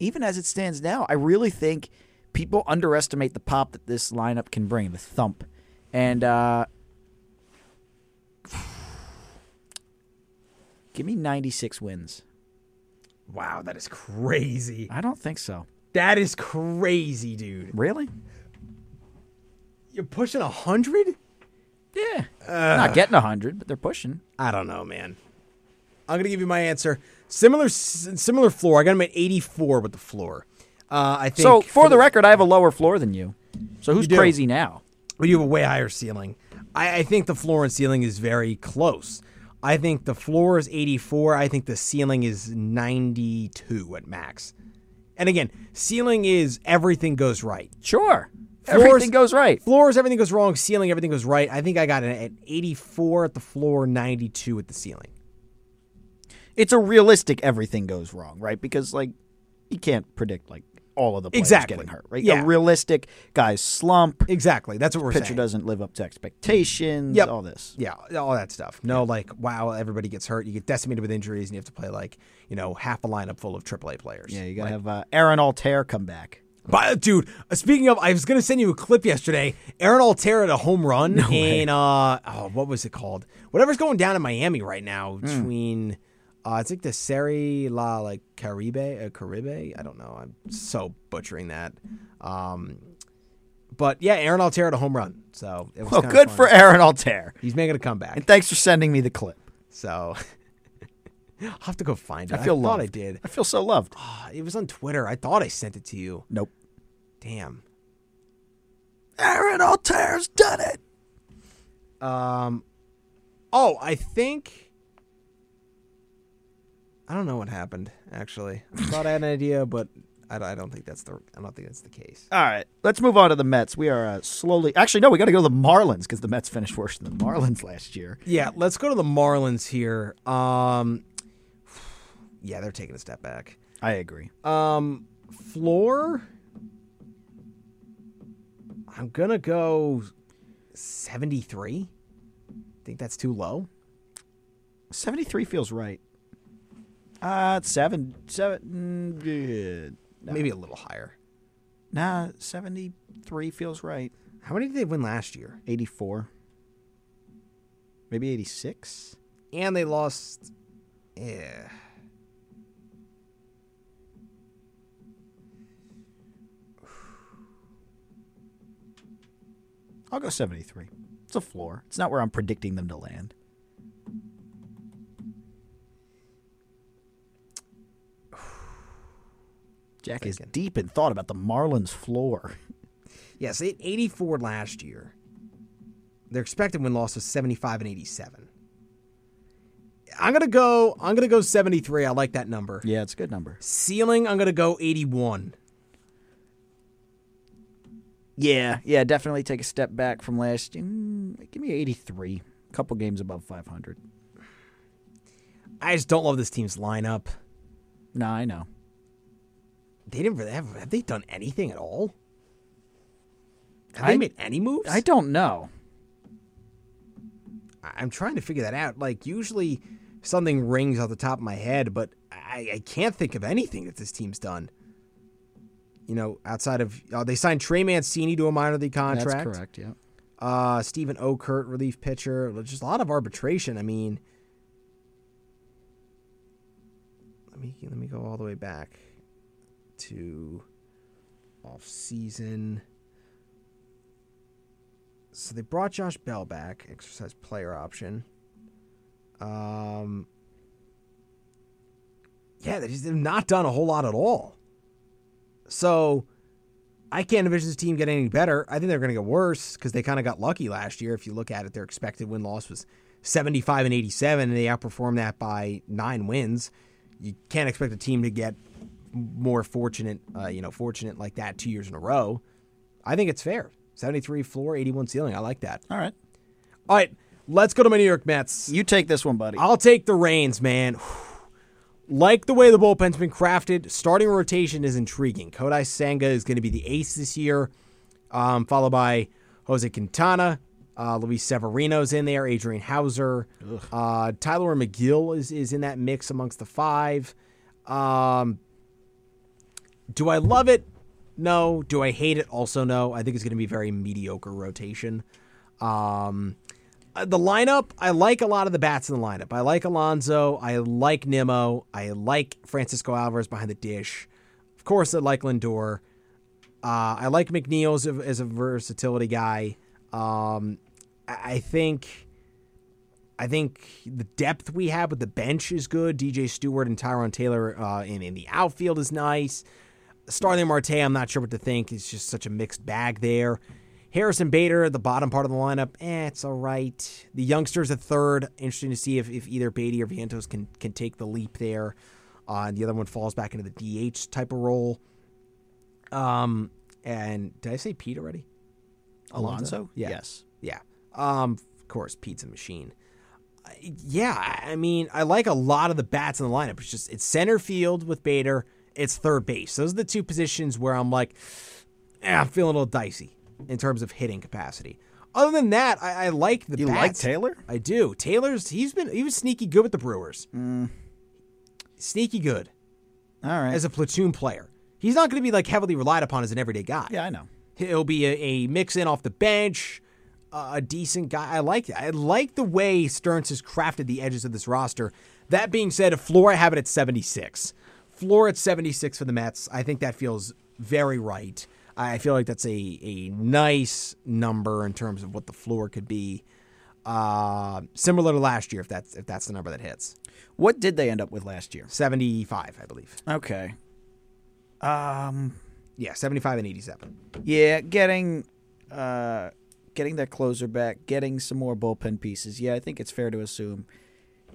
[SPEAKER 2] even as it stands now, I really think people underestimate the pop that this lineup can bring, the thump, and uh, give me ninety six wins.
[SPEAKER 1] Wow, that is crazy.
[SPEAKER 2] I don't think so.
[SPEAKER 1] That is crazy, dude.
[SPEAKER 2] Really?
[SPEAKER 1] You're pushing a hundred?
[SPEAKER 2] Yeah. Not getting hundred, but they're pushing.
[SPEAKER 1] I don't know, man. I'm gonna give you my answer. Similar, s- similar floor. I got him at 84 with the floor. Uh, I think.
[SPEAKER 2] So for the record, I have a lower floor than you. So who's
[SPEAKER 1] do.
[SPEAKER 2] crazy now?
[SPEAKER 1] Well, you have a way higher ceiling. I, I think the floor and ceiling is very close. I think the floor is 84. I think the ceiling is 92 at max. And again, ceiling is everything goes right.
[SPEAKER 2] Sure.
[SPEAKER 1] Floors-
[SPEAKER 2] Everything goes right.
[SPEAKER 1] Floors, everything goes wrong. Ceiling, everything goes right. I think I got it at 84 at the floor, 92 at the ceiling.
[SPEAKER 2] it's a realistic everything goes wrong, right? Because like you can't predict like all of the players
[SPEAKER 1] Exactly.
[SPEAKER 2] getting hurt, right?
[SPEAKER 1] Yeah.
[SPEAKER 2] A realistic guys slump,
[SPEAKER 1] Exactly. That's what we're
[SPEAKER 2] pitcher
[SPEAKER 1] saying.
[SPEAKER 2] doesn't live up to expectations,
[SPEAKER 1] Yep.
[SPEAKER 2] all this.
[SPEAKER 1] Yeah, all that stuff. No, like wow, everybody gets hurt. You get decimated with injuries, and you have to play like you know half a lineup full of AAA players.
[SPEAKER 2] Yeah, you gotta have uh, Aaron Altair come back.
[SPEAKER 1] But dude, uh, speaking of, I was gonna send you a clip yesterday. Aaron Altair had a home run in uh, oh, what was it called? Whatever's going down in Miami right now
[SPEAKER 2] Hmm.
[SPEAKER 1] between. Uh, it's like the Seri La like Caribe, uh, Caribe. I don't know. I'm so butchering that. Um, But yeah, Aaron Altair had a home run. So it was
[SPEAKER 2] Well,
[SPEAKER 1] kinda
[SPEAKER 2] good
[SPEAKER 1] fun.
[SPEAKER 2] for Aaron Altair.
[SPEAKER 1] He's making a comeback.
[SPEAKER 2] And thanks for sending me the clip.
[SPEAKER 1] So I'll have to go find it.
[SPEAKER 2] I feel
[SPEAKER 1] thought
[SPEAKER 2] loved.
[SPEAKER 1] I did.
[SPEAKER 2] I feel so loved.
[SPEAKER 1] Ah, It was on Twitter. I thought I sent it to you.
[SPEAKER 2] Nope.
[SPEAKER 1] Damn.
[SPEAKER 2] Aaron Altair's done it.
[SPEAKER 1] Um, Oh, I think. I don't know what happened. Actually, I thought I had an idea, but I, I don't think that's the. I don't think that's the case.
[SPEAKER 2] All right, let's move on to the Mets. We are uh, slowly. Actually, no, we got to go to the Marlins because the Mets finished worse than the Marlins last year.
[SPEAKER 1] Yeah, let's go to the Marlins here. Um, yeah, they're taking a step back.
[SPEAKER 2] I agree.
[SPEAKER 1] Um, floor. I'm gonna go seventy-three. Think that's too low.
[SPEAKER 2] 73 feels right. Uh, it's seven, seven, mm, yeah, no.
[SPEAKER 1] Maybe a little higher.
[SPEAKER 2] nah, 73 feels right.
[SPEAKER 1] How many did they win last year?
[SPEAKER 2] 84, maybe 86.
[SPEAKER 1] and they lost. Yeah.
[SPEAKER 2] I'll go 73. It's a floor. It's not where I'm predicting them to land. Jack is deep in thought about the Marlins floor.
[SPEAKER 1] Yes, they had 84 last year. Their expected win loss was 75 and 87. I'm gonna go. I'm gonna go 73. I like that number.
[SPEAKER 2] Yeah, it's a good number.
[SPEAKER 1] Ceiling. I'm gonna go 81.
[SPEAKER 2] Yeah, yeah, definitely take a step back from last. Mm, give me 83. A couple games above 500.
[SPEAKER 1] I just don't love this team's lineup.
[SPEAKER 2] No, I know.
[SPEAKER 1] They didn't really have. Have they done anything at all? Have
[SPEAKER 2] I-
[SPEAKER 1] they made any moves?
[SPEAKER 2] I don't know.
[SPEAKER 1] I- I'm trying to figure that out. Like usually, something rings off the top of my head, but I, I can't think of anything that this team's done. You know, outside of uh, they signed Trey Mancini to a minor league contract.
[SPEAKER 2] That's correct, yeah.
[SPEAKER 1] Uh, Stephen Okert, relief pitcher. Just a lot of arbitration. I mean, let me let me go all the way back to off season. So they brought Josh Bell back, exercise player option. Um, yeah, they just have not done a whole lot at all. So I can't envision this team getting any better. I think they're going to get worse because they kind of got lucky last year. If you look at it, their expected win loss was 75 and 87, and they outperformed that by nine wins. You can't expect a team to get more fortunate, uh, you know, fortunate like that two years in a row. I think it's fair. 73 floor, 81 ceiling. I like that.
[SPEAKER 2] All right.
[SPEAKER 1] All right, let's go to my New York Mets.
[SPEAKER 2] You take this one, buddy.
[SPEAKER 1] I'll take the reins, man. Like the way the bullpen's been crafted, starting rotation is intriguing. Kodai Sanga is going to be the ace this year, um, followed by Jose Quintana. Uh, Luis Severino's in there. Adrian Hauser. Uh, Tyler McGill is, is in that mix amongst the five. Um, do I love it? No. Do I hate it? Also, no. I think it's going to be very mediocre rotation. Um, uh, the lineup, I like a lot of the bats in the lineup. I like Alonzo. I like Nimmo. I like Francisco Alvarez behind the dish. Of course, I like Lindor. Uh, I like McNeil as a, as a versatility guy. Um, I I think. I think the depth we have with the bench is good. DJ Stewart and Tyron Taylor uh, in, in the outfield is nice. Starling Marte, I'm not sure what to think. It's just such a mixed bag there. Harrison Bader, the bottom part of the lineup, eh, it's all right. The youngsters at third, interesting to see if, if either Beatty or Vientos can can take the leap there. Uh, and the other one falls back into the DH type of role. Um, and did I say Pete already?
[SPEAKER 2] Alonso?
[SPEAKER 1] Yeah.
[SPEAKER 2] Yes.
[SPEAKER 1] Yeah. Um, of course, Pizza Machine. I- Yeah, I- I mean, I like a lot of the bats in the lineup. It's just it's center field with Bader, it's third base. Those are the two positions where I'm like, eh, I'm feeling a little dicey in terms of hitting capacity. Other than that, I, I like the.
[SPEAKER 2] You like
[SPEAKER 1] bats.
[SPEAKER 2] Taylor?
[SPEAKER 1] I do. Taylor's he's been he was sneaky good with the Brewers.
[SPEAKER 2] Mm.
[SPEAKER 1] Sneaky good
[SPEAKER 2] All right.
[SPEAKER 1] as a platoon player. He's not going to be like heavily relied upon as an everyday guy.
[SPEAKER 2] yeah, I know.
[SPEAKER 1] He'll be a, a mix in off the bench, uh, a decent guy. I like that. I like the way Stearns has crafted the edges of this roster. That being said, a floor I have it at 76. Floor at 76 for the Mets. I think that feels very right. I feel like that's a, a nice number in terms of what the floor could be. Uh, similar to last year, if that's if that's the number that hits,
[SPEAKER 2] What did they end up with last year?
[SPEAKER 1] seventy five, I believe.
[SPEAKER 2] Okay. Um,
[SPEAKER 1] Yeah, seventy five and eighty seven.
[SPEAKER 2] Yeah, getting uh getting that closer back, getting some more bullpen pieces. Yeah, I think it's fair to assume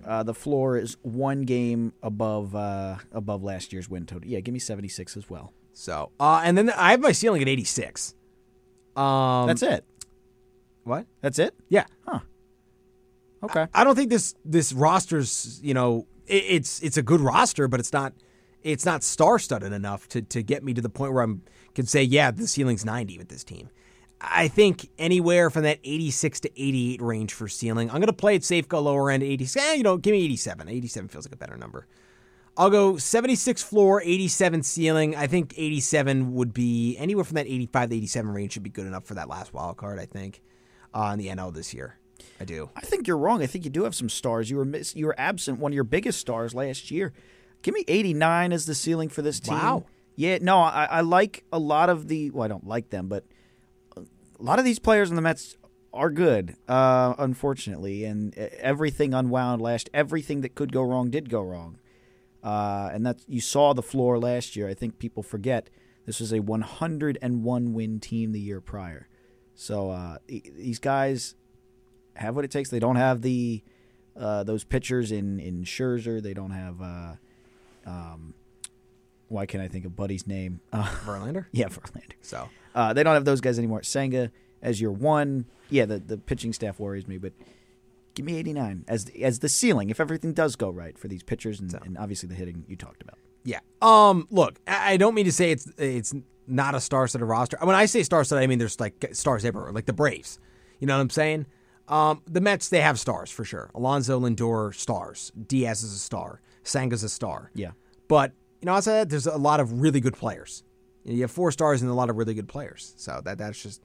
[SPEAKER 2] uh, the floor is one game above uh above last year's win total. Yeah, give me 76 as well.
[SPEAKER 1] So, uh, and then I have my ceiling at eighty six. Um,
[SPEAKER 2] That's it.
[SPEAKER 1] What?
[SPEAKER 2] That's it?
[SPEAKER 1] Yeah,
[SPEAKER 2] Okay.
[SPEAKER 1] I don't think this this roster's you know it, it's it's a good roster, but it's not it's not star studded enough to to get me to the point where I'm can say yeah the ceiling's ninety with this team. I think anywhere from that 86 to 88 range for ceiling. I'm going to play it safe, go lower end 86. Eh, you know, give me 87. 87 feels like a better number. I'll go 76 floor, 87 ceiling. I think 87 would be anywhere from that 85 to 87 range should be good enough for that last wild card. I think uh, in the NL this year. I do.
[SPEAKER 2] I think you're wrong. I think you do have some stars. You were miss, you were absent one of your biggest stars last year. Give me 89 as the ceiling for this team.
[SPEAKER 1] Wow.
[SPEAKER 2] Yeah, no, I, I like a lot of the. Well, I don't like them, but a lot of these players on the Mets are good, uh, unfortunately. And e, everything unwound last, everything that could go wrong did go wrong. Uh, and that's you saw the floor last year. I think people forget this was a 101 win team the year prior. So uh, e- these guys have what it takes. They don't have the uh, those pitchers in in Scherzer. They don't have. Uh, um, why can't I think of Buddy's name? Uh,
[SPEAKER 1] Verlander.
[SPEAKER 2] yeah, Verlander.
[SPEAKER 1] So
[SPEAKER 2] Uh, they don't have those guys anymore. Senga as your one. Yeah, the, the pitching staff worries me, but give me 89 as the, as the ceiling if everything does go right for these pitchers and, and obviously the hitting you talked about.
[SPEAKER 1] yeah. Um. Look, I I don't mean to say it's it's not a star-studded roster. When I say star-studded, I mean there's like stars everywhere, like the Braves. You know what I'm saying? Um. The Mets they have stars for sure. Alonzo Lindor stars. Diaz is a star. Sanga's a star.
[SPEAKER 2] Yeah.
[SPEAKER 1] But you know, outside of that, there's a lot of really good players. You, know, you have four stars and a lot of really good players. So that that's just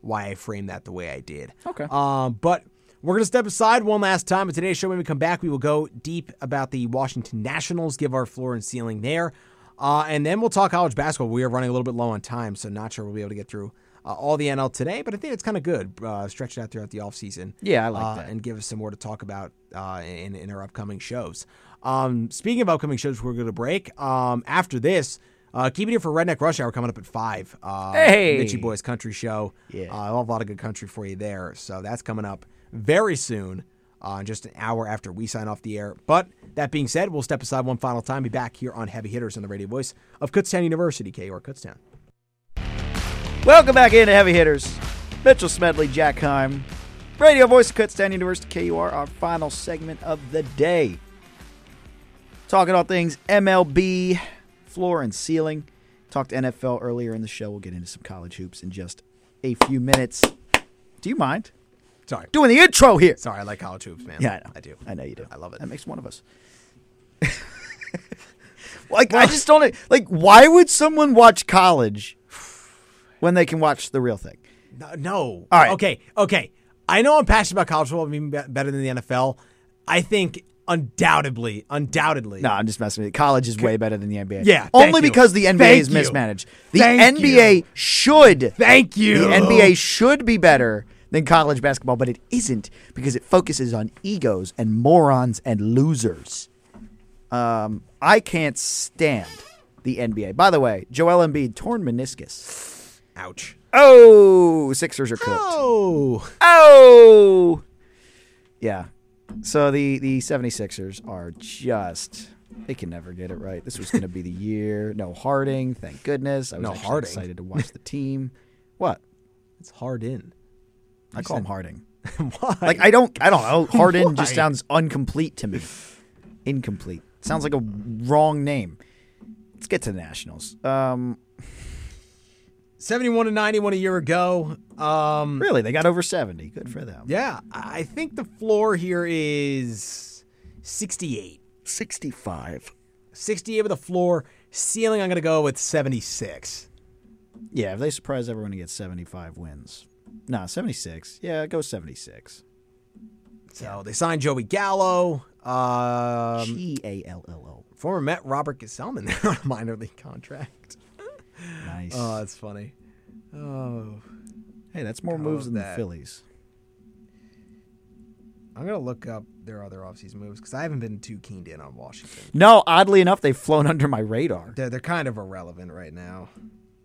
[SPEAKER 1] why I framed that the way I did.
[SPEAKER 2] Okay.
[SPEAKER 1] Um, but we're gonna step aside one last time in today's show. When we come back, we will go deep about the Washington Nationals, give our floor and ceiling there, uh, and then we'll talk college basketball. We are running a little bit low on time, so not sure we'll be able to get through. Uh, all the NL today, but I think it's kind of good. Uh, stretch it out throughout the offseason.
[SPEAKER 2] Yeah, I like
[SPEAKER 1] uh,
[SPEAKER 2] that.
[SPEAKER 1] and give us some more to talk about uh, in, in our upcoming shows. Um, speaking of upcoming shows, we're going to break. Um, after this, uh, keep it here for Redneck Rush Hour coming up at 5. Uh,
[SPEAKER 2] Hey!
[SPEAKER 1] Mitchie Boys Country Show.
[SPEAKER 2] Yeah.
[SPEAKER 1] Uh, I'll have a lot of good country for you there. So that's coming up very soon, uh, just an hour after we sign off the air. But that being said, we'll step aside one final time. Be back here on Heavy Hitters on the radio voice of Kutztown University, KUR Kutztown.
[SPEAKER 2] Welcome back into Heavy Hitters. Mitchell Smedley, Jack Heim, radio voice of Kutztown University KUR, our final segment of the day. Talking all things MLB, floor and ceiling. Talked NFL earlier in the show. We'll get into some college hoops in just a few minutes. Do you mind
[SPEAKER 1] Sorry.
[SPEAKER 2] doing the intro here?
[SPEAKER 1] Sorry, I like college hoops, man.
[SPEAKER 2] Yeah, I know.
[SPEAKER 1] I do.
[SPEAKER 2] I know you do.
[SPEAKER 1] I love it.
[SPEAKER 2] That makes one of us. like I just don't like. Why would someone watch college when they can watch the real thing?
[SPEAKER 1] No, no.
[SPEAKER 2] All right.
[SPEAKER 1] Okay. Okay. I know I'm passionate about college football being be- better than the NFL. I think undoubtedly, undoutedly.
[SPEAKER 2] No, I'm just messing with you. College is way better than the NBA.
[SPEAKER 1] Yeah, thank
[SPEAKER 2] Only
[SPEAKER 1] you.
[SPEAKER 2] because the NBA
[SPEAKER 1] Thank
[SPEAKER 2] is
[SPEAKER 1] you.
[SPEAKER 2] mismanaged. The
[SPEAKER 1] Thank
[SPEAKER 2] NBA
[SPEAKER 1] you.
[SPEAKER 2] should.
[SPEAKER 1] Thank you.
[SPEAKER 2] The NBA should be better than college basketball, but it isn't because it focuses on egos and morons and losers. Um, I can't stand the NBA. By the way, Joel Embiid, torn meniscus.
[SPEAKER 1] Ouch.
[SPEAKER 2] Oh, Sixers are cooked.
[SPEAKER 1] Oh.
[SPEAKER 2] Oh. Yeah. So the the 76ers are just they can never get it right. This was going to be the year. No Harding, thank goodness. I was
[SPEAKER 1] No
[SPEAKER 2] actually
[SPEAKER 1] Harding.
[SPEAKER 2] excited to watch the team. What?
[SPEAKER 1] It's hard in.
[SPEAKER 2] I call him Harding.
[SPEAKER 1] Why?
[SPEAKER 2] Like I don't I don't know. Hardin just
[SPEAKER 1] Why?
[SPEAKER 2] sounds uncomplete to me. Incomplete. Sounds like a wrong name. Let's get to the Nationals. Um
[SPEAKER 1] 71 and 91 a year ago. Um
[SPEAKER 2] really, they got over 70. Good for them.
[SPEAKER 1] yeah, I think the floor here is 68.
[SPEAKER 2] 65.
[SPEAKER 1] 68 with a floor. Ceiling I'm going to go with 76.
[SPEAKER 2] Yeah, if they surprise everyone to get 75 wins. Nah, 76. Yeah, go 76.
[SPEAKER 1] So they signed Joey Gallo. Um
[SPEAKER 2] G A L L
[SPEAKER 1] former Met Robert Gesellman there on a minor league contract.
[SPEAKER 2] O. Nice.
[SPEAKER 1] Oh, that's funny.
[SPEAKER 2] uh, Hey, that's more moves than
[SPEAKER 1] that.
[SPEAKER 2] the Phillies.
[SPEAKER 1] I'm gonna look up their other offseason moves because I haven't been too keened in on Washington.
[SPEAKER 2] No, oddly enough, they've flown under my radar.
[SPEAKER 1] They're, they're kind of irrelevant right now.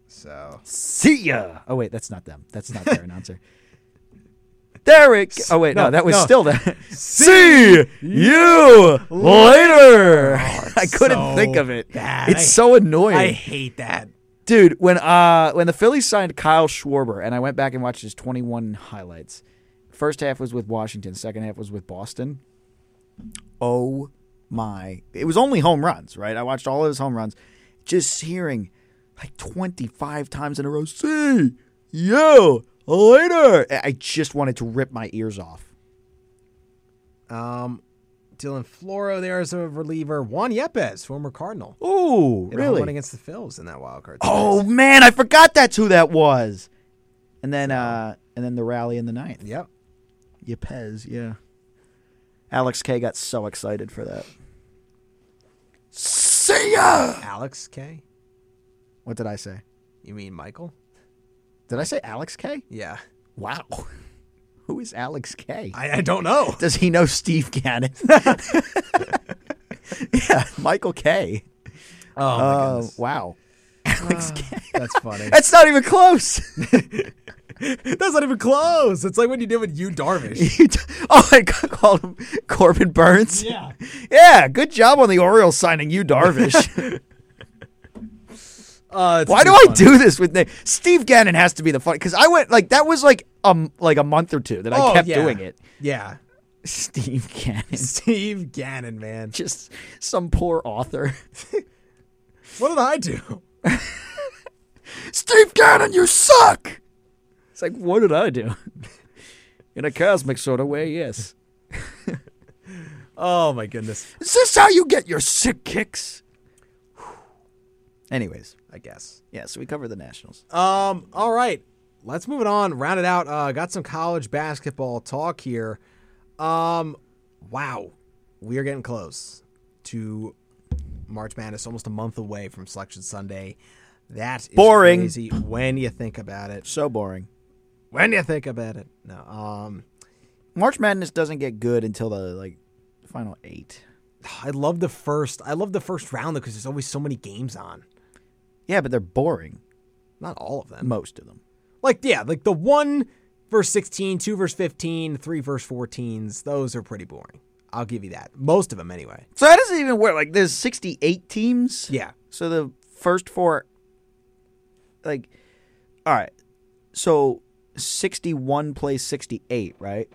[SPEAKER 1] So
[SPEAKER 2] See ya. Oh wait, that's not them. That's not their announcer. Derek. Oh wait, no, that was
[SPEAKER 1] no.
[SPEAKER 2] still that. See you Oh, later. I couldn't
[SPEAKER 1] so
[SPEAKER 2] think of it.
[SPEAKER 1] bad.
[SPEAKER 2] It's
[SPEAKER 1] I-
[SPEAKER 2] so annoying.
[SPEAKER 1] I hate that.
[SPEAKER 2] dude when uh when the phillies signed kyle schwarber and i went back and watched his 21 highlights first half was with washington second half was with boston oh my it was only home runs right i watched all of his home runs just hearing like 25 times in a row see you later I- i just wanted to rip my ears off
[SPEAKER 1] Um, Dylan Floro there is a reliever. Juan Yepes, former Cardinal.
[SPEAKER 2] oh
[SPEAKER 1] Hit a home
[SPEAKER 2] really
[SPEAKER 1] run against the Phils in that wild card.
[SPEAKER 2] oh man i forgot that's who that was and then uh and then the rally in the ninth
[SPEAKER 1] Yep.
[SPEAKER 2] Yepes, yeah. Alex K got so excited for that. See ya!
[SPEAKER 1] Alex K.
[SPEAKER 2] What did I say?
[SPEAKER 1] You mean Michael?
[SPEAKER 2] Did I say Alex K?
[SPEAKER 1] Yeah.
[SPEAKER 2] Wow. Who is Alex K?
[SPEAKER 1] I, I don't know.
[SPEAKER 2] Does he know Steve Gannon? yeah, Michael K.
[SPEAKER 1] Oh, my
[SPEAKER 2] Uh,
[SPEAKER 1] goodness. Uh,
[SPEAKER 2] wow. Alex K.
[SPEAKER 1] That's funny.
[SPEAKER 2] That's not even close.
[SPEAKER 1] That's not even close. It's like what you did with you, Darvish.
[SPEAKER 2] You t- oh, I called him Corbin Burns. Yeah. Yeah, good job on the Orioles signing you, Darvish.
[SPEAKER 1] Uh, it's
[SPEAKER 2] Why do
[SPEAKER 1] too
[SPEAKER 2] I
[SPEAKER 1] funny.
[SPEAKER 2] do this with Nick? Steve Gannon has to be the funny because I went like that was like um like a month or two that I
[SPEAKER 1] Oh,
[SPEAKER 2] kept
[SPEAKER 1] yeah.
[SPEAKER 2] doing it.
[SPEAKER 1] Yeah.
[SPEAKER 2] Steve Gannon,
[SPEAKER 1] Steve Gannon, man.
[SPEAKER 2] just some poor author.
[SPEAKER 1] What did I do?
[SPEAKER 2] Steve Gannon, you suck. It's like what did I do? In a cosmic sort of way, yes.
[SPEAKER 1] Oh my goodness.
[SPEAKER 2] Is this how you get your sick kicks? Anyways,
[SPEAKER 1] I guess.
[SPEAKER 2] yeah. So we cover the Nationals. Uh,
[SPEAKER 1] Um. All right. Let's move it on. Round it out. Uh, got some college basketball talk here. Um. Wow. We are getting close to March Madness. Almost a month away from Selection Sunday. That is
[SPEAKER 2] Boring.
[SPEAKER 1] crazy when you think about it.
[SPEAKER 2] So boring.
[SPEAKER 1] When you think about it. No. Um.
[SPEAKER 2] March Madness doesn't get good until the like final eight.
[SPEAKER 1] I love the first. I love the first round because there's always so many games on.
[SPEAKER 2] Yeah, but they're boring.
[SPEAKER 1] Not all of them.
[SPEAKER 2] Most of them.
[SPEAKER 1] Like, yeah, like the one verse 16, two verse 15, three verse 14s, those are pretty boring. I'll give you that. Most of them, anyway.
[SPEAKER 2] So that doesn't even work. Like there's 68 teams.
[SPEAKER 1] Yeah.
[SPEAKER 2] So the first four, like, all right. So 61 plays 68, right?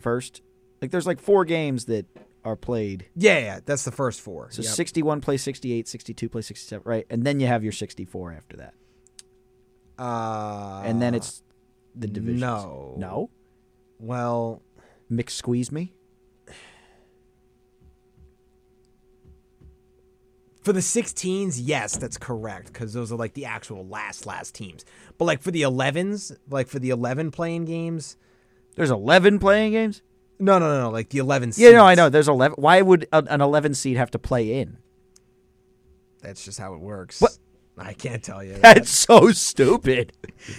[SPEAKER 2] First, like there's like four games that are played.
[SPEAKER 1] Yeah, yeah, that's the first four.
[SPEAKER 2] So
[SPEAKER 1] Yep.
[SPEAKER 2] 61 plays 68, 62 plays 67, right? And then you have your 64 after that,
[SPEAKER 1] Uh,
[SPEAKER 2] and then it's the divisions.
[SPEAKER 1] Ah, no.
[SPEAKER 2] no,
[SPEAKER 1] Well,
[SPEAKER 2] mix squeeze me.
[SPEAKER 1] for the 16s, yes, that's correct because those are like the actual last, last teams. But like for the 11s, like for the 11 playing games,
[SPEAKER 2] There's 11 playing games.
[SPEAKER 1] no, no, no, no, like the 11
[SPEAKER 2] Yeah, no, I
[SPEAKER 1] seeds,
[SPEAKER 2] know. There's 11. Why would an an 11 seed have to play in?
[SPEAKER 1] That's just how it works.
[SPEAKER 2] What?
[SPEAKER 1] I can't tell you.
[SPEAKER 2] That's so stupid.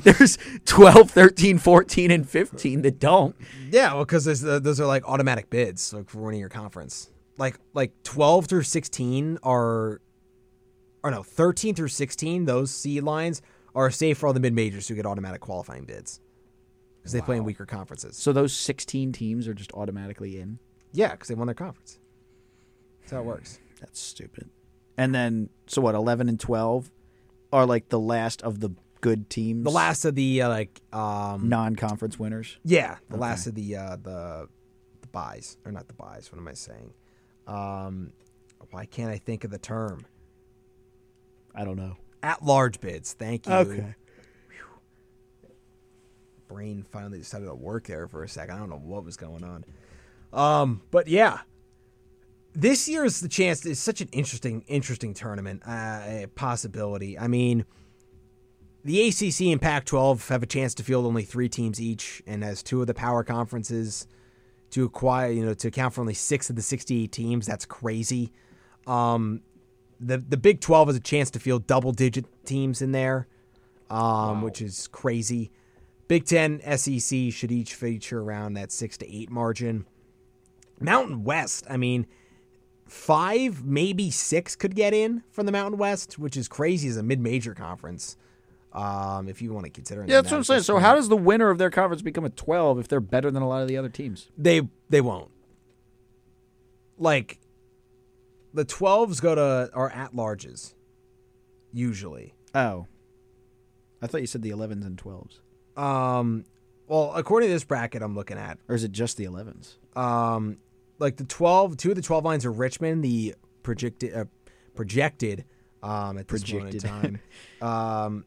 [SPEAKER 2] There's 12, 13, 14, and 15 that don't.
[SPEAKER 1] Yeah, well, because uh, those are like automatic bids, like for winning your conference. Like like twelve through sixteen are, or no, thirteen through sixteen. Those seed lines are safe for all the mid majors who get automatic qualifying bids because they play in weaker conferences.
[SPEAKER 2] So those 16 teams are just automatically in.
[SPEAKER 1] Yeah, because they won their conference. That's how it works.
[SPEAKER 2] That's stupid. And then, so what, 11 and 12 are like the last of the good teams?
[SPEAKER 1] The last of the uh, like, um,
[SPEAKER 2] non conference winners.
[SPEAKER 1] yeah, the last of the uh, the the buys or not the buys. What am I saying? Um, why can't I think of the term?
[SPEAKER 2] I don't know.
[SPEAKER 1] At large bids. Thank you.
[SPEAKER 2] Okay.
[SPEAKER 1] Whew. Brain finally decided to work there for a second. I don't know what was going on. Um, but yeah. This year is the chance. It's such an interesting, interesting tournament uh, possibility. I mean, the ACC and Pac-12 have a chance to field only three teams each, and as two of the power conferences to acquire, you know, to account for only six of the 68 teams, that's crazy the the Big 12 has a chance to field double digit teams in there. um, which is crazy. Big Ten, SEC should each feature around that six to eight margin. Mountain West, I mean, five, maybe six could get in from the Mountain West, which is crazy as a mid-major conference. Um, if you want to consider, it
[SPEAKER 2] Yeah, that's
[SPEAKER 1] that
[SPEAKER 2] what I'm
[SPEAKER 1] at
[SPEAKER 2] saying.
[SPEAKER 1] this
[SPEAKER 2] So
[SPEAKER 1] point.
[SPEAKER 2] how does the winner of their conference become a 12 if they're better than a lot of the other teams?
[SPEAKER 1] they they won't. Like the 12s go to are at larges usually.
[SPEAKER 2] Oh. I thought you said the 11s and 12s.
[SPEAKER 1] Um well, according to this bracket I'm looking at,
[SPEAKER 2] Or is it just the 11s?
[SPEAKER 1] um like the 12 two of the 12 lines are Richmond, the projected uh, projected um at this
[SPEAKER 2] Projected.
[SPEAKER 1] moment in time. um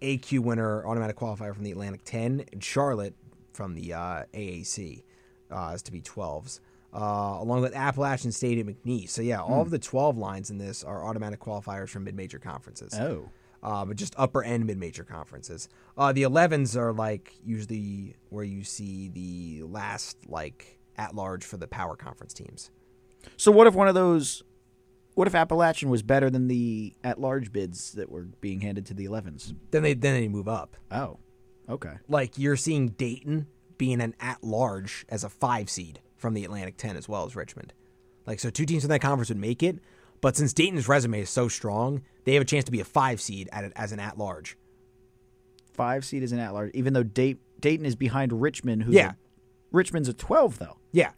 [SPEAKER 1] AQ winner, automatic qualifier from the Atlantic 10, and Charlotte from the uh, AAC uh, is to be 12s, uh, along with Appalachian State and McNeese. So, yeah,
[SPEAKER 2] Hmm.
[SPEAKER 1] all of the 12 lines in this are automatic qualifiers from mid major conferences.
[SPEAKER 2] Oh.
[SPEAKER 1] Uh, but just upper end mid major conferences. Uh, the 11s are like usually where you see the last, like, at large for the power conference teams.
[SPEAKER 2] So what if one of those what if Appalachian was better than the at-large bids that were being handed to the 11s?
[SPEAKER 1] Then they, then they move up.
[SPEAKER 2] Oh. Okay.
[SPEAKER 1] like you're seeing Dayton being an at large as a five seed from the Atlantic 10 as well as Richmond. Like, so two teams from that conference would make it, but since Dayton's resume is so strong, they have a chance to be a five seed at, as an at large.
[SPEAKER 2] 5 seed is an at-large even though Day- Dayton is behind Richmond who's
[SPEAKER 1] Yeah.
[SPEAKER 2] a- Richmond's a 12 though.
[SPEAKER 1] Yeah.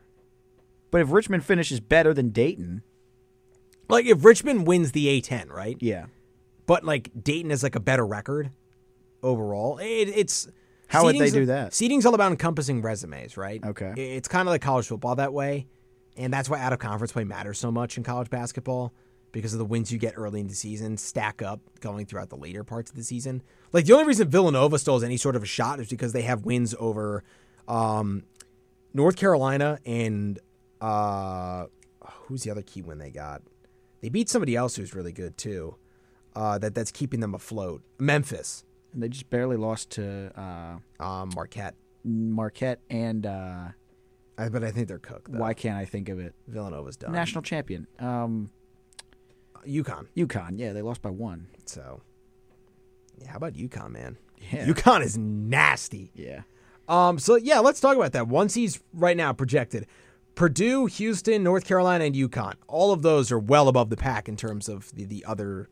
[SPEAKER 2] But if Richmond finishes better than Dayton,
[SPEAKER 1] Like, if Richmond wins the A10, right?
[SPEAKER 2] yeah.
[SPEAKER 1] But, like, Dayton is like a better record overall. It, it's.
[SPEAKER 2] How would they
[SPEAKER 1] seeding's-
[SPEAKER 2] do that?
[SPEAKER 1] Seeding's all about encompassing resumes, right?
[SPEAKER 2] Okay.
[SPEAKER 1] I- It's kind of like college football that way. And that's why out of conference play matters so much in college basketball because of the wins you get early in the season stack up going throughout the later parts of the season. Like the only reason Villanova still has any sort of a shot is because they have wins over um, North Carolina and uh, who's the other key win they got? They beat somebody else who's really good too. Uh, that that's keeping them afloat. Memphis,
[SPEAKER 2] And they just barely lost to uh,
[SPEAKER 1] um, Marquette.
[SPEAKER 2] Marquette and uh,
[SPEAKER 1] I, but I think they're cooked. Though.
[SPEAKER 2] why can't I think of it?
[SPEAKER 1] Villanova's done.
[SPEAKER 2] National champion, um,
[SPEAKER 1] UConn.
[SPEAKER 2] UConn. Yeah, they lost by one.
[SPEAKER 1] So, yeah, how about UConn, man?
[SPEAKER 2] Yeah.
[SPEAKER 1] UConn is nasty.
[SPEAKER 2] Yeah.
[SPEAKER 1] Um, so yeah, let's talk about that. One seed's right now projected: Purdue, Houston, North Carolina, and UConn. All of those are well above the pack in terms of the, the other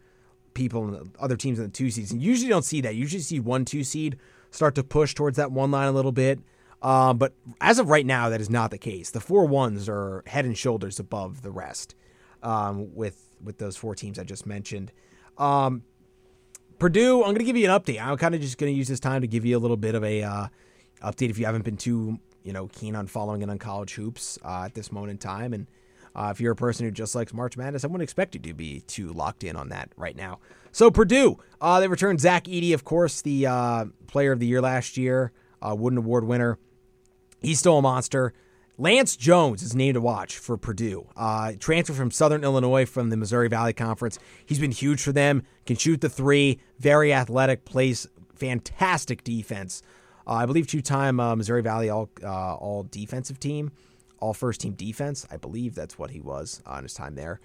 [SPEAKER 1] people and the other teams in the two seeds. And you usually don't see that. You usually see one two seed start to push towards that one line a little bit. Um, but as of right now, that is not the case. The four ones are head and shoulders above the rest. Um, with with those four teams I just mentioned. Um, Purdue, I'm going to give you an update. I'm kind of just going to use this time to give you a little bit of a uh, update if you haven't been too, you know, keen on following it on college hoops uh, at this moment in time. And uh, if you're a person who just likes March Madness, I wouldn't expect you to be too locked in on that right now. So Purdue, uh, they returned Zach Eady, of course, the uh, Player of the Year last year, uh, Wooden Award winner. He's still a monster. Lance Jones is named to watch for Purdue. Uh, transferred from Southern Illinois from the Missouri Valley Conference. He's been huge for them. Can shoot the three. Very athletic. Plays fantastic defense. Uh, I believe two-time uh, Missouri Valley all uh, all defensive team, all first team defense. I believe that's what he was on his time there.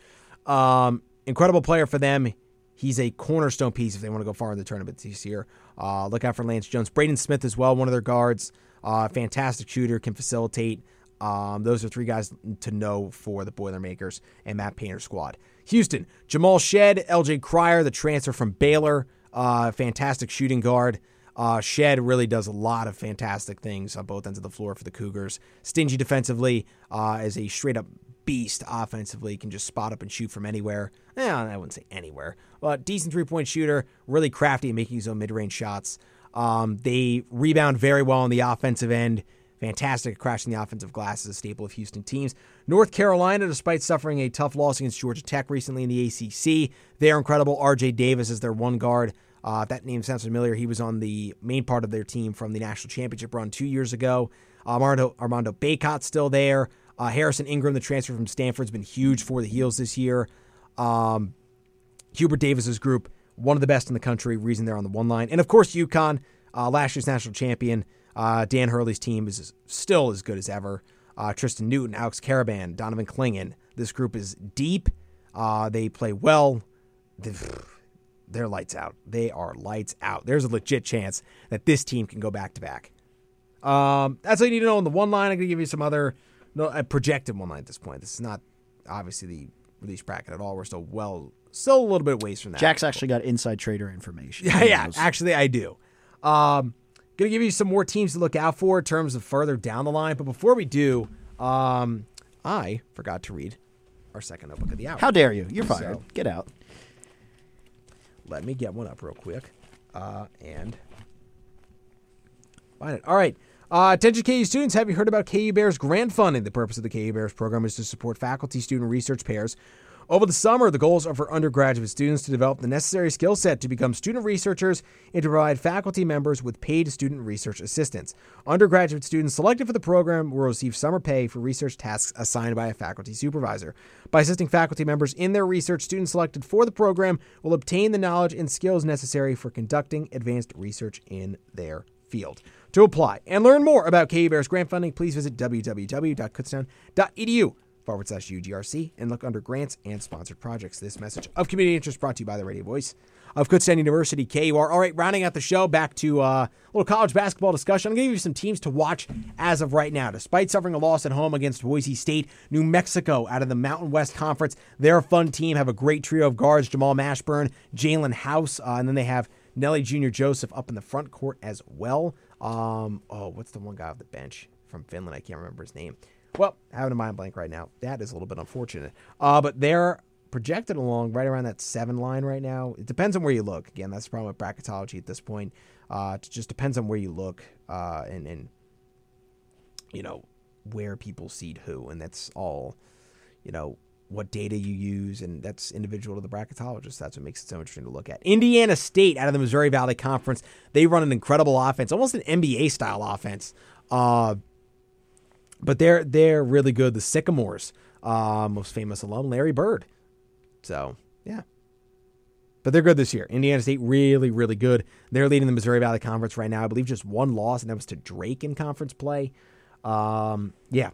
[SPEAKER 1] Um, incredible player for them. He's a cornerstone piece if they want to go far in the tournament this year. Uh, look out for Lance Jones. Braden Smith as well, one of their guards. Uh, fantastic shooter, can facilitate. Um, those are three guys to know for the Boilermakers and Matt Painter squad. Houston, Jamal Shed, LJ Crier, the transfer from Baylor. Uh, fantastic shooting guard. Uh, Shed really does a lot of fantastic things on both ends of the floor for the Cougars. Stingy defensively, uh, is a straight up beast offensively, can just spot up and shoot from anywhere. Eh, I wouldn't say anywhere, but decent three point shooter, really crafty at making his own mid range shots. Um, they rebound very well on the offensive end. Fantastic at crashing the offensive glass is a staple of Houston teams. North Carolina, despite suffering a tough loss against Georgia Tech recently in the ACC, they're incredible. RJ Davis is their one guard. Uh, if that name sounds familiar, he was on the main part of their team from the national championship run two years ago. Armando, Armando Baycott's still there. Uh, Harrison Ingram, the transfer from Stanford, has been huge for the Heels this year. Um, Hubert Davis's group, one of the best in the country. Reason they're on the one line, and of course UConn, uh, last year's national champion. Uh, Dan Hurley's team is still as good as ever. Uh, Tristan Newton, Alex Caravan, Donovan Klingon. This group is deep. Uh, they play well. The- They're lights out. They are lights out. There's a legit chance that this team can go back to back. Um, that's all you need to know on the one line. I'm gonna give you some other no uh, projected one line at this point. This is not obviously the release bracket at all. We're still well, still a little bit of ways from that.
[SPEAKER 5] Jack's actually got inside trader information.
[SPEAKER 1] Yeah, yeah. Actually, I do. Um, gonna give you some more teams to look out for in terms of further down the line. But before we do, um, I forgot to read our second notebook of the hour.
[SPEAKER 5] How dare you? You're fired.
[SPEAKER 1] So-
[SPEAKER 5] Get out.
[SPEAKER 1] Let me get one up real quick. Uh, and find it. All right. Uh, attention KU students, have you heard about KU Bears grant funding? The purpose of the KU Bears program is to support faculty student research pairs. Over the summer, the goals are for undergraduate students to develop the necessary skill set to become student researchers and to provide faculty members with paid student research assistance. Undergraduate students selected for the program will receive summer pay for research tasks assigned by a faculty supervisor. By assisting faculty members in their research, students selected for the program will obtain the knowledge and skills necessary for conducting advanced research in their field. To apply and learn more about KU Bears grant funding, please visit www.kutztown.edu E forward slash UGRC and look under grants and sponsored projects. This message of community interest brought to you by the Radio Voice of Kutztown University, KUR. All right, rounding out the show, back to uh, a little college basketball discussion. I'm going to give you some teams to watch as of right now. Despite suffering a loss at home against Boise State, New Mexico out of the Mountain West Conference, they're a fun team, have a great trio of guards, Jamal Mashburn, Jalen House, uh, and then they have Nelly Jr. Joseph up in the front court as well. Um, oh, what's the one guy off the bench from Finland? I can't remember his name. Well, having a mind blank right now. That is a little bit unfortunate. Uh, but they're projected along right around that seven line right now. It depends on where you look. Again, that's the problem with bracketology at this point. Uh, it just depends on where you look uh, and, and you know where people seed who and that's all you know what data you use and that's individual to the bracketologist that's what makes it so interesting to look at indiana state out of the missouri valley conference they run an incredible offense almost an nba style offense uh, but they're they're really good the sycamores uh, most famous alum larry bird so yeah but they're good this year. Indiana State really, really good. They're leading the Missouri Valley Conference right now. I believe just one loss, and that was to Drake in conference play. Um, yeah,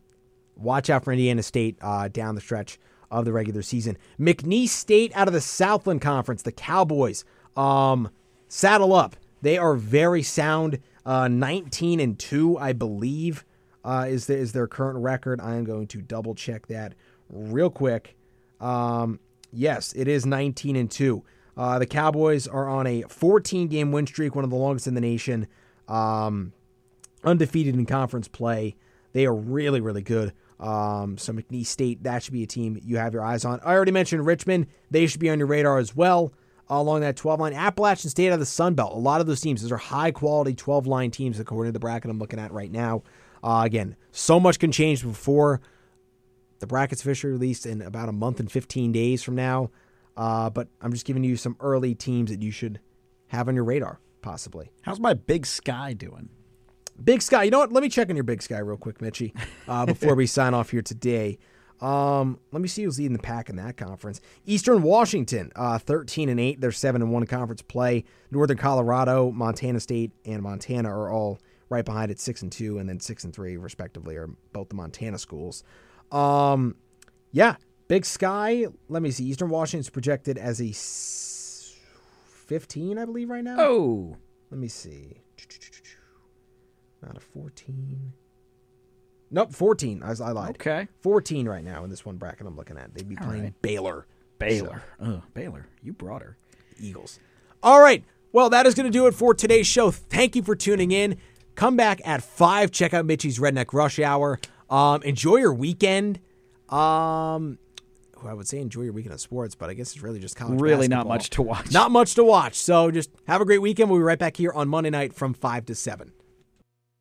[SPEAKER 1] watch out for Indiana State uh, down the stretch of the regular season. McNeese State out of the Southland Conference, the Cowboys. Um, saddle up. They are very sound. Uh, 19 and two, I believe, uh, is the, is their current record. I am going to double check that real quick. Um, yes, it is 19 and 2. Uh, the Cowboys are on a 14 game win streak, one of the longest in the nation. Um, undefeated in conference play. They are really, really good. Um, so McNeese State, that should be a team you have your eyes on. I already mentioned Richmond. They should be on your radar as well along that 12 line. Appalachian State out of the Sun Belt. A lot of those teams, those are high quality 12 line teams according to the bracket I'm looking at right now. Uh, again, so much can change before the brackets officially released in about a month and 15 days from now. Uh, but I'm just giving you some early teams that you should have on your radar, possibly.
[SPEAKER 5] How's my big sky doing?
[SPEAKER 1] Big Sky. You know what? Let me check on your Big Sky real quick, Mitchy, uh, before we sign off here today. Um, let me see who's leading the pack in that conference. Eastern Washington, uh, thirteen and eight. They're seven and one conference play. Northern Colorado, Montana State, and Montana are all right behind at six and two, and then six and three respectively are both the Montana schools. Um, yeah, Big Sky. Let me see. Eastern Washington's projected as a s- fifteen, I believe, right now.
[SPEAKER 5] Oh,
[SPEAKER 1] Let me see. Not a 14. Nope, 14. I, I lied.
[SPEAKER 5] Okay.
[SPEAKER 1] 14 right now in this one bracket I'm looking at. They'd be playing Baylor
[SPEAKER 5] Baylor. Oh, Baylor. You brought her.
[SPEAKER 1] Eagles. All right. Well, that is going to do it for today's show. Thank you for tuning in. Come back at 5. Check out Mitchy's Redneck Rush Hour. Um, enjoy your weekend. Um, well, I would say enjoy your weekend of sports, but I guess it's really just college
[SPEAKER 5] Really not
[SPEAKER 1] basketball.
[SPEAKER 5] much to watch.
[SPEAKER 1] Not much to watch. So just have a great weekend. We'll be right back here on Monday night from 5 to 7.